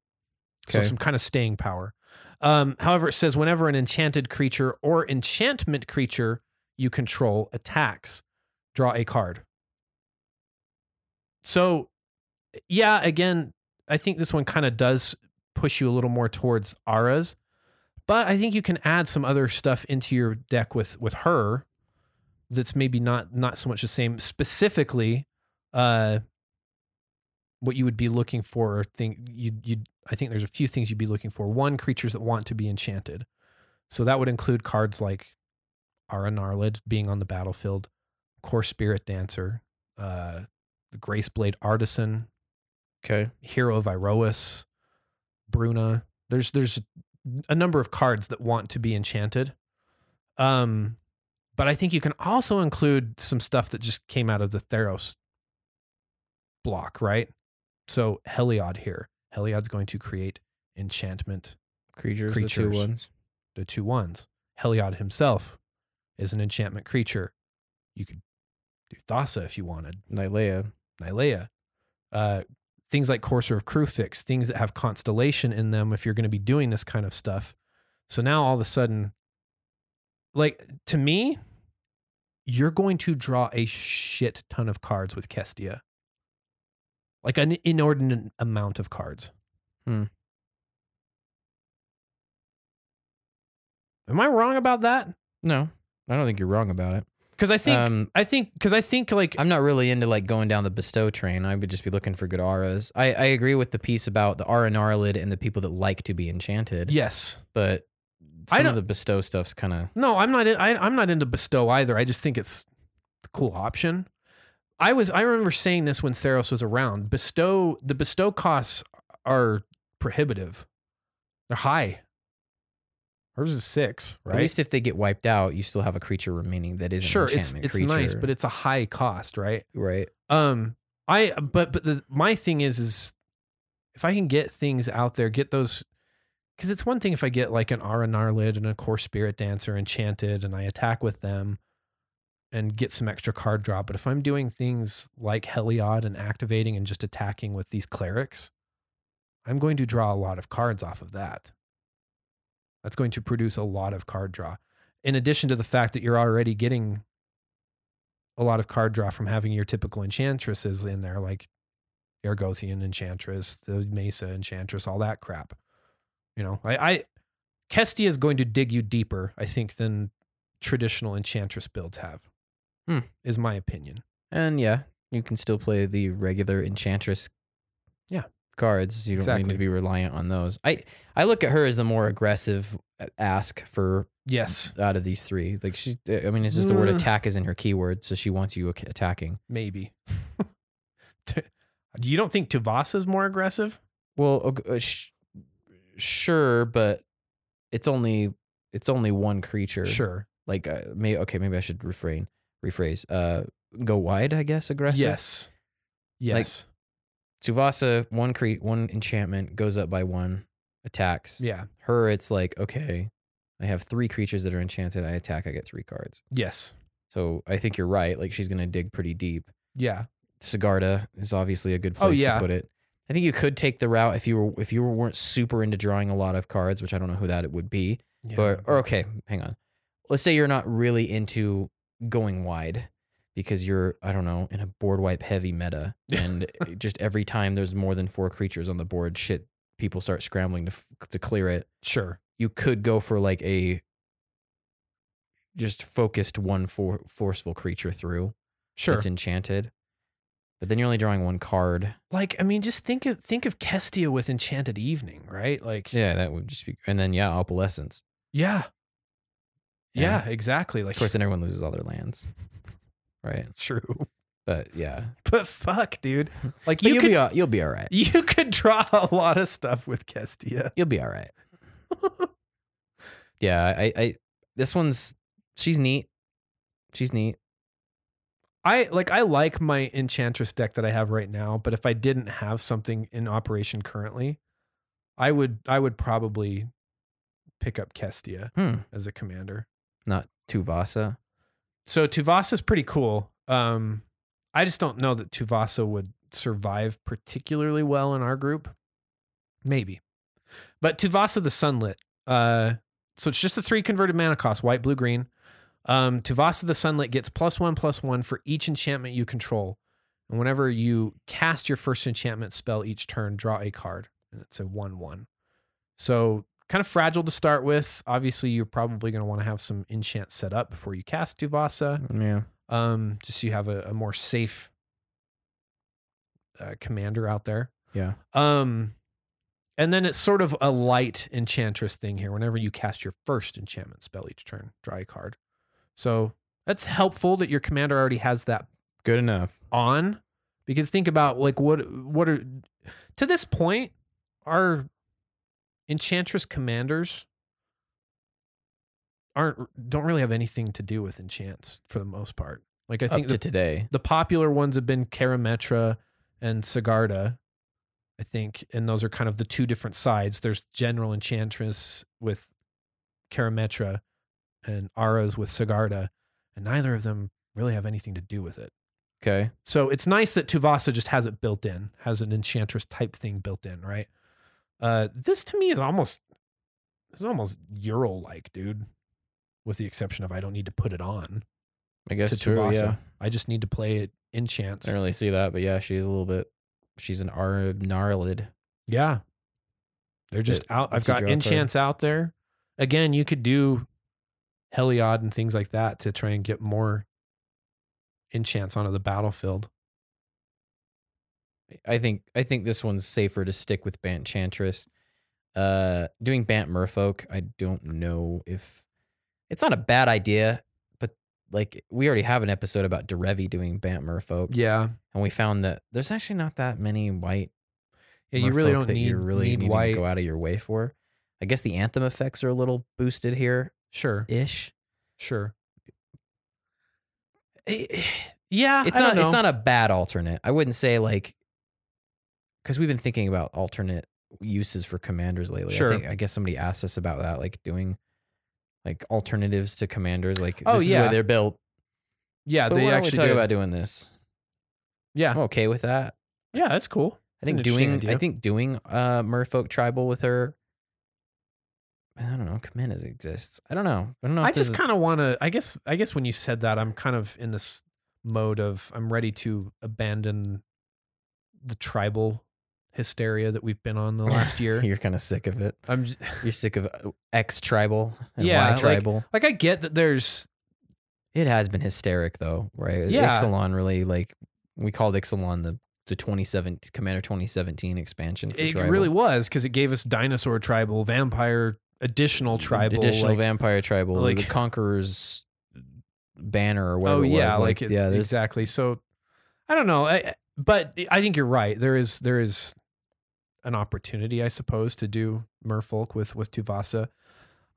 Speaker 2: So
Speaker 3: Okay.
Speaker 2: some kind of staying power. Um, however, it says whenever an enchanted creature or enchantment creature you control attacks, draw a card. So, yeah, again, I think this one kind of does push you a little more towards Aras, but I think you can add some other stuff into your deck with with her that's maybe not not so much the same. Specifically, uh, what you would be looking for, or think you you I think there's a few things you'd be looking for. One, creatures that want to be enchanted, so that would include cards like Ara Narlid being on the battlefield, Core Spirit Dancer, uh, the Grace Blade Artisan,
Speaker 3: Okay.
Speaker 2: Hero of Iroas, Bruna. There's there's a number of cards that want to be enchanted. Um, but I think you can also include some stuff that just came out of the Theros block, right? So Heliod here. Heliod's going to create enchantment
Speaker 3: Creatures, the
Speaker 2: Creatures.
Speaker 3: two ones.
Speaker 2: the two ones. Heliod himself is an enchantment creature. You could do Thassa if you wanted.
Speaker 3: Nylea.
Speaker 2: Nylea. Uh, things like Courser of Crufix, things that have constellation in them if you're going to be doing this kind of stuff. So now all of a sudden, like to me, you're going to draw a shit ton of cards with Kestia. Like an inordinate amount of cards.
Speaker 3: Hmm.
Speaker 2: Am I wrong about that?
Speaker 3: No, I don't think you're wrong about it.
Speaker 2: Because I think
Speaker 3: Um,
Speaker 2: I think because I think like
Speaker 3: I'm not really into like going down the bestow train. I would just be looking for good auras. I, I agree with the piece about the aura and aura lid and the people that like to be enchanted.
Speaker 2: yes,
Speaker 3: But
Speaker 2: I
Speaker 3: some
Speaker 2: don't-
Speaker 3: of the bestow stuff's kind of
Speaker 2: No, I'm not. in- I, I'm not into bestow either. I just think it's a cool option. I was. I remember saying this when Theros was around. Bestow the bestow costs are prohibitive. They're high. Hers is six, right?
Speaker 3: at least if they get wiped out, you still have a creature remaining that is
Speaker 2: sure,
Speaker 3: An
Speaker 2: it's
Speaker 3: enchantment
Speaker 2: it's
Speaker 3: creature.
Speaker 2: nice, but it's a high cost, right?
Speaker 3: right.
Speaker 2: Um, I but but the, my thing is is if I can get things out there, get those because it's one thing if I get like an Aranar lid and a core spirit dancer enchanted and I attack with them and get some extra card drop. But if I'm doing things like Heliod and activating and just attacking with these clerics, I'm going to draw a lot of cards off of that. That's going to produce a lot of card draw. In addition to the fact that you're already getting a lot of card draw from having your typical enchantresses in there, like Ergothian Enchantress, the Mesa Enchantress, all that crap. You know, I, I Kestia is going to dig you deeper, I think, than traditional enchantress builds have.
Speaker 3: Hmm.
Speaker 2: Is my opinion.
Speaker 3: And yeah, you can still play the regular enchantress
Speaker 2: Yeah.
Speaker 3: cards. You don't need
Speaker 2: Exactly.
Speaker 3: to be reliant on those. I I look at her as the more aggressive uh, ask for
Speaker 2: Yes,
Speaker 3: out of these three. Like she uh, I mean it's just the word
Speaker 2: Mm.
Speaker 3: attack is in her keyword, so she wants you ac- attacking.
Speaker 2: maybe. <laughs> T- you don't think Tavas is more aggressive?
Speaker 3: Well, ok- uh, sh- sure, but it's only it's only one creature.
Speaker 2: Sure.
Speaker 3: Like uh, may okay, maybe I should refrain rephrase. Uh, go wide, I guess. Aggressive.
Speaker 2: Yes. Yes.
Speaker 3: Tsuvasa one cre one enchantment goes up by one attacks.
Speaker 2: yeah.
Speaker 3: Her it's like okay, I have three creatures that are enchanted. I attack. I get three cards.
Speaker 2: Yes.
Speaker 3: So I think you're right. Like she's gonna dig pretty deep.
Speaker 2: Yeah.
Speaker 3: Sigarda is obviously a good
Speaker 2: Oh,
Speaker 3: place
Speaker 2: yeah.
Speaker 3: to put it. I think you could take the route if you were if you weren't super into drawing a lot of cards, which I don't know who that would be.
Speaker 2: yeah.
Speaker 3: But or okay, hang on. Let's say you're not really into going wide because you're I don't know in a board wipe heavy <laughs> meta, and eh, just every time there's more than four creatures on the board, shit, people start scrambling to f- to clear it.
Speaker 2: sure.
Speaker 3: You could go for like a just focused one for, forceful creature through
Speaker 2: Sure.
Speaker 3: that's enchanted. But then you're only drawing one card.
Speaker 2: like I mean, just think of think of Kestia with Enchanted Evening, right? Like
Speaker 3: Yeah, that would just be. And then yeah, opalescence.
Speaker 2: yeah.
Speaker 3: Yeah.
Speaker 2: Yeah, exactly. Like <laughs>
Speaker 3: Of course, then everyone loses all their lands, <laughs> right? <laughs>
Speaker 2: true.
Speaker 3: But yeah,
Speaker 2: But fuck, dude. Like
Speaker 3: but you
Speaker 2: you <laughs>
Speaker 3: will
Speaker 2: could
Speaker 3: be all, you'll be all right.
Speaker 2: you could draw a lot of stuff with Kestia.
Speaker 3: You'll be all <laughs> right. Yeah, I, I this one's she's neat. She's neat.
Speaker 2: I like I like my enchantress deck that I have right now, but if I didn't have something in operation currently, I would I would probably pick up Kestia
Speaker 3: Hmm.
Speaker 2: as a commander.
Speaker 3: Not Tuvasa.
Speaker 2: So Tuvasa's pretty cool. Um I just don't know that Tuvasa would survive particularly well in our group. Maybe. But Tuvasa the Sunlit. Uh so it's just the three converted mana cost, white, blue, green. Um, Tuvasa the Sunlit gets plus one, plus one for each enchantment you control. And whenever you cast your first enchantment spell each turn, draw a card. And it's a 1 1. So kind of fragile to start with. Obviously, you're probably going to want to have some enchant set up before you cast Tuvasa,
Speaker 3: Yeah.
Speaker 2: um, just so you have a, a more safe uh, commander out there.
Speaker 3: Yeah.
Speaker 2: Um, and then it's sort of a light enchantress thing here. Whenever you cast your first enchantment spell each turn, draw a card. So that's helpful that your commander already has that
Speaker 3: Good enough.
Speaker 2: on, because think about like what what are to this point our enchantress commanders aren't don't really have anything to do with enchants for the most part. Like I
Speaker 3: I think
Speaker 2: think
Speaker 3: Up
Speaker 2: the
Speaker 3: to today.
Speaker 2: the popular ones have been Karametra and Sigarda, I think, and those are kind of the two different sides. There's General Enchantress with Karametra and Aras with Sigarda, and neither of them really have anything to do with it.
Speaker 3: Okay.
Speaker 2: So it's nice that Tuvasa just has it built in, has an enchantress type thing built in, right? Uh, this to me is almost is almost Ural like, dude. With the exception of I don't need to put it on.
Speaker 3: I guess
Speaker 2: to
Speaker 3: true.
Speaker 2: Tuvasa.
Speaker 3: Yeah.
Speaker 2: I just need to play it in chance.
Speaker 3: I don't really see that, but yeah, she's a little bit. She's an Arab Narlid.
Speaker 2: Yeah. They're just
Speaker 3: It-
Speaker 2: out. I've
Speaker 3: it's a
Speaker 2: got
Speaker 3: draw card.
Speaker 2: enchants out there. Again, you could do Heliod and things like that to try and get more enchants onto the battlefield.
Speaker 3: I think I think this one's safer to stick with Bant Chantress. Uh, doing Bant Merfolk, I don't know if it's not a bad idea, but like we already have an episode about Derevi doing Bant Merfolk,
Speaker 2: Yeah.
Speaker 3: and we found that there's actually not that many white.
Speaker 2: Yeah, you really
Speaker 3: merfolk
Speaker 2: don't
Speaker 3: that
Speaker 2: need,
Speaker 3: you really
Speaker 2: need
Speaker 3: needing
Speaker 2: white.
Speaker 3: to go out of your way for. I guess the anthem effects are a little boosted here
Speaker 2: Sure.
Speaker 3: ish.
Speaker 2: Sure. Eh, <sighs> Yeah.
Speaker 3: it's
Speaker 2: I
Speaker 3: not
Speaker 2: don't
Speaker 3: it's
Speaker 2: know.
Speaker 3: not a bad alternate. I wouldn't say like because we've been thinking about alternate uses for commanders lately.
Speaker 2: Sure.
Speaker 3: I, think, I guess somebody asked us about that, like doing like alternatives to commanders. Like
Speaker 2: Oh,
Speaker 3: this is
Speaker 2: yeah.
Speaker 3: where they're built.
Speaker 2: yeah.
Speaker 3: But
Speaker 2: They
Speaker 3: why don't we
Speaker 2: actually
Speaker 3: talk
Speaker 2: do.
Speaker 3: about doing this?
Speaker 2: yeah.
Speaker 3: I'm okay with that.
Speaker 2: Yeah. That's cool. It's
Speaker 3: I
Speaker 2: an
Speaker 3: think
Speaker 2: interesting
Speaker 3: doing I
Speaker 2: idea.
Speaker 3: think doing uh Merfolk tribal with her. I don't know. Commanders exists. I don't know. I don't know. If
Speaker 2: I
Speaker 3: this
Speaker 2: just
Speaker 3: is-
Speaker 2: kind of want to. I guess. I guess when you said that, I'm kind of in this mode of I'm ready to abandon the tribal hysteria that we've been
Speaker 3: <laughs>
Speaker 2: on the last year.
Speaker 3: you're kind of sick of it.
Speaker 2: I'm j-
Speaker 3: You're sick of uh, X tribal and
Speaker 2: Yeah,
Speaker 3: Y
Speaker 2: like-
Speaker 3: tribal.
Speaker 2: like, I get that there's.
Speaker 3: It has been hysteric though, right?
Speaker 2: Yeah.
Speaker 3: Ixalan really like we called Ixalan the the 2017 Commander 2017 expansion. For
Speaker 2: It
Speaker 3: tribal.
Speaker 2: really was because it gave us dinosaur tribal, vampire, additional tribal,
Speaker 3: additional
Speaker 2: like-
Speaker 3: vampire tribal, the
Speaker 2: like-
Speaker 3: Conqueror's banner or whatever.
Speaker 2: Oh
Speaker 3: it
Speaker 2: yeah,
Speaker 3: was.
Speaker 2: like, it,
Speaker 3: yeah, there's
Speaker 2: exactly. So I don't know, I, but I think you're right. There is there is an opportunity, I suppose, to do Merfolk with with Tuvasa.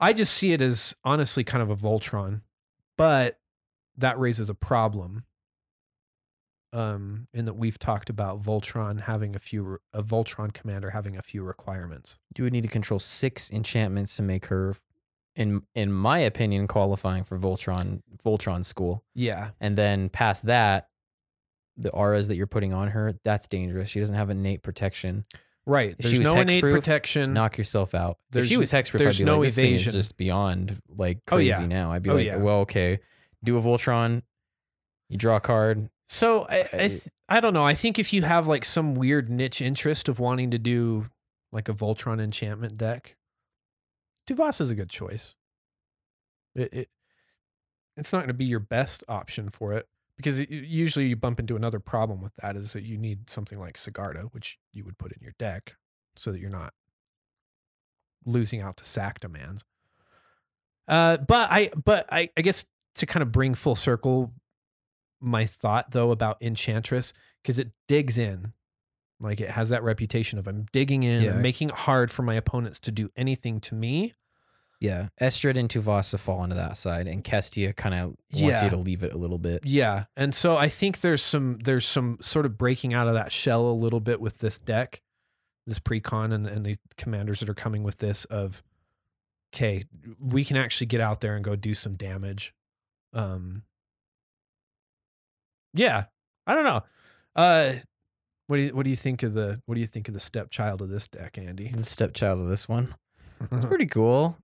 Speaker 2: I just see it as honestly kind of a Voltron, but that raises a problem. Um, in that we've talked about Voltron having a few, re- a Voltron commander having a few requirements.
Speaker 3: You would need to control six enchantments to make her, in in my opinion, qualifying for Voltron Voltron school.
Speaker 2: Yeah,
Speaker 3: And then past that, the auras that you're putting on her, that's dangerous. She doesn't have innate protection.
Speaker 2: right.
Speaker 3: If
Speaker 2: There's
Speaker 3: she was
Speaker 2: no innate
Speaker 3: hexproof,
Speaker 2: protection.
Speaker 3: Knock yourself out. if she
Speaker 2: There's-
Speaker 3: was hexproof,
Speaker 2: there's
Speaker 3: I'd be
Speaker 2: no
Speaker 3: like, this thing
Speaker 2: evasion.
Speaker 3: is just beyond like
Speaker 2: Oh,
Speaker 3: crazy
Speaker 2: yeah.
Speaker 3: now. I'd be
Speaker 2: Oh,
Speaker 3: like,
Speaker 2: yeah.
Speaker 3: well, okay, do a Voltron. You draw a card.
Speaker 2: so I, I,
Speaker 3: I-
Speaker 2: th- I don't know. I think if you have like some weird niche interest of wanting to do like a Voltron enchantment deck, Duvas is a good choice. It, it it's not going to be your best option for it because it, usually you bump into another problem with that is that you need something like Sigarda, which you would put in your deck so that you're not losing out to sack demands. Uh, but I but I, I guess to kind of bring full circle my thought though about Enchantress because it digs in. Like it has that reputation of I'm digging in,
Speaker 3: Yeah.
Speaker 2: I'm making it hard for my opponents to do anything to me.
Speaker 3: Yeah, Estrid and Tuvasa fall into that side, and Kestia kind of wants
Speaker 2: Yeah.
Speaker 3: you to leave it a little bit.
Speaker 2: Yeah, and so I think there's some there's some sort of breaking out of that shell a little bit with this deck, this precon and and the commanders that are coming with this of, okay, we can actually get out there and go do some damage. Um. Yeah, I don't know. Uh, what do you what do you think of the what do you think of the stepchild of this deck, Andy?
Speaker 3: The stepchild of this one. It's
Speaker 2: Uh-huh.
Speaker 3: pretty cool.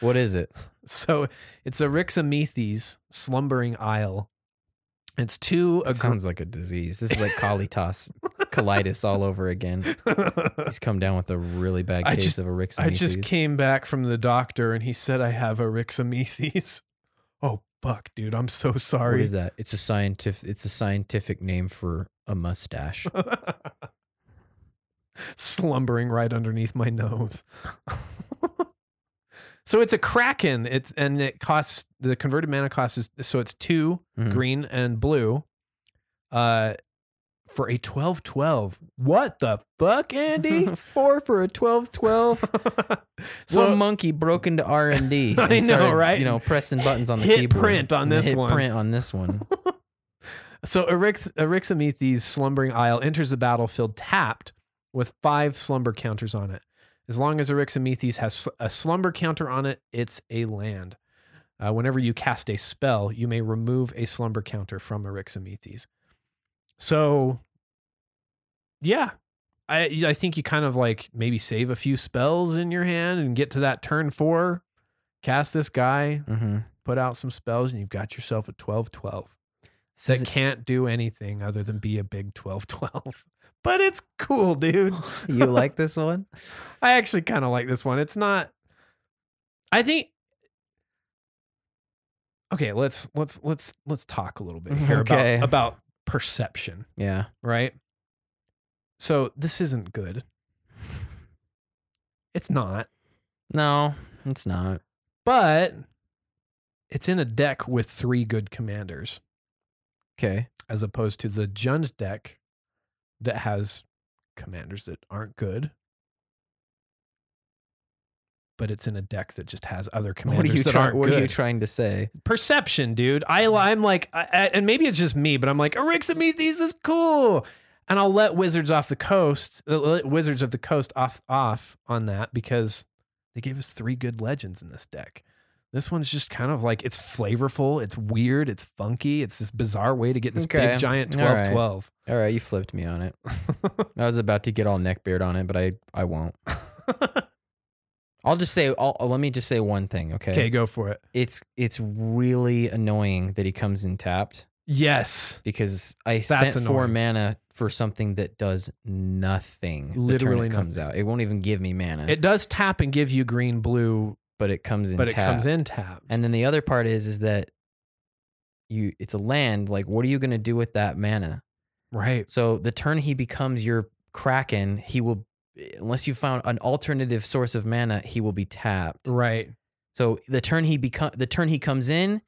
Speaker 3: what is it?
Speaker 2: <laughs> so it's Eryximethes, Slumbering Isle. It's two.
Speaker 3: It sounds like a disease. This is like colitas,
Speaker 2: <laughs>
Speaker 3: colitis all over again.
Speaker 2: agr-
Speaker 3: He's come down with a really bad
Speaker 2: I
Speaker 3: case
Speaker 2: just-
Speaker 3: of eryximethes.
Speaker 2: I just came back from the doctor and he said I have eryximethes. <laughs> Oh fuck, dude, I'm so
Speaker 3: What
Speaker 2: sorry.
Speaker 3: is that? It's a scientific. It's a scientific name for a mustache.
Speaker 2: <laughs> Slumbering right underneath my nose. <laughs> so it's a kraken. It's and it costs the converted mana cost is so it's 2
Speaker 3: Mhm.
Speaker 2: green and blue. Uh for a 12 12. What the fuck,
Speaker 3: <laughs>
Speaker 2: Andy?
Speaker 3: Four for a
Speaker 2: <laughs>
Speaker 3: twelve twelve.
Speaker 2: so
Speaker 3: One monkey broke into R
Speaker 2: <laughs>
Speaker 3: and D.
Speaker 2: I know,
Speaker 3: started,
Speaker 2: right?
Speaker 3: You know, pressing buttons on the
Speaker 2: Hit
Speaker 3: keyboard.
Speaker 2: print on
Speaker 3: And they
Speaker 2: this
Speaker 3: hit
Speaker 2: one.
Speaker 3: Print on
Speaker 2: <laughs>
Speaker 3: this one.
Speaker 2: So Eryx- Eryximethes' slumbering isle enters the battlefield tapped with five slumber counters on it. As long as Eryximethes has sl- a slumber counter on it, it's a land. Uh, whenever you cast a spell, you may remove a slumber counter from Eryximethes. So, yeah, I I think you kind of like maybe save a few spells in your hand and get to that turn four, cast this guy,
Speaker 3: Mm-hmm.
Speaker 2: put out some spells, and you've got yourself a 12 12 that can't do anything other than be a big 12 12. <laughs> But it's cool, dude.
Speaker 3: you like this one?
Speaker 2: I actually kind of like this one. It's not I think Okay, let's let's let's let's talk a little bit here
Speaker 3: Okay.
Speaker 2: about about perception,
Speaker 3: <laughs> Yeah.
Speaker 2: right? So this isn't good. It's not,
Speaker 3: No, it's not.
Speaker 2: but it's in a deck with three good commanders.
Speaker 3: Okay.
Speaker 2: as opposed to the Jund deck that has commanders that aren't good. But it's in a deck that just has other commanders
Speaker 3: what are you
Speaker 2: that
Speaker 3: try-
Speaker 2: aren't
Speaker 3: What
Speaker 2: good.
Speaker 3: are you trying to say?
Speaker 2: Perception, dude. I,
Speaker 3: Mm-hmm.
Speaker 2: I'm like, I, I- and maybe it's just me, but I'm like, Eryximethes is cool, and I'll let Wizards off the coast, uh, let Wizards of the Coast off off on that because they gave us three good legends in this deck. This one's just kind of like it's flavorful, it's weird, it's funky, it's this bizarre way to get this
Speaker 3: Okay.
Speaker 2: big giant
Speaker 3: All right.
Speaker 2: 12 12.
Speaker 3: All right, you flipped me on
Speaker 2: <laughs>
Speaker 3: it. I was about to get all neckbeard on it, but I I won't. I'll just say I'll, let me just say one thing, okay?
Speaker 2: Okay, go for it.
Speaker 3: It's it's really annoying that he comes in tapped
Speaker 2: Yes.
Speaker 3: because I
Speaker 2: That's
Speaker 3: spent four
Speaker 2: annoying.
Speaker 3: mana for something that does nothing. the turn
Speaker 2: Literally
Speaker 3: it comes
Speaker 2: nothing.
Speaker 3: out. It won't even give me mana,
Speaker 2: It does tap and give you green blue,
Speaker 3: but it comes in.
Speaker 2: but it comes
Speaker 3: tapped.
Speaker 2: in tapped.
Speaker 3: And then the other part is is that you it's a land. Like, what are you gonna do with that mana?
Speaker 2: right.
Speaker 3: So the turn he becomes your Kraken, he will, unless you found an alternative source of mana, he will be tapped.
Speaker 2: Right.
Speaker 3: So the turn he become the turn he comes in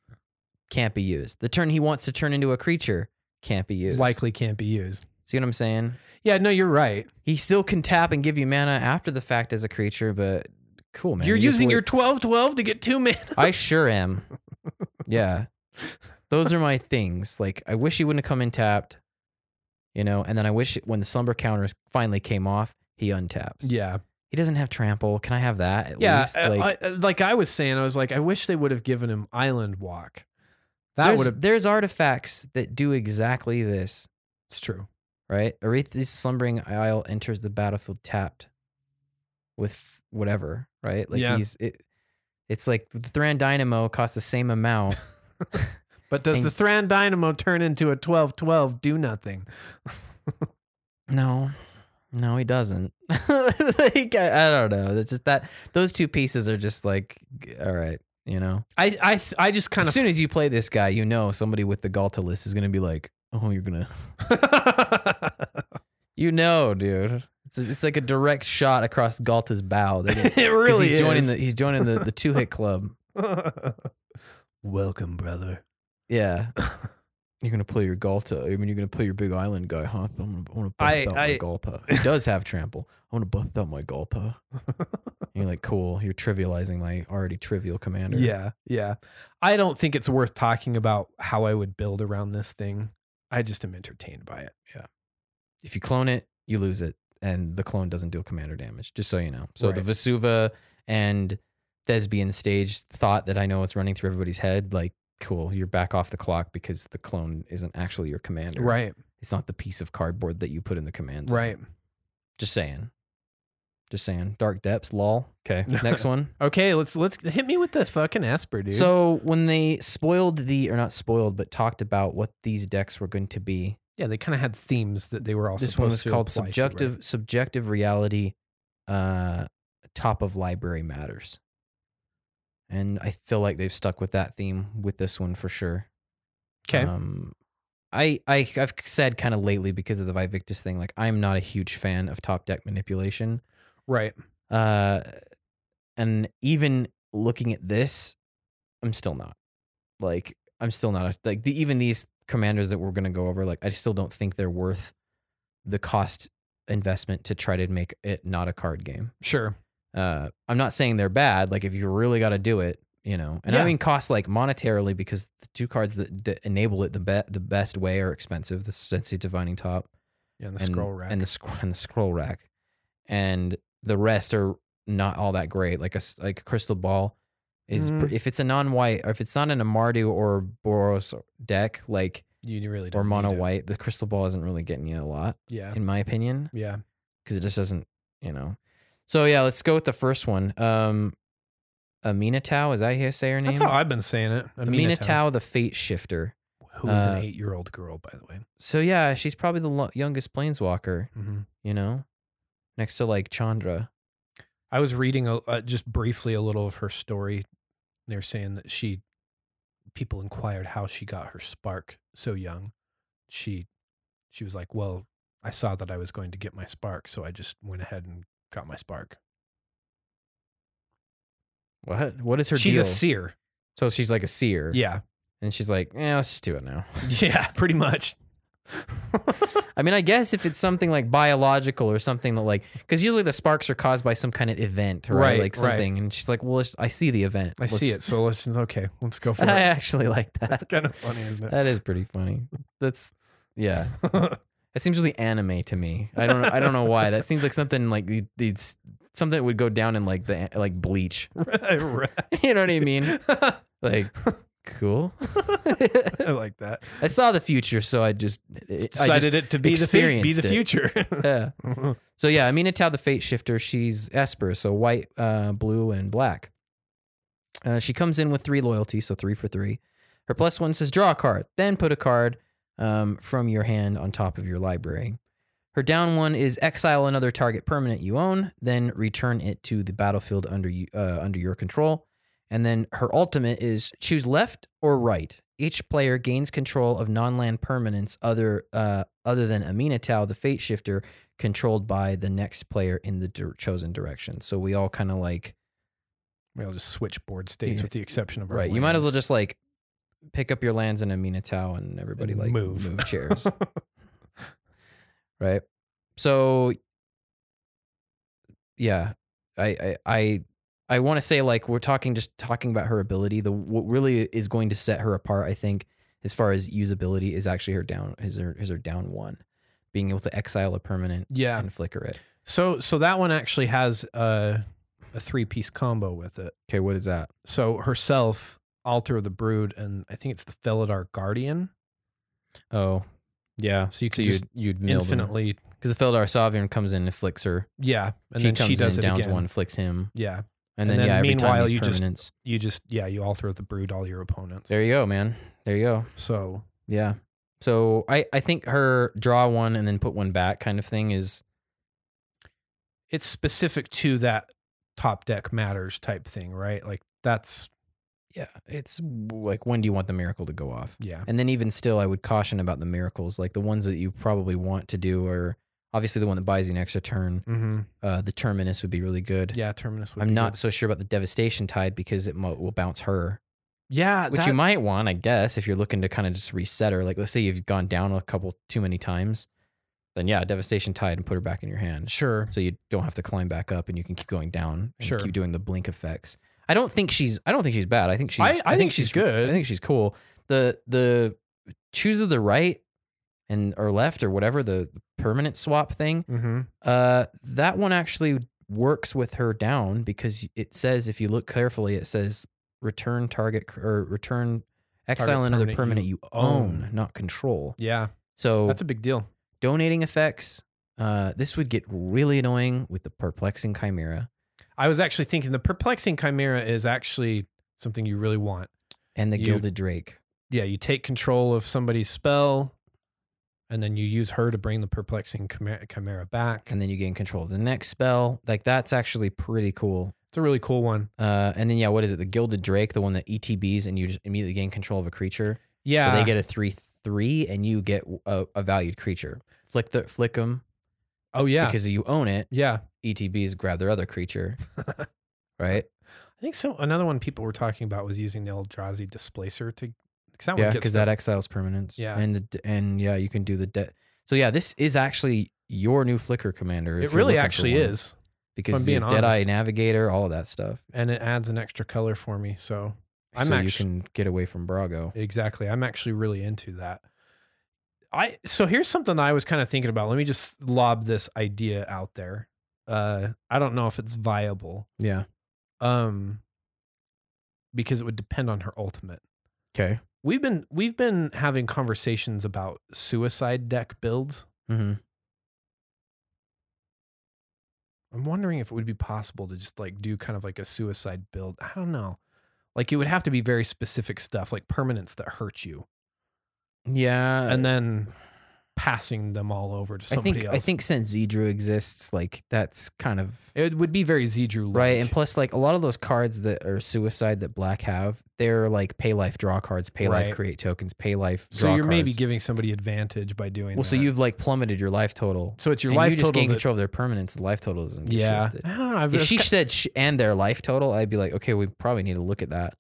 Speaker 3: can't be used. The turn he wants to turn into a creature can't be used.
Speaker 2: Likely can't be used.
Speaker 3: See what I'm saying?
Speaker 2: Yeah, no, you're right.
Speaker 3: He still can tap and give you mana after the fact as a creature, but Cool, man.
Speaker 2: You're
Speaker 3: You just
Speaker 2: using
Speaker 3: wait-
Speaker 2: your 12 12 to get two <laughs> men.
Speaker 3: <laughs> I sure am. Yeah. Those are my things. Like I wish he wouldn't have come in tapped. You know, and then I wish when the slumber counters finally came off, he untaps.
Speaker 2: Yeah.
Speaker 3: He doesn't have trample. Can I have that at
Speaker 2: Yeah.
Speaker 3: least?
Speaker 2: uh,
Speaker 3: Like
Speaker 2: I- uh, like I was saying, I was like, I wish they would have given him Island Walk. That would
Speaker 3: there's,
Speaker 2: have.
Speaker 3: there's artifacts that do exactly this,
Speaker 2: It's true.
Speaker 3: right? Arethi's slumbering isle enters the battlefield tapped with whatever, right? Like
Speaker 2: Yeah.
Speaker 3: he's it it's like the Thran Dynamo costs the
Speaker 2: <laughs>
Speaker 3: same amount.
Speaker 2: But does
Speaker 3: And-
Speaker 2: the Thran Dynamo turn into a 12 12 do nothing?
Speaker 3: No, no, he doesn't. <laughs> like I, I don't know. That's just that those two pieces are just like g- all right, you know.
Speaker 2: I I th- I just kind
Speaker 3: as
Speaker 2: of. <laughs>
Speaker 3: soon as you play this guy, you know somebody with the Galta list is gonna be like, oh, you're gonna, you know, dude. It's it's like a direct shot across Galta's bow. They're <laughs> gonna- 'cause
Speaker 2: it really
Speaker 3: he's joining
Speaker 2: is.
Speaker 3: the he's joining the, the two hit <laughs> club.
Speaker 2: <laughs> Welcome, brother.
Speaker 3: Yeah. You're gonna play your Galta. I mean, you're gonna play your Big Island guy, huh? I'm gonna, I'm gonna buff
Speaker 2: I-
Speaker 3: out
Speaker 2: I- <laughs>
Speaker 3: my Galta. He does have trample. I'm gonna buff out my Galta. And you're like, cool. You're trivializing my already trivial commander.
Speaker 2: Yeah, yeah. I don't think it's worth talking about how I would build around this thing. I just am entertained by it.
Speaker 3: If you clone it, you lose it, and the clone doesn't deal commander damage. Just so you know. So the
Speaker 2: Right.
Speaker 3: Vesuva and Thespian stage thought that I know what's running through everybody's head. Like, cool. You're back off the clock because the clone isn't actually your commander.
Speaker 2: Right,
Speaker 3: It's not the piece of cardboard that you put in the command zone.
Speaker 2: right.
Speaker 3: Just saying. Just saying. Dark depths, lol.
Speaker 2: <laughs>
Speaker 3: Okay. Next one.
Speaker 2: Okay, let's let's hit me with the fucking Esper, dude.
Speaker 3: So when they spoiled the or not spoiled, but talked about what these decks were going to be,
Speaker 2: yeah, they kind of had themes that they were all.
Speaker 3: this one was
Speaker 2: supposed to
Speaker 3: called
Speaker 2: apply to, right?
Speaker 3: subjective subjective reality, uh, top of library matters. And I feel like they've stuck with that theme with this one for sure.
Speaker 2: Okay,
Speaker 3: Um, I, I I've said kind of lately because of the Vivictus thing, like I'm not a huge fan of top deck manipulation.
Speaker 2: right.
Speaker 3: Uh, and even looking at this, I'm still not. Like, I'm still not. Like, the, even these commanders that we're going to go over, like, I still don't think they're worth the cost investment to try to make it not a card game.
Speaker 2: Sure.
Speaker 3: Uh, I'm not saying they're bad. Like, if you really got to do it, you know, and
Speaker 2: Yeah.
Speaker 3: I mean cost like monetarily because the two cards that, that enable it the be- the best way are expensive. The Sensei Divining Top
Speaker 2: Yeah, and the
Speaker 3: and,
Speaker 2: scroll rack.
Speaker 3: and the sc- and the scroll rack, and the rest are not all that great. Like a s- like a crystal ball is pr-
Speaker 2: Mm.
Speaker 3: if it's a non-white or if it's not an Amardu or Boros deck like
Speaker 2: you really don't
Speaker 3: or
Speaker 2: need
Speaker 3: mono
Speaker 2: it.
Speaker 3: white, the crystal ball isn't really getting you a lot
Speaker 2: Yeah,
Speaker 3: in my opinion
Speaker 2: yeah.
Speaker 3: because it just doesn't you know. So yeah, let's go with the first one. Um, Amina Tau is that how you say her name?
Speaker 2: That's how I've been saying it.
Speaker 3: Amina Tau, the Fate Shifter.
Speaker 2: who is
Speaker 3: uh,
Speaker 2: an eight-year-old girl, by the way.
Speaker 3: So yeah, she's probably the lo- youngest planeswalker.
Speaker 2: hmm
Speaker 3: You know, next to like Chandra.
Speaker 2: I was reading a, uh, just briefly a little of her story. They're saying that she, people inquired how she got her spark so young. She, she was like, "Well, I saw that I was going to get my spark, so I just went ahead and got my spark."
Speaker 3: What? What is her
Speaker 2: She's
Speaker 3: deal?
Speaker 2: a seer.
Speaker 3: so she's like a seer.
Speaker 2: Yeah, <laughs>
Speaker 3: And she's like, yeah, let's just do it now.
Speaker 2: yeah, pretty much.
Speaker 3: I mean, I guess if it's something like biological or something that like, because usually the sparks are caused by some kind of event, right?
Speaker 2: Right,
Speaker 3: like
Speaker 2: right.
Speaker 3: something. And she's like, well, let's, I see the event.
Speaker 2: I see it.
Speaker 3: Let's-
Speaker 2: So let's okay. Let's go for
Speaker 3: <laughs> I
Speaker 2: it.
Speaker 3: actually like that.
Speaker 2: That's kind of funny, isn't it?
Speaker 3: <laughs> That is pretty funny.
Speaker 2: <laughs>
Speaker 3: That's yeah. That seems really anime to me. I don't. I don't know why. That seems like something like you'd- you'd s- something that would go down in like the like bleach. <laughs>
Speaker 2: Right, right.
Speaker 3: you know what I mean?
Speaker 2: <laughs>
Speaker 3: Like cool. <laughs>
Speaker 2: I like that.
Speaker 3: I saw the future, so I just I just-
Speaker 2: Decided it to be the fu- be
Speaker 3: experienced
Speaker 2: the
Speaker 3: it.
Speaker 2: future.
Speaker 3: <laughs> yeah. So yeah, Amina Tau, the Fate Shifter, she's Esper, so white, uh, blue, and black. Uh, she comes in with three loyalty, so three for three. Her plus one says draw a card, then put a card um, from your hand on top of your library. Her down one is exile another target permanent you own, then return it to the battlefield under you, uh, under your control. And then her ultimate is choose left or right. Each player gains control of non-land permanents other uh, other than Amina Tau, the Fate Shifter, controlled by the next player in the dir- chosen direction. So we all kind of like
Speaker 2: We all just switch board states
Speaker 3: Yeah.
Speaker 2: with the exception of our
Speaker 3: right. You might as well
Speaker 2: lands.
Speaker 3: just like pick up your lands in Amina Tau and everybody
Speaker 2: And
Speaker 3: like
Speaker 2: move. <laughs>
Speaker 3: move chairs, right? So yeah, I I, I I want to say like we're talking just talking about her ability. The what really is going to set her apart, I think, as far as usability is actually her down is her is her down one, being able to exile a permanent
Speaker 2: Yeah.
Speaker 3: and flicker it.
Speaker 2: So so that one actually has a a three piece combo with it.
Speaker 3: Okay, what is that?
Speaker 2: So herself, Altar of the Brood, and I think it's the Felidar Guardian.
Speaker 3: Oh, yeah.
Speaker 2: So you
Speaker 3: So
Speaker 2: can
Speaker 3: you'd
Speaker 2: just
Speaker 3: you'd
Speaker 2: infinitely,
Speaker 3: because the Feldar Sovereign comes in and flicks her,
Speaker 2: yeah, and
Speaker 3: she
Speaker 2: then
Speaker 3: comes
Speaker 2: she does
Speaker 3: in,
Speaker 2: it
Speaker 3: downs
Speaker 2: again.
Speaker 3: one, flicks him,
Speaker 2: Yeah, And
Speaker 3: and, then,
Speaker 2: then
Speaker 3: yeah, every time
Speaker 2: meanwhile,
Speaker 3: he's
Speaker 2: you just-
Speaker 3: permanents.
Speaker 2: you just yeah you Altar of the Brood all your opponents.
Speaker 3: There you go, man. There you go.
Speaker 2: So
Speaker 3: Yeah. So I I think her draw one and then put one back kind of thing is
Speaker 2: it's specific to that top deck matters type thing, right? Like that's
Speaker 3: yeah it's like when do you want the miracle to go off
Speaker 2: yeah
Speaker 3: And then even still, I would caution about the miracles. Like the ones that you probably want to do are obviously the one that buys you an extra turn. <laughs>
Speaker 2: mm-hmm.
Speaker 3: Uh, the terminus would be really good.
Speaker 2: yeah terminus. Would
Speaker 3: I'm
Speaker 2: be
Speaker 3: not
Speaker 2: good.
Speaker 3: so sure about the devastation tide because it mo- will bounce her,
Speaker 2: yeah
Speaker 3: which
Speaker 2: that,
Speaker 3: you might want, I guess, if you're looking to kind of just reset her. Like let's say you've gone down a couple too many times, then yeah, devastation tide and put her back in your hand.
Speaker 2: sure
Speaker 3: So you don't have to climb back up and you can keep going down. And
Speaker 2: Sure.
Speaker 3: Keep doing the blink effects. I don't think she's I don't think she's bad. I think she's
Speaker 2: I- I think she's good.
Speaker 3: I think she's cool. The the choose of the right and or left or whatever, the permanent swap thing,
Speaker 2: mm-hmm.
Speaker 3: uh, that one actually works with her down because it says if you look carefully, it says return target cr- or return exile
Speaker 2: Target
Speaker 3: another
Speaker 2: permanent
Speaker 3: permanent
Speaker 2: you
Speaker 3: you own,
Speaker 2: own.
Speaker 3: not control.
Speaker 2: yeah
Speaker 3: So
Speaker 2: that's a big deal.
Speaker 3: donating effects. Uh, this would get really annoying with the perplexing chimera,
Speaker 2: I was actually thinking the perplexing chimera is actually something you really want.
Speaker 3: and the
Speaker 2: You-
Speaker 3: gilded drake.
Speaker 2: Yeah, you take control of somebody's spell, and then you use her to bring the perplexing chimera, chimera back.
Speaker 3: And then you gain control of the next spell. Like that's actually pretty cool.
Speaker 2: It's a really cool one.
Speaker 3: Uh, and then yeah, what is it? The gilded drake, the one that ETBs, and you just immediately gain control of a creature. So
Speaker 2: Yeah,
Speaker 3: they get a three three, and you get a, a valued creature. Flick the flick them
Speaker 2: oh yeah,
Speaker 3: because you own it.
Speaker 2: yeah.
Speaker 3: ETBs grab their other
Speaker 2: <laughs>
Speaker 3: creature, right?
Speaker 2: I think so. Another one people were talking about was using the Eldrazi displacer to because that
Speaker 3: yeah,
Speaker 2: one gets
Speaker 3: because
Speaker 2: stuff-
Speaker 3: that exiles permanents.
Speaker 2: Yeah.
Speaker 3: and the, d- and yeah, you can do the debt. So yeah, this is actually your new Flickr commander. if
Speaker 2: it
Speaker 3: you're
Speaker 2: really
Speaker 3: looking for
Speaker 2: actually
Speaker 3: one,
Speaker 2: is,
Speaker 3: because
Speaker 2: I'm being
Speaker 3: your Deadeye
Speaker 2: honest.
Speaker 3: Navigator, all of that stuff.
Speaker 2: and it adds an extra color for me. So I'm
Speaker 3: so
Speaker 2: actu-
Speaker 3: you can get away from Brago.
Speaker 2: exactly, I'm actually really into that. I so here's something I was kind of thinking about. Let me just lob this idea out there. Uh, I don't know if it's viable.
Speaker 3: Yeah.
Speaker 2: um because it would depend on her ultimate
Speaker 3: Okay.
Speaker 2: we've been we've been having conversations about suicide deck builds
Speaker 3: Mm-hmm.
Speaker 2: i'm wondering if it would be possible to just like do kind of like a suicide build i don't know like it would have to be very specific stuff like permanents that hurt you
Speaker 3: Yeah.
Speaker 2: and then passing them all over to
Speaker 3: Uh, I
Speaker 2: somebody
Speaker 3: think
Speaker 2: else
Speaker 3: I think since Zedru exists, like that's kind of
Speaker 2: it would be very zedru
Speaker 3: right. And plus, like a lot of those cards that are suicide that Black have, they're like pay life draw cards, pay
Speaker 2: Right.
Speaker 3: life create tokens, pay life.
Speaker 2: so
Speaker 3: draw
Speaker 2: you're maybe
Speaker 3: cards.
Speaker 2: giving somebody advantage by doing
Speaker 3: well, so
Speaker 2: that.
Speaker 3: you've like plummeted your life total.
Speaker 2: so it's your
Speaker 3: and
Speaker 2: life
Speaker 3: you just
Speaker 2: total
Speaker 3: gain
Speaker 2: that-
Speaker 3: control of their permanence. The life total doesn't get
Speaker 2: yeah <laughs>
Speaker 3: shifted.
Speaker 2: I don't know. I've-
Speaker 3: If she said sh- and their life total, I'd be like, okay, we probably need to look at that.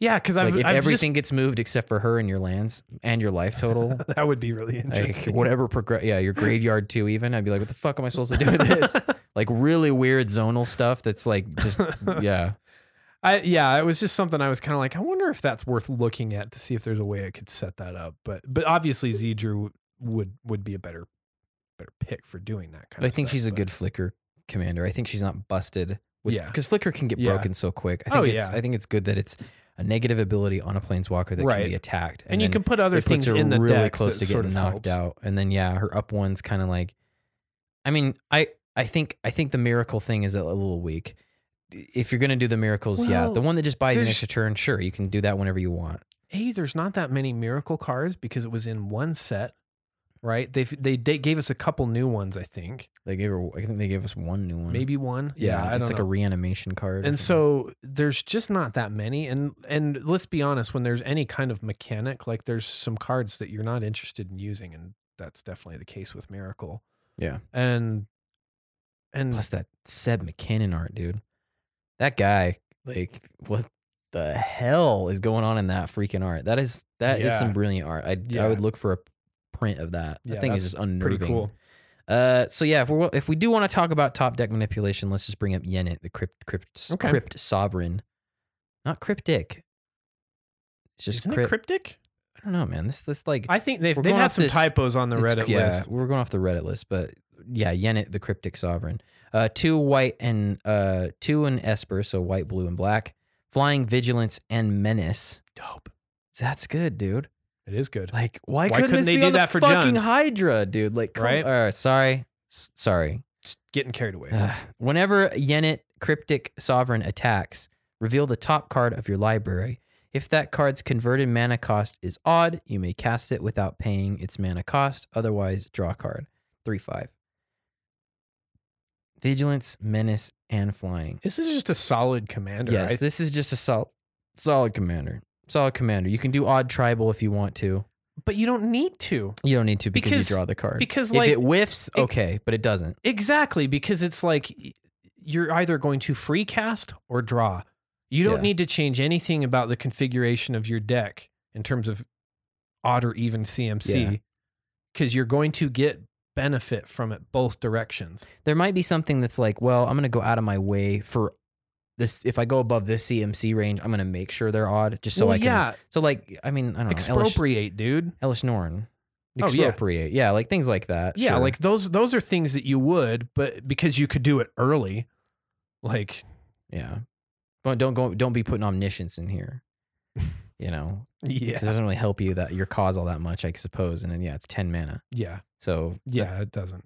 Speaker 2: yeah because
Speaker 3: Like if
Speaker 2: I've just-
Speaker 3: everything gets moved except for her and your lands and your life total,
Speaker 2: <laughs> that would be really
Speaker 3: like
Speaker 2: interesting
Speaker 3: whatever progress, yeah, your graveyard too. Even I'd be like, what the fuck am I supposed to do with
Speaker 2: <laughs>
Speaker 3: this? like really weird zonal stuff. That's like just yeah.
Speaker 2: I yeah, it was just something I was kind of like, I wonder if that's worth looking at to see if there's a way I could set that up. But but obviously Zedru would would be a better better pick for doing that kind
Speaker 3: I
Speaker 2: of
Speaker 3: think
Speaker 2: stuff,
Speaker 3: she's a
Speaker 2: but-
Speaker 3: good flicker commander. I think she's not busted with
Speaker 2: Yeah.
Speaker 3: because flicker can get
Speaker 2: Yeah.
Speaker 3: broken so quick. I
Speaker 2: Oh,
Speaker 3: think it's
Speaker 2: yeah.
Speaker 3: I think it's good that it's a negative ability on a planeswalker that
Speaker 2: Right.
Speaker 3: can be attacked,
Speaker 2: and, you
Speaker 3: then
Speaker 2: can put other
Speaker 3: it
Speaker 2: things
Speaker 3: puts her
Speaker 2: in the
Speaker 3: really
Speaker 2: deck
Speaker 3: close
Speaker 2: that
Speaker 3: to getting
Speaker 2: sort of
Speaker 3: knocked
Speaker 2: helps.
Speaker 3: out. And then yeah, her up one's kind of like, I mean, I I think I think the miracle thing is a, a little weak. If you're gonna do the miracles, yeah,
Speaker 2: Well,
Speaker 3: the one that just buys an
Speaker 2: there's-
Speaker 3: extra turn, sure, you can do that whenever you want.
Speaker 2: A, there's not that many miracle cards because it was in one set, right? They they they gave us a couple new ones, I think,
Speaker 3: They gave her. I think they gave us one new one.
Speaker 2: maybe one.
Speaker 3: Yeah,
Speaker 2: I
Speaker 3: it's
Speaker 2: don't
Speaker 3: like
Speaker 2: know.
Speaker 3: a reanimation card. or
Speaker 2: and
Speaker 3: something.
Speaker 2: so there's just not that many and and let's be honest when there's any kind of mechanic like there's some cards that you're not interested in using and that's definitely the case with miracle
Speaker 3: yeah.
Speaker 2: and and
Speaker 3: Plus that Seb McKinnon art, dude. That guy, like, what the hell is going on in that freaking art? That is that is some
Speaker 2: Yeah.
Speaker 3: brilliant art. I I
Speaker 2: Yeah.
Speaker 3: would look for a print of that.
Speaker 2: Yeah,
Speaker 3: that thing is
Speaker 2: that's
Speaker 3: just unnerving.
Speaker 2: pretty cool
Speaker 3: Uh, so yeah, if we are if we do want to talk about top deck manipulation, let's just bring up Yenit, the crypt crypt
Speaker 2: Okay.
Speaker 3: crypt sovereign, not cryptic. It's just
Speaker 2: Isn't it
Speaker 3: crypt.
Speaker 2: cryptic?
Speaker 3: I don't know, man. This this like
Speaker 2: I think they've,
Speaker 3: We're
Speaker 2: they've
Speaker 3: going
Speaker 2: had
Speaker 3: off
Speaker 2: some
Speaker 3: this-
Speaker 2: typos on the
Speaker 3: It's-
Speaker 2: Reddit
Speaker 3: yeah,
Speaker 2: list.
Speaker 3: We're going off the Reddit list, but yeah, Yenit, the cryptic sovereign. Uh, two white and uh, two and Esper, so white, blue, and black. Flying vigilance and menace.
Speaker 2: Dope.
Speaker 3: That's good, dude.
Speaker 2: It is good.
Speaker 3: Like, why,
Speaker 2: Why
Speaker 3: couldn't,
Speaker 2: couldn't
Speaker 3: this
Speaker 2: they
Speaker 3: be
Speaker 2: do
Speaker 3: on the
Speaker 2: that for
Speaker 3: fucking
Speaker 2: Jund?
Speaker 3: Hydra, dude? Like, come-
Speaker 2: Right?
Speaker 3: all right, sorry, S- sorry.
Speaker 2: Just getting carried away.
Speaker 3: Ugh. whenever Yenit cryptic sovereign attacks, reveal the top card of your library. If that card's converted mana cost is odd, you may cast it without paying its mana cost. Otherwise, draw a card. 3 5. Vigilance, Menace, and Flying.
Speaker 2: this is just a solid commander.
Speaker 3: yes,
Speaker 2: I-
Speaker 3: this is just a sol- solid commander. Solid commander. You can do odd tribal if you want to.
Speaker 2: but you don't need to.
Speaker 3: You don't need to because,
Speaker 2: Because-
Speaker 3: you draw the card.
Speaker 2: because,
Speaker 3: if
Speaker 2: like,
Speaker 3: it whiffs,
Speaker 2: it-
Speaker 3: okay, but it doesn't.
Speaker 2: Exactly, because it's like y- you're either going to free cast or draw. You don't
Speaker 3: Yeah.
Speaker 2: need to change anything about the configuration of your deck in terms of odd or even
Speaker 3: Yeah.
Speaker 2: CMC because you're going to get benefit from it both directions.
Speaker 3: there might be something that's like, well, I'm going to go out of my way for this. If I go above this CMC range, I'm going to make sure they're odd, just so
Speaker 2: well,
Speaker 3: I can. uh,
Speaker 2: yeah,
Speaker 3: So like, I mean, I don't know, Elish,
Speaker 2: expropriate, dude.
Speaker 3: Elish Norn,
Speaker 2: Oh, yeah.
Speaker 3: expropriate, yeah. like things like that.
Speaker 2: Yeah,
Speaker 3: sure.
Speaker 2: like those those are things that you would, but because you could do it early, like
Speaker 3: yeah. But don't go, don't be putting omniscience in
Speaker 2: <laughs>
Speaker 3: here. You know, 'Cause it
Speaker 2: yeah,
Speaker 3: doesn't really help you that your cause all that much, I suppose. And then yeah, it's ten mana.
Speaker 2: yeah,
Speaker 3: So
Speaker 2: yeah. It doesn't.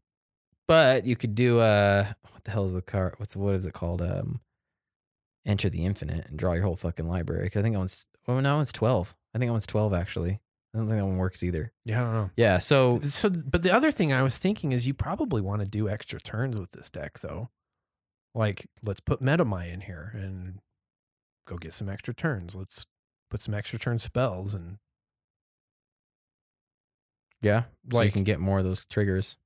Speaker 3: but you could do uh what the hell is the card what's what is it called um enter the infinite and draw your whole fucking library 'Cause i think that one's oh no that one's 12 i think that one's 12 actually i don't think that one works either
Speaker 2: Yeah, I don't know.
Speaker 3: yeah so
Speaker 2: So, but the other thing I was thinking is you probably want to do extra turns with this deck, though. Like, let's put Metamai in here and go get some extra turns. Let's put some extra turn spells and
Speaker 3: yeah so you
Speaker 2: Like-
Speaker 3: can get more of those triggers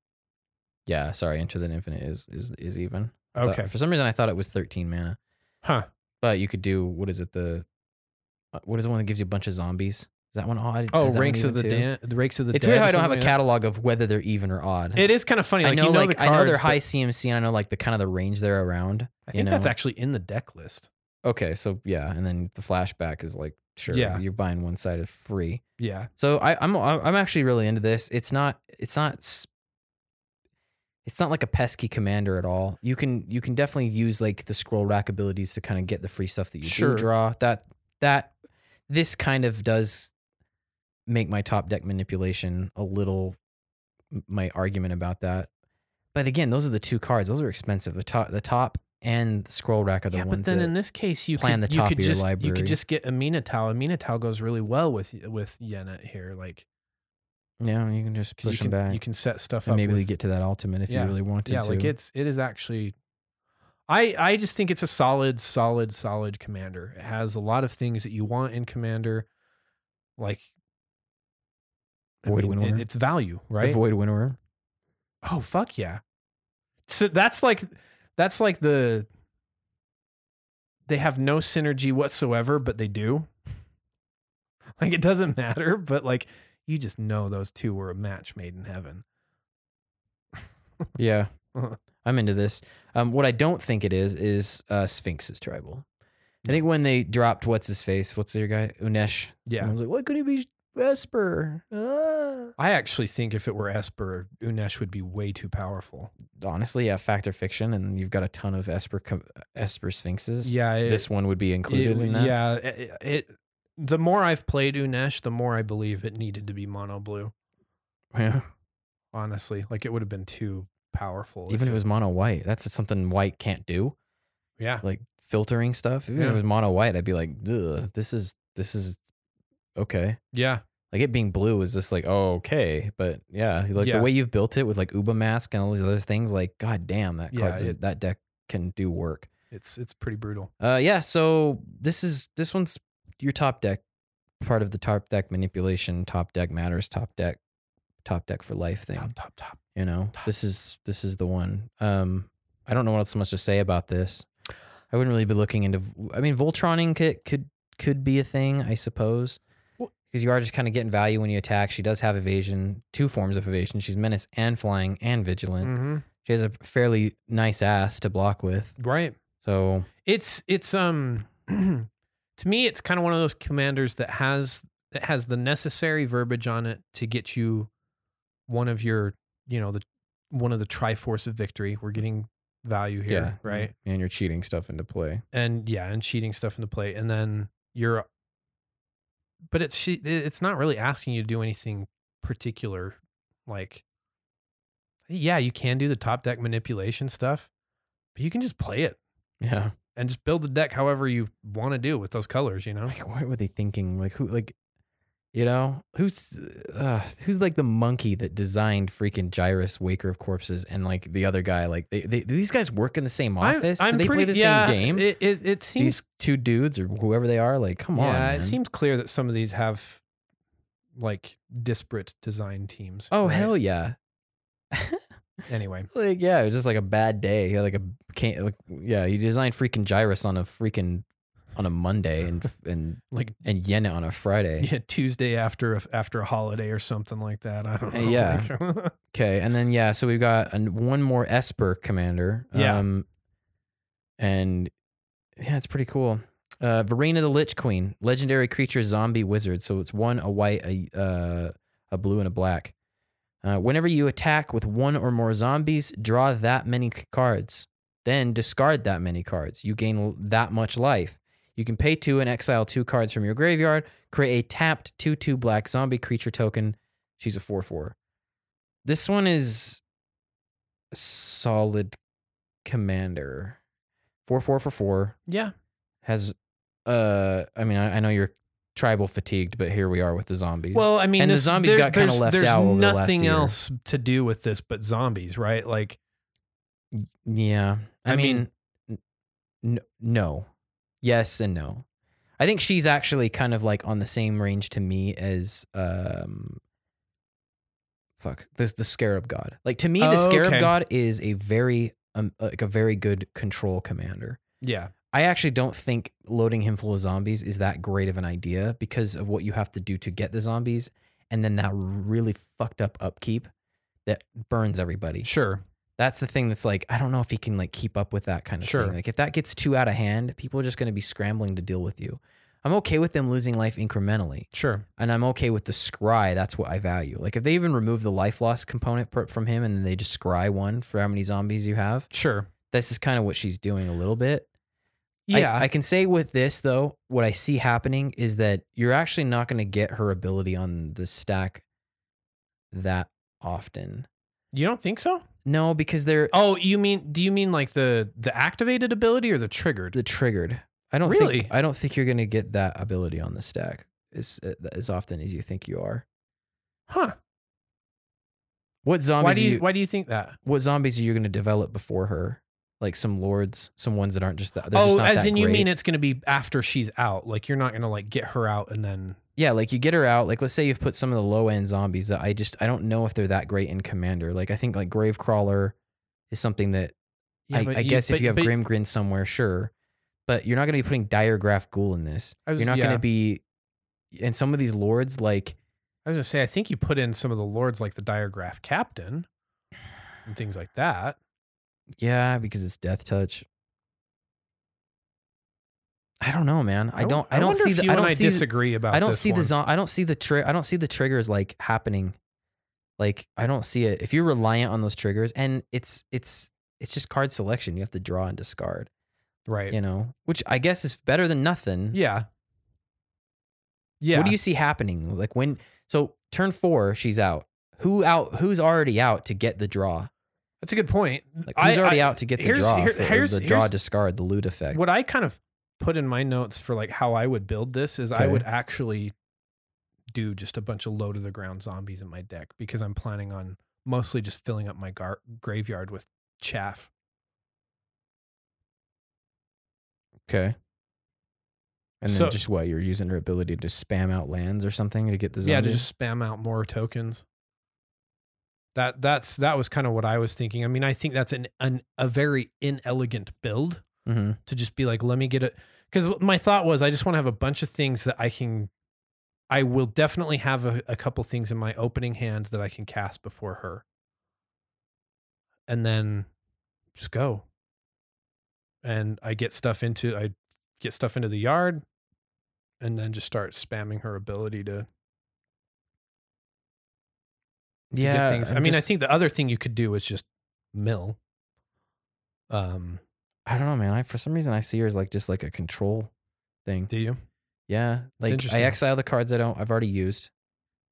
Speaker 3: yeah sorry enter the infinite is is is even I thought-
Speaker 2: okay,
Speaker 3: for some reason i thought it was 13 mana
Speaker 2: huh?
Speaker 3: but you could do what is it the uh, what is the one that gives you a bunch of zombies is that one odd
Speaker 2: Oh,
Speaker 3: Is that one
Speaker 2: ranks of the
Speaker 3: even too?
Speaker 2: dan- the ranks of the.
Speaker 3: it's weird
Speaker 2: Dead
Speaker 3: how
Speaker 2: or
Speaker 3: I don't have a
Speaker 2: something like
Speaker 3: catalog of whether they're even or odd.
Speaker 2: that. It is kind of funny. Like,
Speaker 3: I know,
Speaker 2: you know
Speaker 3: like
Speaker 2: the
Speaker 3: I know
Speaker 2: cards,
Speaker 3: they're
Speaker 2: but
Speaker 3: high CMC, and I know like the kind of the range they're around.
Speaker 2: I
Speaker 3: you
Speaker 2: think that's
Speaker 3: know?
Speaker 2: actually in the deck list.
Speaker 3: okay. So yeah, and then the flashback is like sure,
Speaker 2: Yeah.
Speaker 3: you're buying one sided free.
Speaker 2: Yeah,
Speaker 3: So I, I'm I'm actually really into this. It's not it's not s- it's not like a pesky commander at all. You can you can definitely use like the scroll rack abilities to kind of get the free stuff that you do
Speaker 2: Sure.
Speaker 3: draw. That that this kind of does make my top deck manipulation a little my argument about that. But again, those are the two cards. Those are expensive. The top the top and the scroll rack are the
Speaker 2: yeah. But
Speaker 3: ones
Speaker 2: then
Speaker 3: that
Speaker 2: in this case, you
Speaker 3: plan
Speaker 2: could,
Speaker 3: the
Speaker 2: you
Speaker 3: top
Speaker 2: could
Speaker 3: of your
Speaker 2: just you
Speaker 3: library.
Speaker 2: could just get Aminatau. Aminatau goes really well with with Yenna here. Like,
Speaker 3: yeah, you can just
Speaker 2: 'cause
Speaker 3: push
Speaker 2: you can
Speaker 3: them back.
Speaker 2: you can set stuff
Speaker 3: and
Speaker 2: up.
Speaker 3: maybe
Speaker 2: with,
Speaker 3: they get to that ultimate if
Speaker 2: Yeah.
Speaker 3: you really wanted
Speaker 2: yeah
Speaker 3: to.
Speaker 2: like it's it is actually i i just think it's a solid solid solid commander it has a lot of things that you want in commander like I
Speaker 3: Void
Speaker 2: mean, it-
Speaker 3: Winnower?
Speaker 2: it's value
Speaker 3: The
Speaker 2: right
Speaker 3: Void Winnower.
Speaker 2: oh fuck yeah so that's like that's like the they have no synergy whatsoever but they do <laughs> like it doesn't matter but like you just know those two were a match made in heaven
Speaker 3: Yeah.
Speaker 2: Uh-huh.
Speaker 3: I'm into this. Um, what I don't think it is is uh, Sphinx's tribal. I think when they dropped what's his face, what's their guy Unesh. I
Speaker 2: yeah
Speaker 3: was like, why couldn't it be Vesper? Ah.
Speaker 2: I actually think if it were Esper, Unesh would be way too powerful.
Speaker 3: Honestly, yeah, fact or fiction, and you've got a ton of Esper com- Esper Sphinxes.
Speaker 2: Yeah, it,
Speaker 3: this one would be included
Speaker 2: it-
Speaker 3: in that.
Speaker 2: Yeah, it, it. The more I've played Unesh, the more I believe it needed to be mono blue.
Speaker 3: <laughs> Yeah.
Speaker 2: Honestly, like it would have been too powerful.
Speaker 3: Even if it was mono white, that's just something white can't do.
Speaker 2: yeah,
Speaker 3: Like filtering stuff. Even if
Speaker 2: Yeah.
Speaker 3: it was mono white, I'd be like, Ugh, this is this is okay.
Speaker 2: yeah,
Speaker 3: Like it being blue is just like, oh, okay. But yeah, like
Speaker 2: Yeah.
Speaker 3: the way you've built it with like Uba Mask and all these other things, like, god damn, that
Speaker 2: Yeah,
Speaker 3: card's
Speaker 2: it-
Speaker 3: that deck can do work.
Speaker 2: it's it's pretty brutal.
Speaker 3: Uh yeah, so this is this one's your top deck, part of the top deck manipulation, top deck matters, top deck, top deck for life thing.
Speaker 2: Top, top, top.
Speaker 3: You know?
Speaker 2: top.
Speaker 3: This is this is the one. Um I don't know what else much to say about this. I wouldn't really be looking into I mean Voltroning could could could be a thing, I suppose.
Speaker 2: Well,
Speaker 3: because you are just kind of getting value when you attack. She does have evasion, two forms of evasion. She's menace and flying and vigilant.
Speaker 2: Mm-hmm.
Speaker 3: She has a fairly nice ass to block with.
Speaker 2: Right.
Speaker 3: So
Speaker 2: It's it's um <clears throat> to me it's kind of one of those commanders that has that has the necessary verbiage on it to get you one of your you know the one of the triforce of victory. We're getting value here,
Speaker 3: yeah,
Speaker 2: right?
Speaker 3: And you're cheating stuff into play.
Speaker 2: and yeah, and cheating stuff into play, and then you're, but it's she, it's not really asking you to do anything particular, like, yeah, you can do the top deck manipulation stuff, but you can just play it
Speaker 3: Yeah.
Speaker 2: and just build the deck however you want to do with those colors, you know?
Speaker 3: <laughs> Like, what were they thinking? Like, who, like, you know, who's, uh, who's like the monkey that designed freaking Gyrus, Waker of Corpses, and like the other guy? Like, they, they do these guys work in the same
Speaker 2: I'm-
Speaker 3: office?
Speaker 2: I'm
Speaker 3: do they
Speaker 2: pretty-
Speaker 3: play the
Speaker 2: yeah,
Speaker 3: same game?
Speaker 2: It it, it seems
Speaker 3: These two dudes or whoever they are, like, come
Speaker 2: yeah,
Speaker 3: on. man.
Speaker 2: it seems clear that some of these have like disparate design teams.
Speaker 3: Oh
Speaker 2: right?
Speaker 3: hell yeah!
Speaker 2: Anyway,
Speaker 3: Like yeah, it was just like a bad day. He had like a can't, like, yeah, he designed freaking Gyrus on a freaking on a Monday
Speaker 2: <laughs>
Speaker 3: and and
Speaker 2: like
Speaker 3: and Yenna on a Friday.
Speaker 2: <laughs> yeah, Tuesday after a, after a holiday or something like that. I don't
Speaker 3: Uh,
Speaker 2: know.
Speaker 3: yeah.
Speaker 2: Like-
Speaker 3: Okay, and then yeah, so we've got an, one more Esper commander.
Speaker 2: Yeah.
Speaker 3: Um, and yeah, it's pretty cool. Uh, Verena the Lich Queen, legendary creature, zombie wizard. So it's one a white, a uh, a blue, and a black. Uh, whenever you attack with one or more zombies, draw that many c- cards. Then discard that many cards. You gain l- that much life. You can pay two and exile two cards from your graveyard. Create a tapped two two black zombie creature token. She's a four four. This one is a solid commander. Four four for four
Speaker 2: <laughs> yeah.
Speaker 3: has uh I mean I, I know you're tribal fatigued, but here we are with the zombies.
Speaker 2: Well, I mean,
Speaker 3: And the
Speaker 2: this-
Speaker 3: zombies
Speaker 2: there-
Speaker 3: got kinda
Speaker 2: there's-
Speaker 3: left
Speaker 2: there's
Speaker 3: out over the last
Speaker 2: nothing
Speaker 3: year.
Speaker 2: else to do with this but zombies, right? Like,
Speaker 3: yeah. I,
Speaker 2: I
Speaker 3: mean, n- no. Yes and no. I think she's actually kind of like on the same range to me as um fuck, the the scarab god. Like to me the
Speaker 2: Oh,
Speaker 3: scarab
Speaker 2: okay.
Speaker 3: god is a very um, like a very good control commander.
Speaker 2: yeah,
Speaker 3: I actually don't think loading him full of zombies is that great of an idea because of what you have to do to get the zombies and then that really fucked up upkeep that burns everybody.
Speaker 2: sure.
Speaker 3: That's the thing that's like I don't know if he can like keep up with that kind of
Speaker 2: Sure.
Speaker 3: thing. Like if that gets too out of hand, people are just going to be scrambling to deal with you. I'm okay with them losing life incrementally
Speaker 2: Sure.
Speaker 3: and I'm okay with the scry. That's what I value. Like if they even remove the life loss component per- from him and then they just scry one for how many zombies you have,
Speaker 2: Sure.
Speaker 3: this is kind of what she's doing a little bit. I-
Speaker 2: Yeah.
Speaker 3: I, can say with this though, what I see happening is that you're actually not going to get her ability on the stack that often.
Speaker 2: you don't think so?
Speaker 3: No, because they're
Speaker 2: Oh, you mean, do you mean like the, the activated ability or the triggered?
Speaker 3: the triggered. I don't
Speaker 2: Really?
Speaker 3: Think, I don't think you're going to get that ability on the stack as uh, as often as you think you are.
Speaker 2: Huh.
Speaker 3: What zombies?
Speaker 2: Why do
Speaker 3: are
Speaker 2: you, why do you think that?
Speaker 3: what zombies are you going to develop before her? Like some lords, some ones that aren't just that. they're just
Speaker 2: Oh,
Speaker 3: not
Speaker 2: as
Speaker 3: that
Speaker 2: in you
Speaker 3: great.
Speaker 2: mean it's going to be after she's out. Like you're not going to like get her out and then,
Speaker 3: yeah, like you get her out. Like let's say you've put some of the low end zombies that I just I don't know if they're that great in commander. Like I think like Gravecrawler is something that
Speaker 2: Yeah,
Speaker 3: I,
Speaker 2: but
Speaker 3: I guess
Speaker 2: but-
Speaker 3: if you have
Speaker 2: but-
Speaker 3: Grim Grin somewhere, sure, but you're not going to be putting Diagraph Ghoul in this.
Speaker 2: I was-
Speaker 3: you're not
Speaker 2: yeah.
Speaker 3: going to be, and some of these lords like
Speaker 2: I was gonna say, I think you put in some of the lords like the Diagraph Captain and things like that.
Speaker 3: yeah because it's Death Touch. I don't know, man. I
Speaker 2: w-
Speaker 3: don't. I, don't
Speaker 2: wonder
Speaker 3: see.
Speaker 2: if
Speaker 3: The,
Speaker 2: you
Speaker 3: I
Speaker 2: and
Speaker 3: don't
Speaker 2: I
Speaker 3: see. the-
Speaker 2: disagree about.
Speaker 3: I don't
Speaker 2: this
Speaker 3: see the
Speaker 2: one.
Speaker 3: zon- I don't see the tri- I don't see the triggers like happening. Like I don't see it. If you're reliant on those triggers and it's it's it's just card selection. You have to draw and discard,
Speaker 2: right.
Speaker 3: you know, which I guess is better than nothing.
Speaker 2: Yeah. Yeah.
Speaker 3: What do you see happening? Like when so turn 4, she's out. Who out who's already out to get the draw?
Speaker 2: That's a good point.
Speaker 3: Like who's
Speaker 2: I-
Speaker 3: already
Speaker 2: I-
Speaker 3: out to get the
Speaker 2: here's-
Speaker 3: draw?
Speaker 2: here-
Speaker 3: for
Speaker 2: here's-
Speaker 3: the draw
Speaker 2: here's-
Speaker 3: discard, the loot effect.
Speaker 2: What I kind of put in my notes for like how I would build this is I
Speaker 3: Okay.
Speaker 2: would actually do just a bunch of low to the ground zombies in my deck because I'm planning on mostly just filling up my gar- graveyard with chaff.
Speaker 3: okay. And then
Speaker 2: So-
Speaker 3: just what you're using her ability to spam out lands or something to get the zombies.
Speaker 2: Yeah, to just spam out more tokens. That that's that was kind of what I was thinking. I mean, I think that's an, an a very inelegant build
Speaker 3: hmm
Speaker 2: to just be like, let me get it. Because my thought was, I just want to have a bunch of things that I can I will definitely have a, a couple things in my opening hand that I can cast before her. And then just go. And I get stuff into I get stuff into the yard and then just start spamming her ability to, to get things. I
Speaker 3: I'm
Speaker 2: mean, I
Speaker 3: just-
Speaker 2: think the other thing you could do is just mill. Um,
Speaker 3: I don't know, man. I for some reason I see her as like just like a control thing.
Speaker 2: do you?
Speaker 3: Yeah, like I
Speaker 2: interesting.
Speaker 3: exile the cards I don't I've already used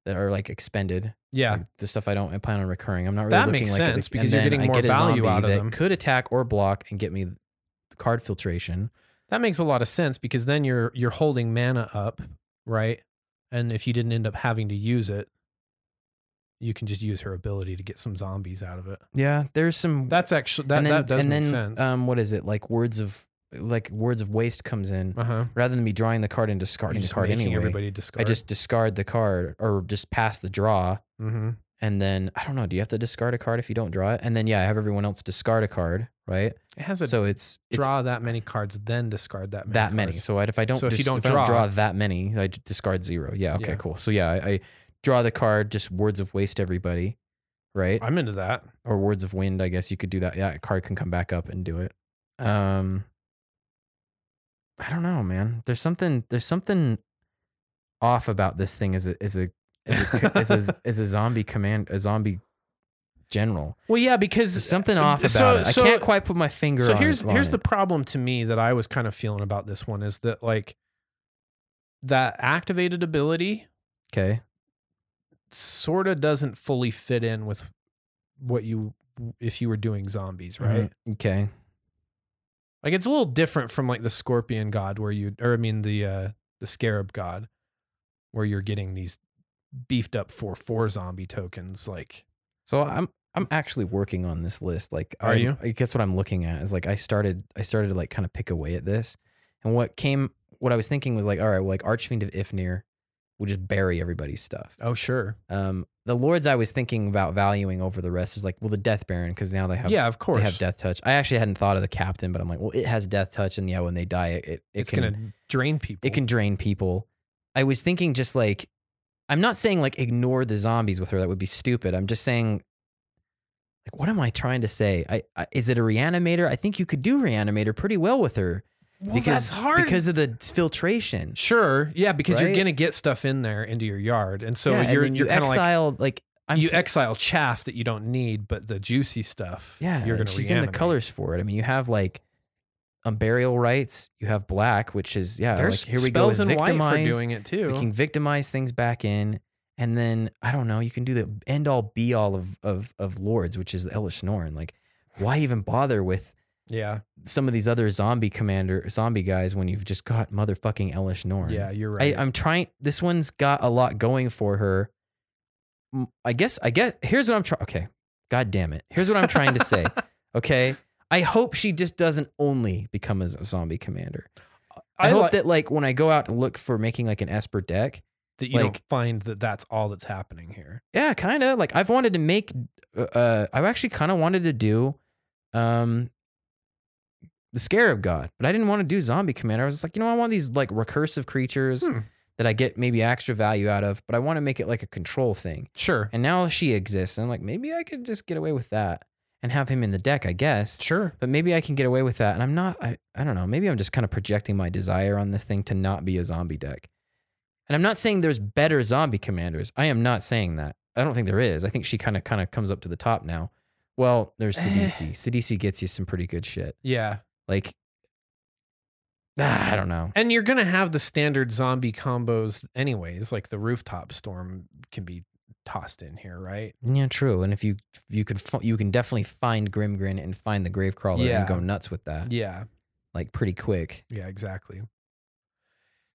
Speaker 3: that are like expended.
Speaker 2: Yeah.
Speaker 3: like, the stuff I don't plan on recurring. I'm not really
Speaker 2: That
Speaker 3: looking
Speaker 2: makes
Speaker 3: like
Speaker 2: sense,
Speaker 3: a,
Speaker 2: because
Speaker 3: and
Speaker 2: you're
Speaker 3: then
Speaker 2: getting
Speaker 3: I
Speaker 2: more
Speaker 3: get a
Speaker 2: value
Speaker 3: zombie
Speaker 2: out of
Speaker 3: that
Speaker 2: them.
Speaker 3: Could attack or block and get me the card filtration.
Speaker 2: That makes a lot of sense because then you're you're holding mana up, right? And if you didn't end up having to use it, you can just use her ability to get some zombies out of it.
Speaker 3: Yeah, there's some
Speaker 2: That's actually that,
Speaker 3: and then,
Speaker 2: that does
Speaker 3: and
Speaker 2: make
Speaker 3: then,
Speaker 2: sense.
Speaker 3: Um, what is it like? Words of like words of waste comes in
Speaker 2: uh huh.
Speaker 3: rather than me drawing the card and discarding the card anyway.
Speaker 2: everybody discard.
Speaker 3: I just discard the card or just pass the draw.
Speaker 2: mm-hmm.
Speaker 3: And then I don't know. Do you have to discard a card if you don't draw it? And then yeah, I have everyone else discard a card, right?
Speaker 2: it has a
Speaker 3: So it's it's
Speaker 2: draw that many cards, then discard that many
Speaker 3: that many.
Speaker 2: cards.
Speaker 3: So I'd- if I don't,
Speaker 2: So if you
Speaker 3: dis-
Speaker 2: don't
Speaker 3: I
Speaker 2: draw-
Speaker 3: that many, I d- discard zero. Yeah. Okay.
Speaker 2: Yeah.
Speaker 3: Cool. So yeah, I, I draw the card. Just words of waste, everybody, right?
Speaker 2: I'm into that.
Speaker 3: or words of wind. I guess you could do that. Yeah, a card can come back up and do it. Um, I don't know, man. There's something. There's something off about this thing as a as a as a, co-
Speaker 2: <laughs>
Speaker 3: as a, as a zombie command a zombie general.
Speaker 2: Well, yeah, because
Speaker 3: There's something off about
Speaker 2: so-
Speaker 3: it. I
Speaker 2: so-
Speaker 3: can't quite put my finger.
Speaker 2: so
Speaker 3: on-
Speaker 2: here's
Speaker 3: on
Speaker 2: here's
Speaker 3: it.
Speaker 2: the problem to me that I was kind of feeling about this one is that like that activated ability
Speaker 3: okay.
Speaker 2: sort of doesn't fully fit in with what you if you were doing zombies, right?
Speaker 3: Mhm. Okay.
Speaker 2: Like it's a little different from like the scorpion god where you or I mean the uh the scarab god where you're getting these beefed up 4/4 zombie tokens like
Speaker 3: So I'm I'm actually working on this list. Like,
Speaker 2: Are
Speaker 3: I'm-
Speaker 2: you?
Speaker 3: I guess what I'm looking at is like I started I started to like kind of pick away at this, and what came what I was thinking was like, all right, well, like Archfiend of Ifnir will just bury everybody's stuff.
Speaker 2: oh sure.
Speaker 3: Um, the lords I was thinking about valuing over the rest is like, well, the Death Baron because now they have
Speaker 2: yeah, of
Speaker 3: they
Speaker 2: course.
Speaker 3: have Death Touch. I actually hadn't thought of the Captain, but I'm like, well, it has Death Touch, and yeah, when they die, it it, it
Speaker 2: it's
Speaker 3: can
Speaker 2: going to drain people.
Speaker 3: it can drain people. I was thinking just like I'm not saying like ignore the zombies with her. That would be stupid. I'm just saying like what am I trying to say? I, I is it a reanimator? I think you could do reanimator pretty well with her
Speaker 2: well,
Speaker 3: because because of the filtration.
Speaker 2: sure. Yeah, because you're
Speaker 3: Right?
Speaker 2: going to get stuff in there into your yard. And so
Speaker 3: Yeah, and
Speaker 2: you're
Speaker 3: then
Speaker 2: you're
Speaker 3: you
Speaker 2: kind of like
Speaker 3: exile like, I'm
Speaker 2: you
Speaker 3: s-
Speaker 2: exile chaff that you don't need, but the juicy stuff
Speaker 3: yeah,
Speaker 2: you're
Speaker 3: and
Speaker 2: going to
Speaker 3: she's
Speaker 2: reanimate.
Speaker 3: in the colors for it. I mean, you have like um, burial rights. You have black, which is yeah.
Speaker 2: There's
Speaker 3: like, here we go.
Speaker 2: spells
Speaker 3: with
Speaker 2: in white for
Speaker 3: victimize.
Speaker 2: doing it too.
Speaker 3: We can victimize things back in, and then I don't know. You can do the end all be all of of of lords, which is Elish Norn. Like, why even bother with
Speaker 2: yeah,
Speaker 3: some of these other zombie commander zombie guys when you've just got motherfucking Elish Norn?
Speaker 2: yeah, you're
Speaker 3: I,
Speaker 2: right.
Speaker 3: I'm trying. This one's got a lot going for her. Mm, I guess. I guess. Here's what I'm trying. Okay. God damn it. Here's what I'm trying to
Speaker 2: <laughs>
Speaker 3: say. Okay. I hope she just doesn't only become a z- zombie commander. I, hope
Speaker 2: like-
Speaker 3: that like when I go out to look for making like an Esper deck,
Speaker 2: that you don't
Speaker 3: like-
Speaker 2: find that that's all that's happening here.
Speaker 3: Yeah, kind of. Like I've wanted to make. uh, Uh, I've actually kind of wanted to do, um, the Scarab God, but I didn't want to do Zombie Commander. I was just like, you know, I want these like recursive creatures
Speaker 2: Hmm.
Speaker 3: that I get maybe extra value out of, but I want to make it like a control thing.
Speaker 2: Sure,
Speaker 3: And now she exists, and I'm like, maybe I could just get away with that and have him in the deck, I guess.
Speaker 2: sure.
Speaker 3: But maybe I can get away with that. And I'm not, I, I don't know, maybe I'm just kind of projecting my desire on this thing to not be a zombie deck. And I'm not saying there's better zombie commanders. I am not saying that. I don't think there is. I think she kind of kind of comes up to the top now. Well,
Speaker 2: <sighs>
Speaker 3: there's
Speaker 2: Eh.
Speaker 3: Sidisi. Sidisi gets you some pretty good shit.
Speaker 2: Yeah,
Speaker 3: Like, <sighs> ah, I don't know.
Speaker 2: and you're gonna have the standard zombie combos anyways. Like the rooftop storm can be tossed in here, right?
Speaker 3: Yeah, true. And if you you could fi- you can definitely find Grimgrin and find the Gravecrawler
Speaker 2: Yeah.
Speaker 3: and go nuts with that
Speaker 2: Yeah,
Speaker 3: like pretty quick.
Speaker 2: yeah, exactly.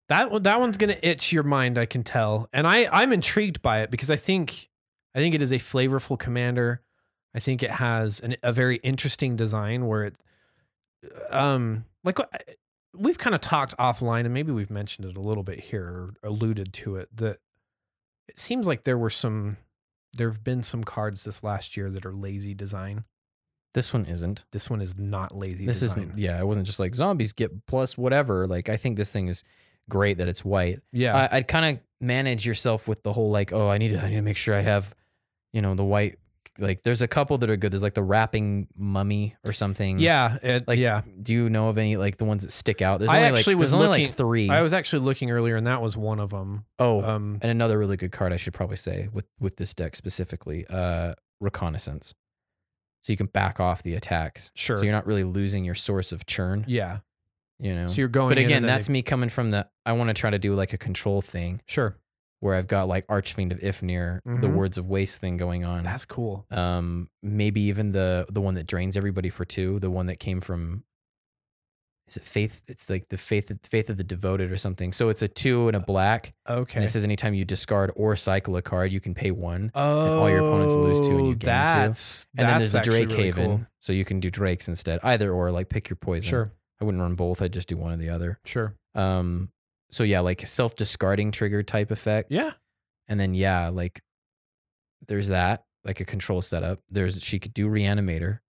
Speaker 2: That one, that one's gonna itch your mind, I can tell, and I I'm intrigued by it because I think I think it is a flavorful commander. I think it has an, a very interesting design where it, um, like what- we've kind of talked offline, and maybe we've mentioned it a little bit here or alluded to it that it seems like there were some, there have been some cards this last year that are lazy design.
Speaker 3: This one isn't.
Speaker 2: This one is not lazy.
Speaker 3: this
Speaker 2: design.
Speaker 3: isn't yeah it wasn't just like zombies get plus whatever like i think this thing is great that it's white.
Speaker 2: Yeah.
Speaker 3: I, I'd kind of manage yourself with the whole like, oh, I need to, I need to make sure I have, you know, the white. Like, there's a couple that are good. There's like the wrapping mummy or something.
Speaker 2: yeah. It,
Speaker 3: Like,
Speaker 2: yeah.
Speaker 3: Do you know of any like the ones that stick out? There's
Speaker 2: I
Speaker 3: only
Speaker 2: actually
Speaker 3: like,
Speaker 2: was
Speaker 3: there's only
Speaker 2: looking-
Speaker 3: like three.
Speaker 2: I was actually looking earlier, and that was one of them.
Speaker 3: oh,
Speaker 2: Um,
Speaker 3: and another really good card I should probably say with with this deck specifically, uh, reconnaissance. So you can back off the attacks.
Speaker 2: sure.
Speaker 3: So you're not really losing your source of churn.
Speaker 2: yeah.
Speaker 3: You know.
Speaker 2: So you're going.
Speaker 3: but
Speaker 2: in and
Speaker 3: again,
Speaker 2: then
Speaker 3: that's
Speaker 2: they-
Speaker 3: me coming from the. I want to try to do like a control thing
Speaker 2: sure.
Speaker 3: where I've got like Archfiend of Ifnir, the
Speaker 2: Mhm.
Speaker 3: Words of Waste thing going on.
Speaker 2: That's cool.
Speaker 3: um, maybe even the the one that drains everybody for two, the one that came from. Is it faith? It's like the faith, faith of the devoted or something. So it's a two and a black, and
Speaker 2: Okay.
Speaker 3: it says anytime you discard or cycle a card, you can pay one.
Speaker 2: oh,
Speaker 3: all your opponents lose two and you gain two.
Speaker 2: that's,
Speaker 3: And then there's
Speaker 2: that's
Speaker 3: the Drake
Speaker 2: actually really
Speaker 3: Haven,
Speaker 2: cool.
Speaker 3: so you can do Drakes instead, either or. Like pick your poison.
Speaker 2: Sure.
Speaker 3: I wouldn't run both. I'd just do one or the other.
Speaker 2: Sure.
Speaker 3: Um, so yeah, like self discarding trigger type effects.
Speaker 2: Yeah.
Speaker 3: And then yeah, like there's that, like a control setup. There's she could do reanimator.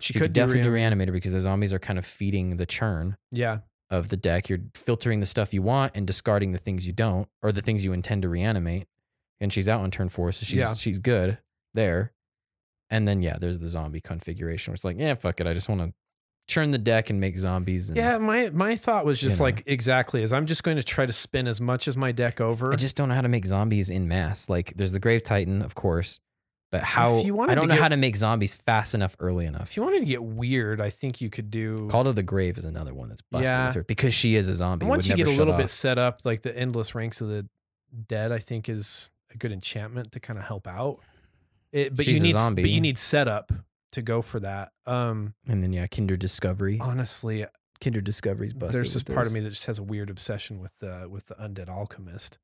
Speaker 3: She, could,
Speaker 2: do
Speaker 3: definitely do
Speaker 2: reanimate.
Speaker 3: reanimator because the zombies are kind of feeding the churn
Speaker 2: Yeah.
Speaker 3: of the deck. You're filtering the stuff you want and discarding the things you don't or the things you intend to reanimate. And she's out on turn four, so she's
Speaker 2: Yeah.
Speaker 3: she's good there. And then yeah, there's the zombie configuration where it's like, yeah, fuck it. I just want to churn the deck and make zombies. And
Speaker 2: Yeah, my my thought was
Speaker 3: You
Speaker 2: just
Speaker 3: know.
Speaker 2: like exactly is I'm just going to try to spin as much as my deck over.
Speaker 3: I just don't know how to make zombies in mass. Like there's the Grave Titan, of course, but how
Speaker 2: you wanted
Speaker 3: I don't
Speaker 2: to
Speaker 3: know
Speaker 2: get-
Speaker 3: how to make zombies fast enough early enough.
Speaker 2: if you wanted to get weird, I think you could do.
Speaker 3: Call to the Grave is another one that's busted
Speaker 2: Yeah.
Speaker 3: with her because she is a zombie.
Speaker 2: And once you
Speaker 3: would
Speaker 2: get
Speaker 3: never
Speaker 2: a
Speaker 3: shut
Speaker 2: little bit
Speaker 3: off.
Speaker 2: set up, like the endless ranks of the dead, I think is a good enchantment to kind of help out. It, but
Speaker 3: She's
Speaker 2: you
Speaker 3: a
Speaker 2: need
Speaker 3: zombie.
Speaker 2: but you need setup to go for that. Um,
Speaker 3: and then yeah, Kinder Discovery.
Speaker 2: honestly, uh,
Speaker 3: Kinder Discovery's busted.
Speaker 2: Oh, there's this
Speaker 3: with
Speaker 2: part of me that just has a weird obsession with the with the undead alchemist.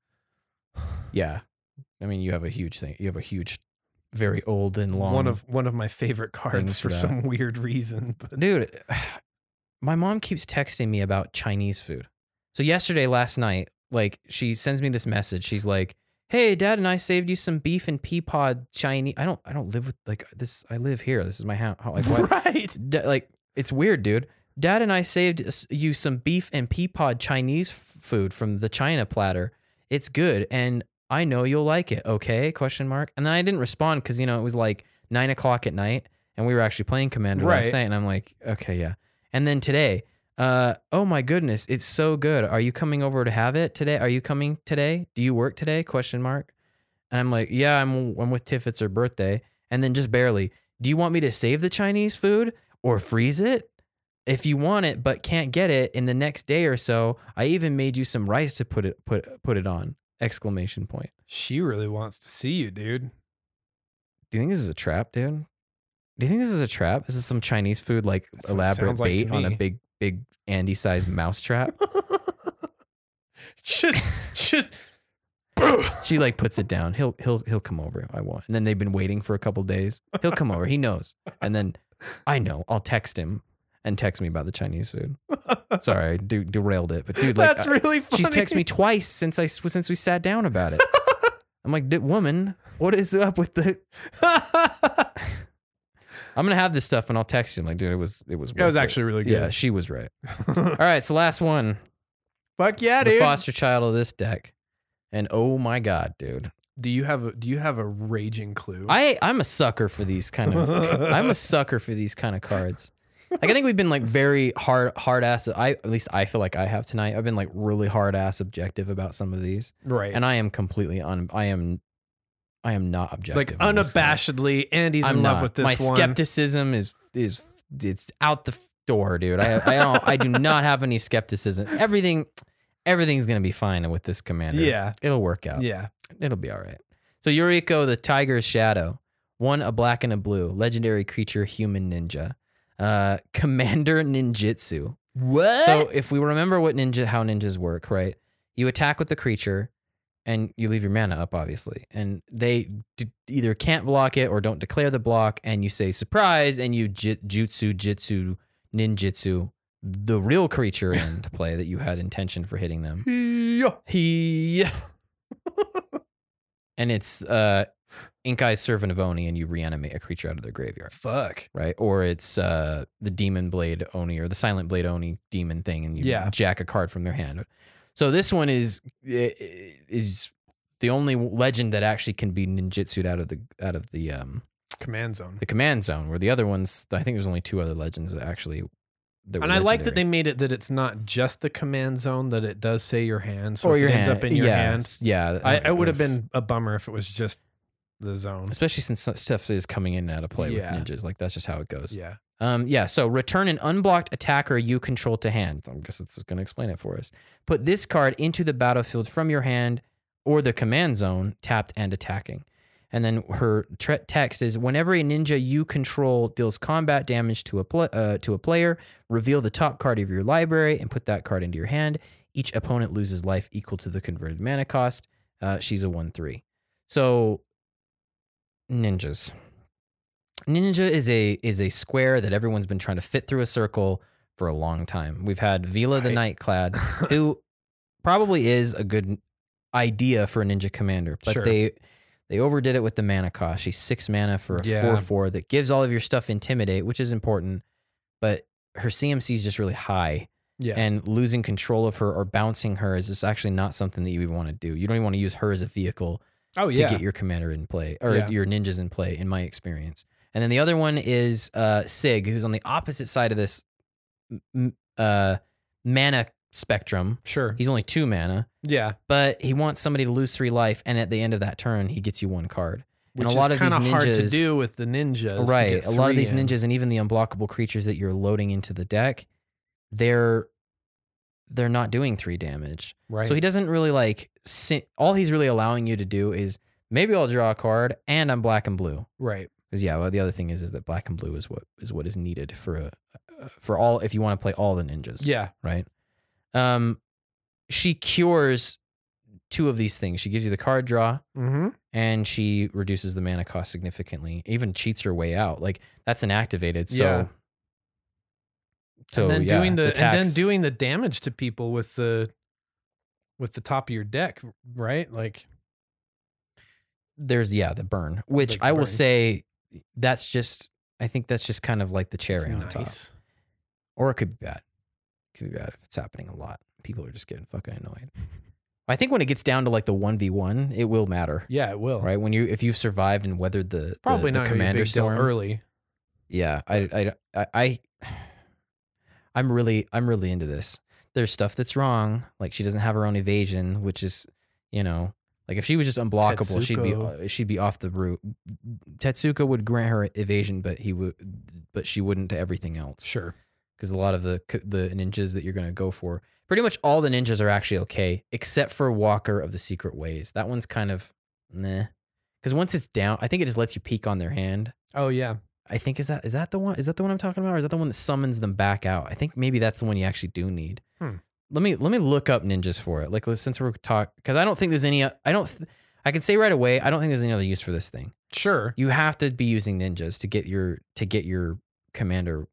Speaker 3: Yeah, I mean you have a huge thing. You have a huge, very old and long.
Speaker 2: One of one of my favorite cards for
Speaker 3: for that.
Speaker 2: some weird reason. <laughs> But
Speaker 3: dude. <sighs> My mom keeps texting me about Chinese food. So yesterday, last night, like she sends me this message. She's like, "Hey, Dad and I saved you some beef and pea pod Chinese." I don't, I don't live with like this. I live here. This is my house.
Speaker 2: <laughs>
Speaker 3: Like, what?
Speaker 2: right,
Speaker 3: Da- like it's weird, dude. Dad and I saved s- you some beef and pea pod Chinese f- food from the China platter. It's good, and I know you'll like it. Okay? Question mark. And then I didn't respond because you know it was like nine o'clock at night, and we were actually playing Commander
Speaker 2: Right.
Speaker 3: last night, and I'm like, okay, yeah. And then today, uh, oh my goodness, it's so good. Are you coming over to have it today? Are you coming today? Do you work today? Question mark. And I'm like, yeah, I'm I'm with Tiff. It's her birthday. And then just barely, do you want me to save the Chinese food or freeze it? If you want it but can't get it in the next day or so, I even made you some rice to put it put put it on. Exclamation point.
Speaker 2: she really wants to see you, dude. <laughs>
Speaker 3: Do you think this is a trap, dude? Do you think this is a trap? Is this some Chinese food like
Speaker 2: That's what it
Speaker 3: elaborate
Speaker 2: sounds like to
Speaker 3: bait on a
Speaker 2: me.
Speaker 3: big big Andy sized mouse trap?
Speaker 2: just
Speaker 3: <laughs>
Speaker 2: just
Speaker 3: she like puts it down. He'll he'll he'll come over. I want. And then they've been waiting for a couple days. He'll come over. He knows. And then I know. I'll text him and text me about the Chinese food. Sorry, I de- derailed it. But dude,
Speaker 2: <laughs>
Speaker 3: like
Speaker 2: that's
Speaker 3: I-
Speaker 2: really <laughs> funny.
Speaker 3: uh, she's texted me twice since I since we sat down
Speaker 2: <laughs>
Speaker 3: about it. I'm like, "D- woman, what is up with the? I'm gonna have this stuff and I'll text you. I'm like, dude, it was it was.
Speaker 2: That was
Speaker 3: worth
Speaker 2: actually really
Speaker 3: It. Yeah,
Speaker 2: good.
Speaker 3: she was
Speaker 2: <laughs>
Speaker 3: right. All right, so last one,
Speaker 2: Fuck yeah,
Speaker 3: the
Speaker 2: dude.
Speaker 3: foster child of this deck, and oh my god, dude.
Speaker 2: Do you have a do you have a raging clue?
Speaker 3: I I'm a sucker for these
Speaker 2: <laughs>
Speaker 3: kind of I'm a sucker for these kind of cards. Like I think we've been like very hard hard ass I at least I feel like I have tonight. I've been like really hard ass objective about some of these.
Speaker 2: right.
Speaker 3: And I am completely un I am I am not objective.
Speaker 2: like
Speaker 3: on this guy.
Speaker 2: unabashedly, Andy's
Speaker 3: I'm
Speaker 2: in love
Speaker 3: not.
Speaker 2: with this
Speaker 3: My
Speaker 2: one.
Speaker 3: skepticism is is it's out the f- door, dude. I I don't
Speaker 2: <laughs>
Speaker 3: I do not have any skepticism. Everything everything's gonna be fine with this commander.
Speaker 2: Yeah.
Speaker 3: It'll work out
Speaker 2: Yeah.
Speaker 3: it'll be all right. So Yuriko the Tiger's Shadow, one a black and a blue, legendary creature, human ninja, uh, commander ninjutsu.
Speaker 2: What?
Speaker 3: So if we remember what ninja how ninjas work, right? You attack with the creature, and you leave your mana up, obviously, and they d- either can't block it or don't declare the block, and you say surprise, and you j- jutsu jitsu ninjutsu the real creature into play that you had intention for
Speaker 2: <laughs>
Speaker 3: hitting them.
Speaker 2: yeah.
Speaker 3: He and it's uh Inkai's servant of Oni and you reanimate a creature out of their graveyard,
Speaker 2: Fuck.
Speaker 3: right? Or it's uh the demon blade Oni or the silent blade Oni demon thing and you
Speaker 2: Yeah.
Speaker 3: jack a card from their hand. So this one is is the only legend that actually can be ninjutsued out of the out of the um
Speaker 2: Command zone.
Speaker 3: the command zone. Where the other ones, I think there's only two other legends that actually. That were
Speaker 2: And I like that they
Speaker 3: legendary.
Speaker 2: made it that it's not just the command zone, that it does say your hand. So
Speaker 3: or
Speaker 2: if
Speaker 3: your
Speaker 2: it ends
Speaker 3: hand.
Speaker 2: up in your
Speaker 3: yeah,
Speaker 2: hands.
Speaker 3: Yeah, uh, Oh
Speaker 2: I, I would have
Speaker 3: if-
Speaker 2: been a bummer if it was just the zone.
Speaker 3: especially since some stuff is coming in and out of play
Speaker 2: Yeah.
Speaker 3: with ninjas. Like that's just how it goes. <laughs>
Speaker 2: Yeah.
Speaker 3: Um, yeah. So return an unblocked attacker you control to hand. I guess it's going to explain it for us. Put this card into the battlefield from your hand or the command zone, tapped and attacking. And then her tre- text is: Whenever a ninja you control deals combat damage to a pl- uh, to a player, reveal the top card of your library and put that card into your hand. Each opponent loses life equal to the converted mana cost. Uh, she's a one three. So ninjas. Ninja is a is a square that everyone's been trying to fit through a circle for a long time. We've had Vila the Nightclad, who probably is a good idea for a ninja commander, but
Speaker 2: Sure.
Speaker 3: they they overdid it with the mana cost. She's six mana for a
Speaker 2: Yeah.
Speaker 3: four four that gives all of your stuff intimidate, which is important, but her CMC is just really high,
Speaker 2: Yeah.
Speaker 3: and losing control of her or bouncing her is just actually not something that you would want to do. You don't even want to use her as a vehicle
Speaker 2: <laughs> oh,
Speaker 3: to
Speaker 2: yeah.
Speaker 3: get your commander in play or
Speaker 2: Yeah.
Speaker 3: your ninjas in play, in my experience. And then the other one is uh, Sig, who's on the opposite side of this m- uh, mana spectrum.
Speaker 2: sure.
Speaker 3: He's only two mana,
Speaker 2: Yeah.
Speaker 3: but he wants somebody to lose three life, and at the end of that turn, he gets you one card.
Speaker 2: Which
Speaker 3: and a lot
Speaker 2: is
Speaker 3: of these
Speaker 2: kind of hard to
Speaker 3: ninjas-
Speaker 2: do with the ninjas. to
Speaker 3: right.
Speaker 2: get
Speaker 3: A lot
Speaker 2: three
Speaker 3: of these
Speaker 2: in.
Speaker 3: ninjas and even the unblockable creatures that you're loading into the deck, they're they're not doing three damage.
Speaker 2: Right.
Speaker 3: So he doesn't really like sit, all he's really allowing you to do is maybe I'll draw a card and I'm black and blue.
Speaker 2: right.
Speaker 3: Cuz yeah, well, the other thing is is that black and blue is what is what is needed for a uh, for all if you want to play all the ninjas,
Speaker 2: Yeah.
Speaker 3: right? Um she cures two of these things. She gives you the card draw
Speaker 2: Mm-hmm.
Speaker 3: and she reduces the mana cost significantly. Even cheats her way out. Like that's inactivated, so
Speaker 2: Yeah.
Speaker 3: So
Speaker 2: and then
Speaker 3: yeah,
Speaker 2: doing the, and
Speaker 3: tax-
Speaker 2: then doing the damage to people with the with the top of your deck, right? Like
Speaker 3: there's yeah the burn which
Speaker 2: Big
Speaker 3: i will
Speaker 2: burn.
Speaker 3: say that's just i think that's just kind of like the
Speaker 2: it's
Speaker 3: cherry on top
Speaker 2: nice.
Speaker 3: or it could be bad it could be bad if it's happening a lot people are just getting fucking
Speaker 2: <laughs>
Speaker 3: annoyed i think when it gets down to like the 1v1 it will matter
Speaker 2: Yeah, it will.
Speaker 3: right when you if you've survived and weathered the the-
Speaker 2: Oh. Probably
Speaker 3: the
Speaker 2: not gonna be a
Speaker 3: commander
Speaker 2: big deal
Speaker 3: storm
Speaker 2: early.
Speaker 3: yeah I, I i i <sighs> i'm really i'm really into this there's stuff that's wrong like she doesn't have her own evasion which is you know like if she was just unblockable she'd be uh,
Speaker 2: Tetsuko.
Speaker 3: she'd be off the route tetsuka would grant her evasion but he would but she wouldn't to everything else
Speaker 2: Sure.
Speaker 3: because a lot of the the ninjas that you're going to go for pretty much all the ninjas are actually okay except for walker of the secret ways that one's kind of nah because once it's down i think it just lets you peek on their hand
Speaker 2: Oh yeah.
Speaker 3: I think is that is that the one is that the one I'm talking about or is that the one that summons them back out? I think maybe that's the one you actually do need.
Speaker 2: Hmm.
Speaker 3: Let me let me look up ninjas for it. Like since we're talk because I don't think there's any I don't th- I can say right away I don't think there's any other use for this thing.
Speaker 2: Sure.
Speaker 3: You have to be using ninjas to get your to get your commander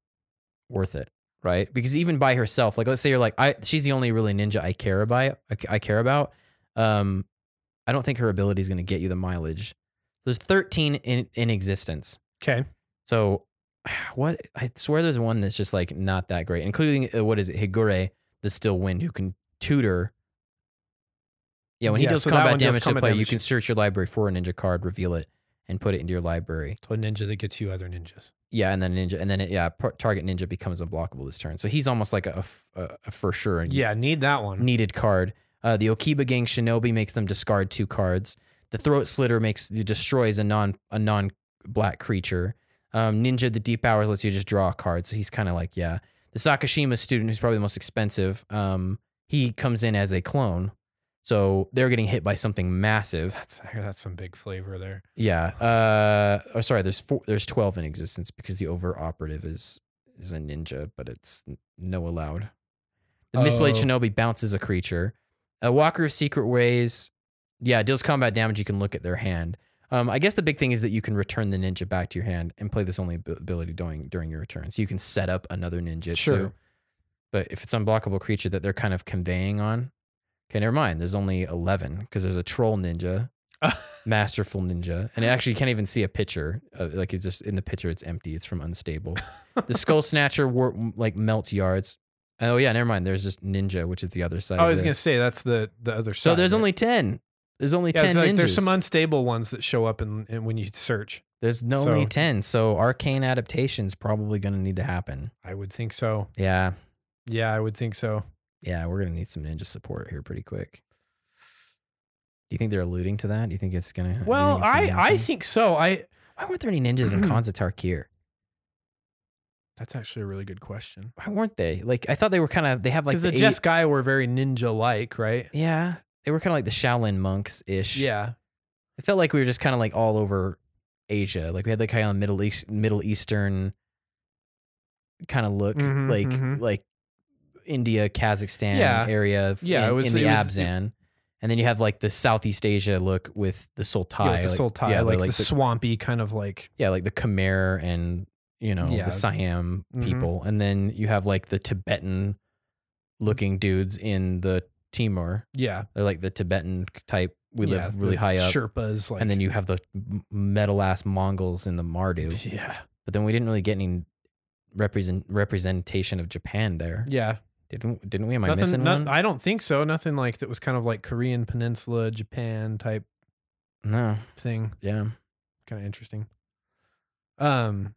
Speaker 3: worth it, right? Because even by herself, like let's say you're like I she's the only really ninja I care about. I, I care about. Um, I don't think her ability is going to get you the mileage. There's 13 in in existence.
Speaker 2: Okay.
Speaker 3: So <sighs> what I swear there's one that's just like not that great, including uh, what is it, Higure, the still wind who can tutor. Yeah, when he
Speaker 2: Yeah,
Speaker 3: does
Speaker 2: so that
Speaker 3: combat
Speaker 2: one does
Speaker 3: damage to
Speaker 2: combat
Speaker 3: play, you
Speaker 2: damage.
Speaker 3: can search your library for a ninja card, reveal it, and put it into your library.
Speaker 2: To a ninja that gets you other ninjas.
Speaker 3: Yeah, and then ninja, and then it, yeah, par- target ninja becomes unblockable this turn. So he's almost like a, a f- a- a for sure
Speaker 2: Yeah, need that one.
Speaker 3: needed card. Uh, the Okiba Gang Shinobi makes them discard two cards. The Throat Slitter makes destroys a non a non black creature. Um, Ninja the Deep Hours lets you just draw a card, so he's kind of like yeah. The Sakashima student, who's probably the most expensive, um, he comes in as a clone, so they're getting hit by something massive.
Speaker 2: That's that's some big flavor there.
Speaker 3: Yeah. Uh, oh, sorry. There's four. There's twelve in existence because the over operative is is a ninja, but it's n- no allowed. The misblade
Speaker 2: Oh.
Speaker 3: shinobi bounces a creature. A walker of secret ways. Yeah, deals combat damage. You can look at their hand. Um, I guess the big thing is that you can return the ninja back to your hand and play this only ab- ability during during your return. So you can set up another ninja.
Speaker 2: Sure.
Speaker 3: But if it's unblockable creature that they're kind of conveying on, okay, never mind. There's only eleven because there's a troll ninja masterful ninja and actually you can't even see a picture of,
Speaker 2: <laughs>
Speaker 3: like it's just in the picture it's empty it's from unstable the skull snatcher war, like melts yards Oh yeah, never mind. There's just ninja, which is the other side.
Speaker 2: Oh, I
Speaker 3: of
Speaker 2: was
Speaker 3: the-
Speaker 2: gonna say that's the the other side.
Speaker 3: so there's
Speaker 2: right?
Speaker 3: only ten. There's only
Speaker 2: yeah,
Speaker 3: ten
Speaker 2: it's like
Speaker 3: ninjas.
Speaker 2: there's some unstable ones that show up in, in when you search.
Speaker 3: there's no
Speaker 2: so-
Speaker 3: only ten. So arcane adaptation's probably gonna need to happen.
Speaker 2: I would think so.
Speaker 3: Yeah,
Speaker 2: Yeah, I would think so.
Speaker 3: yeah, we're gonna need some ninja support here pretty quick. Do you think they're alluding to that? Do you think it's gonna? do you
Speaker 2: Well,
Speaker 3: think it's gonna
Speaker 2: I I
Speaker 3: happen?
Speaker 2: think so. I
Speaker 3: why weren't there any
Speaker 2: <clears throat>
Speaker 3: ninjas in Khanza Tarkir?
Speaker 2: that's actually a really good question
Speaker 3: Why weren't they? Like I thought they were kind of. They have like
Speaker 2: because
Speaker 3: the,
Speaker 2: the,
Speaker 3: eight-
Speaker 2: Jeskai were very ninja like, right?
Speaker 3: Yeah, they were kind of like the Shaolin monks ish.
Speaker 2: Yeah,
Speaker 3: it felt like we were just kind of like all over Asia. Like we had like kind of Middle East, Middle Eastern kind of look,
Speaker 2: Mhm,
Speaker 3: like
Speaker 2: mhm.
Speaker 3: like India, Kazakhstan
Speaker 2: Yeah.
Speaker 3: area. f-
Speaker 2: Yeah, it
Speaker 3: in,
Speaker 2: was-
Speaker 3: in the
Speaker 2: it was-
Speaker 3: Abzan. and then you have like the Southeast Asia look with the Sultai,
Speaker 2: yeah, with the Sultai,
Speaker 3: yeah,
Speaker 2: like,
Speaker 3: like
Speaker 2: the swampy kind of like
Speaker 3: yeah, like the Khmer and you know
Speaker 2: Yeah.
Speaker 3: the Siam
Speaker 2: Mhm.
Speaker 3: people, and then you have like the Tibetan looking dudes in the Timor.
Speaker 2: yeah.
Speaker 3: They're like the Tibetan type. We
Speaker 2: yeah,
Speaker 3: live really
Speaker 2: the
Speaker 3: high up
Speaker 2: Sherpas, like
Speaker 3: and then you have the m- metal ass Mongols in the Mardu.
Speaker 2: yeah,
Speaker 3: But then we didn't really get any represent representation of Japan there,
Speaker 2: yeah.
Speaker 3: didn't didn't we? Am I
Speaker 2: Nothing.
Speaker 3: missing
Speaker 2: no-
Speaker 3: one?
Speaker 2: I don't think so. Nothing like that was kind of like Korean Peninsula, Japan type
Speaker 3: no,
Speaker 2: thing.
Speaker 3: yeah.
Speaker 2: Kind of interesting. Um,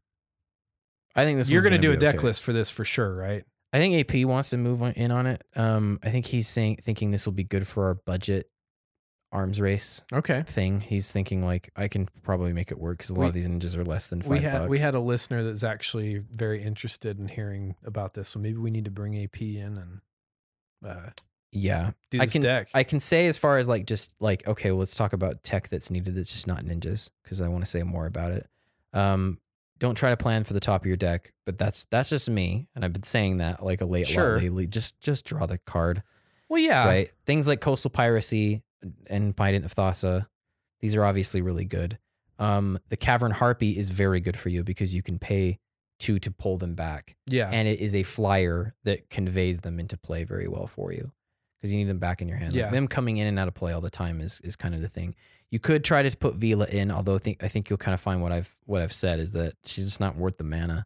Speaker 3: I think this
Speaker 2: you're
Speaker 3: one's
Speaker 2: gonna, do a
Speaker 3: be
Speaker 2: deck
Speaker 3: okay.
Speaker 2: list for this for sure, right?
Speaker 3: I think AP wants to move on, in on it. Um, I think he's saying thinking this will be good for our budget arms race
Speaker 2: Okay.
Speaker 3: thing. He's thinking like I can probably make it work because a lot
Speaker 2: We-
Speaker 3: of these ninjas are less than five
Speaker 2: We had
Speaker 3: bucks.
Speaker 2: we had a listener that's actually very interested in hearing about this, so maybe we need to bring AP in and uh,
Speaker 3: yeah.
Speaker 2: do
Speaker 3: I
Speaker 2: this
Speaker 3: can-
Speaker 2: deck.
Speaker 3: I can say as far as like just like okay, well, let's talk about tech that's needed that's just not ninjas because I want to say more about it. Um, don't try to plan for the top of your deck, but that's that's just me, and I've been saying that like a late lot
Speaker 2: Sure. Ah.
Speaker 3: lately. Just just draw the card,
Speaker 2: well, yeah,
Speaker 3: right? Things like coastal piracy and Bident of Thassa, these are obviously really good. Um, the cavern harpy is very good for you because you can pay two to pull them back
Speaker 2: yeah,
Speaker 3: and it is a flyer that conveys them into play very well for you because you need them back in your hand. Like,
Speaker 2: Yeah.
Speaker 3: them coming in and out of play all the time is is kind of the thing. You could try to put Vila in, although I think I think you'll kind of find what I've what I've said is that she's just not worth the mana.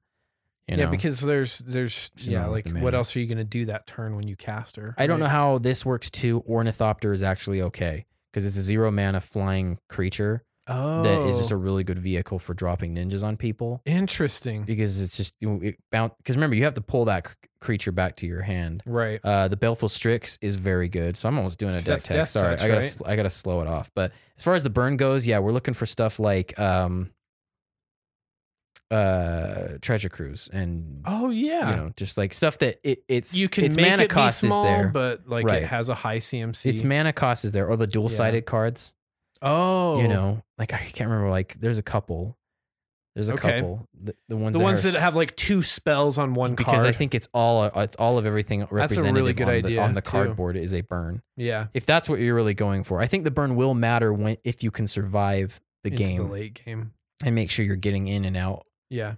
Speaker 3: You know?
Speaker 2: yeah. Because there's there's
Speaker 3: She's
Speaker 2: yeah,
Speaker 3: not worth
Speaker 2: like
Speaker 3: the
Speaker 2: what
Speaker 3: mana.
Speaker 2: else are you gonna do that turn when you cast her?
Speaker 3: I don't
Speaker 2: right?
Speaker 3: know how this works too. Ornithopter is actually okay because it's a zero mana flying creature
Speaker 2: Oh,
Speaker 3: that is just a really good vehicle for dropping ninjas on people
Speaker 2: interesting.
Speaker 3: because it's just it bound. Because remember, you have to pull that c- creature back to your hand.
Speaker 2: Right.
Speaker 3: Uh, the Baleful Strix is very good. So I'm almost doing a deck
Speaker 2: That's
Speaker 3: tech.
Speaker 2: Death
Speaker 3: Sorry,
Speaker 2: Touch,
Speaker 3: I gotta
Speaker 2: right?
Speaker 3: sl- I gotta slow it off. But as far as the burn goes, yeah, we're looking for stuff like um, uh, Treasure Cruise and
Speaker 2: Oh yeah.
Speaker 3: you know just like stuff that it it's
Speaker 2: you can
Speaker 3: its
Speaker 2: make
Speaker 3: mana
Speaker 2: it
Speaker 3: cost
Speaker 2: be small,
Speaker 3: is there.
Speaker 2: but like
Speaker 3: Right.
Speaker 2: it has a high CMC.
Speaker 3: Its mana cost is there, or the dual sided cards.
Speaker 2: oh,
Speaker 3: You know, like I can't remember. Like there's a couple. There's a
Speaker 2: Okay.
Speaker 3: couple. The, the ones
Speaker 2: the
Speaker 3: that
Speaker 2: ones
Speaker 3: are
Speaker 2: that have like two spells on one card.
Speaker 3: because I think it's all uh, it's all of everything represented
Speaker 2: good
Speaker 3: on, the,
Speaker 2: idea,
Speaker 3: on the
Speaker 2: too.
Speaker 3: cardboard is a burn.
Speaker 2: yeah,
Speaker 3: if that's what you're really going for. I think the burn will matter when if you can survive the
Speaker 2: into
Speaker 3: game
Speaker 2: the late game.
Speaker 3: and make sure you're getting in and out
Speaker 2: Yeah,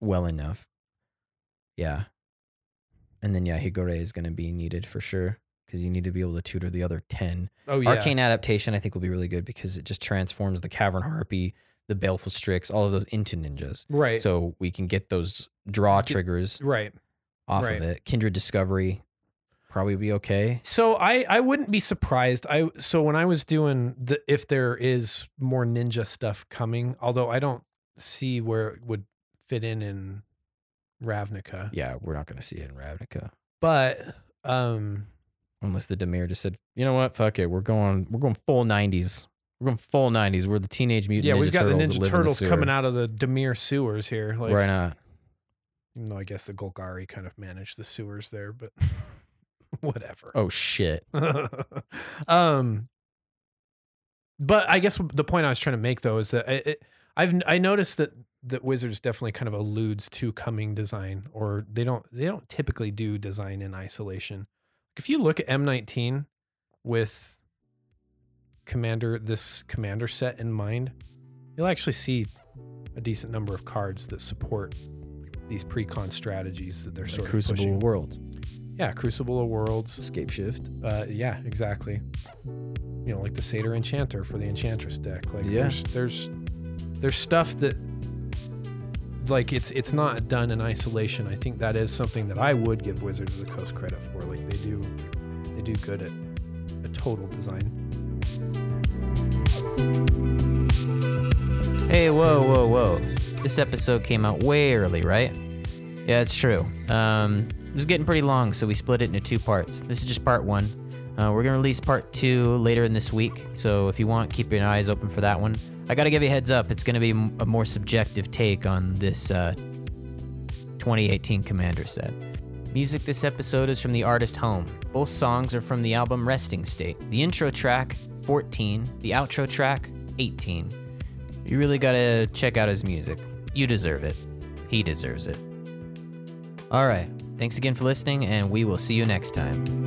Speaker 3: well enough. Yeah. And then yeah, Higure is going to be needed for sure because you need to be able to tutor the other 10.
Speaker 2: oh yeah,
Speaker 3: Arcane adaptation I think will be really good because it just transforms the Cavern Harpy, the Baleful Strix, all of those into ninjas.
Speaker 2: right,
Speaker 3: So we can get those draw triggers
Speaker 2: right.
Speaker 3: off
Speaker 2: right.
Speaker 3: of it. Kindred Discovery probably be okay.
Speaker 2: So I I wouldn't be surprised. I so when I was doing the if there is more ninja stuff coming, although I don't see where it would fit in in Ravnica,
Speaker 3: Yeah, we're not going to see it in Ravnica.
Speaker 2: but um
Speaker 3: unless the Demir just said, you know what, fuck it, we're going, we're going full '90s, we're going full '90s. We're the teenage mutant.
Speaker 2: yeah,
Speaker 3: Ninja
Speaker 2: we've got the
Speaker 3: Turtles that
Speaker 2: Ninja
Speaker 3: live
Speaker 2: Turtles
Speaker 3: in the
Speaker 2: coming out of the Demir sewers here. Like,
Speaker 3: Why not?
Speaker 2: even though I guess the Golgari kind of managed the sewers there, but <laughs> whatever.
Speaker 3: Oh shit.
Speaker 2: <laughs> um, but I guess the point I was trying to make though is that I, it, I've I noticed that that Wizards definitely kind of alludes to coming design, or they don't they don't typically do design in isolation. If you look at M19 with commander this commander set in mind, you'll actually see a decent number of cards that support these pre-con strategies that they're
Speaker 3: The
Speaker 2: sort
Speaker 3: Crucible
Speaker 2: of pushing.
Speaker 3: World.
Speaker 2: Yeah, Crucible of Worlds.
Speaker 3: Escape Shift.
Speaker 2: Uh, yeah, exactly. You know, like the Satyr Enchanter for the Enchantress deck. Like
Speaker 3: Yeah.
Speaker 2: there's there's there's stuff that like it's it's not done in isolation. I think that is something that I would give Wizards of the Coast credit for. Like they do they do good at a total design.
Speaker 3: Hey, whoa, whoa, whoa. This episode came out way early, right? Yeah, it's true. Um, it was getting pretty long, so we split it into two parts. This is just part one. Uh, we're going to release part two later in this week, so if you want, keep your eyes open for that one. I got to give you a heads up, it's going to be m- a more subjective take on this uh, 2018 Commander set. Music this episode is from the artist Home. Both songs are from the album Resting State. The intro track, 14, the outro track, 18. You really gotta check out his music. You deserve it. He deserves it. All right. Thanks again for listening, and we will see you next time.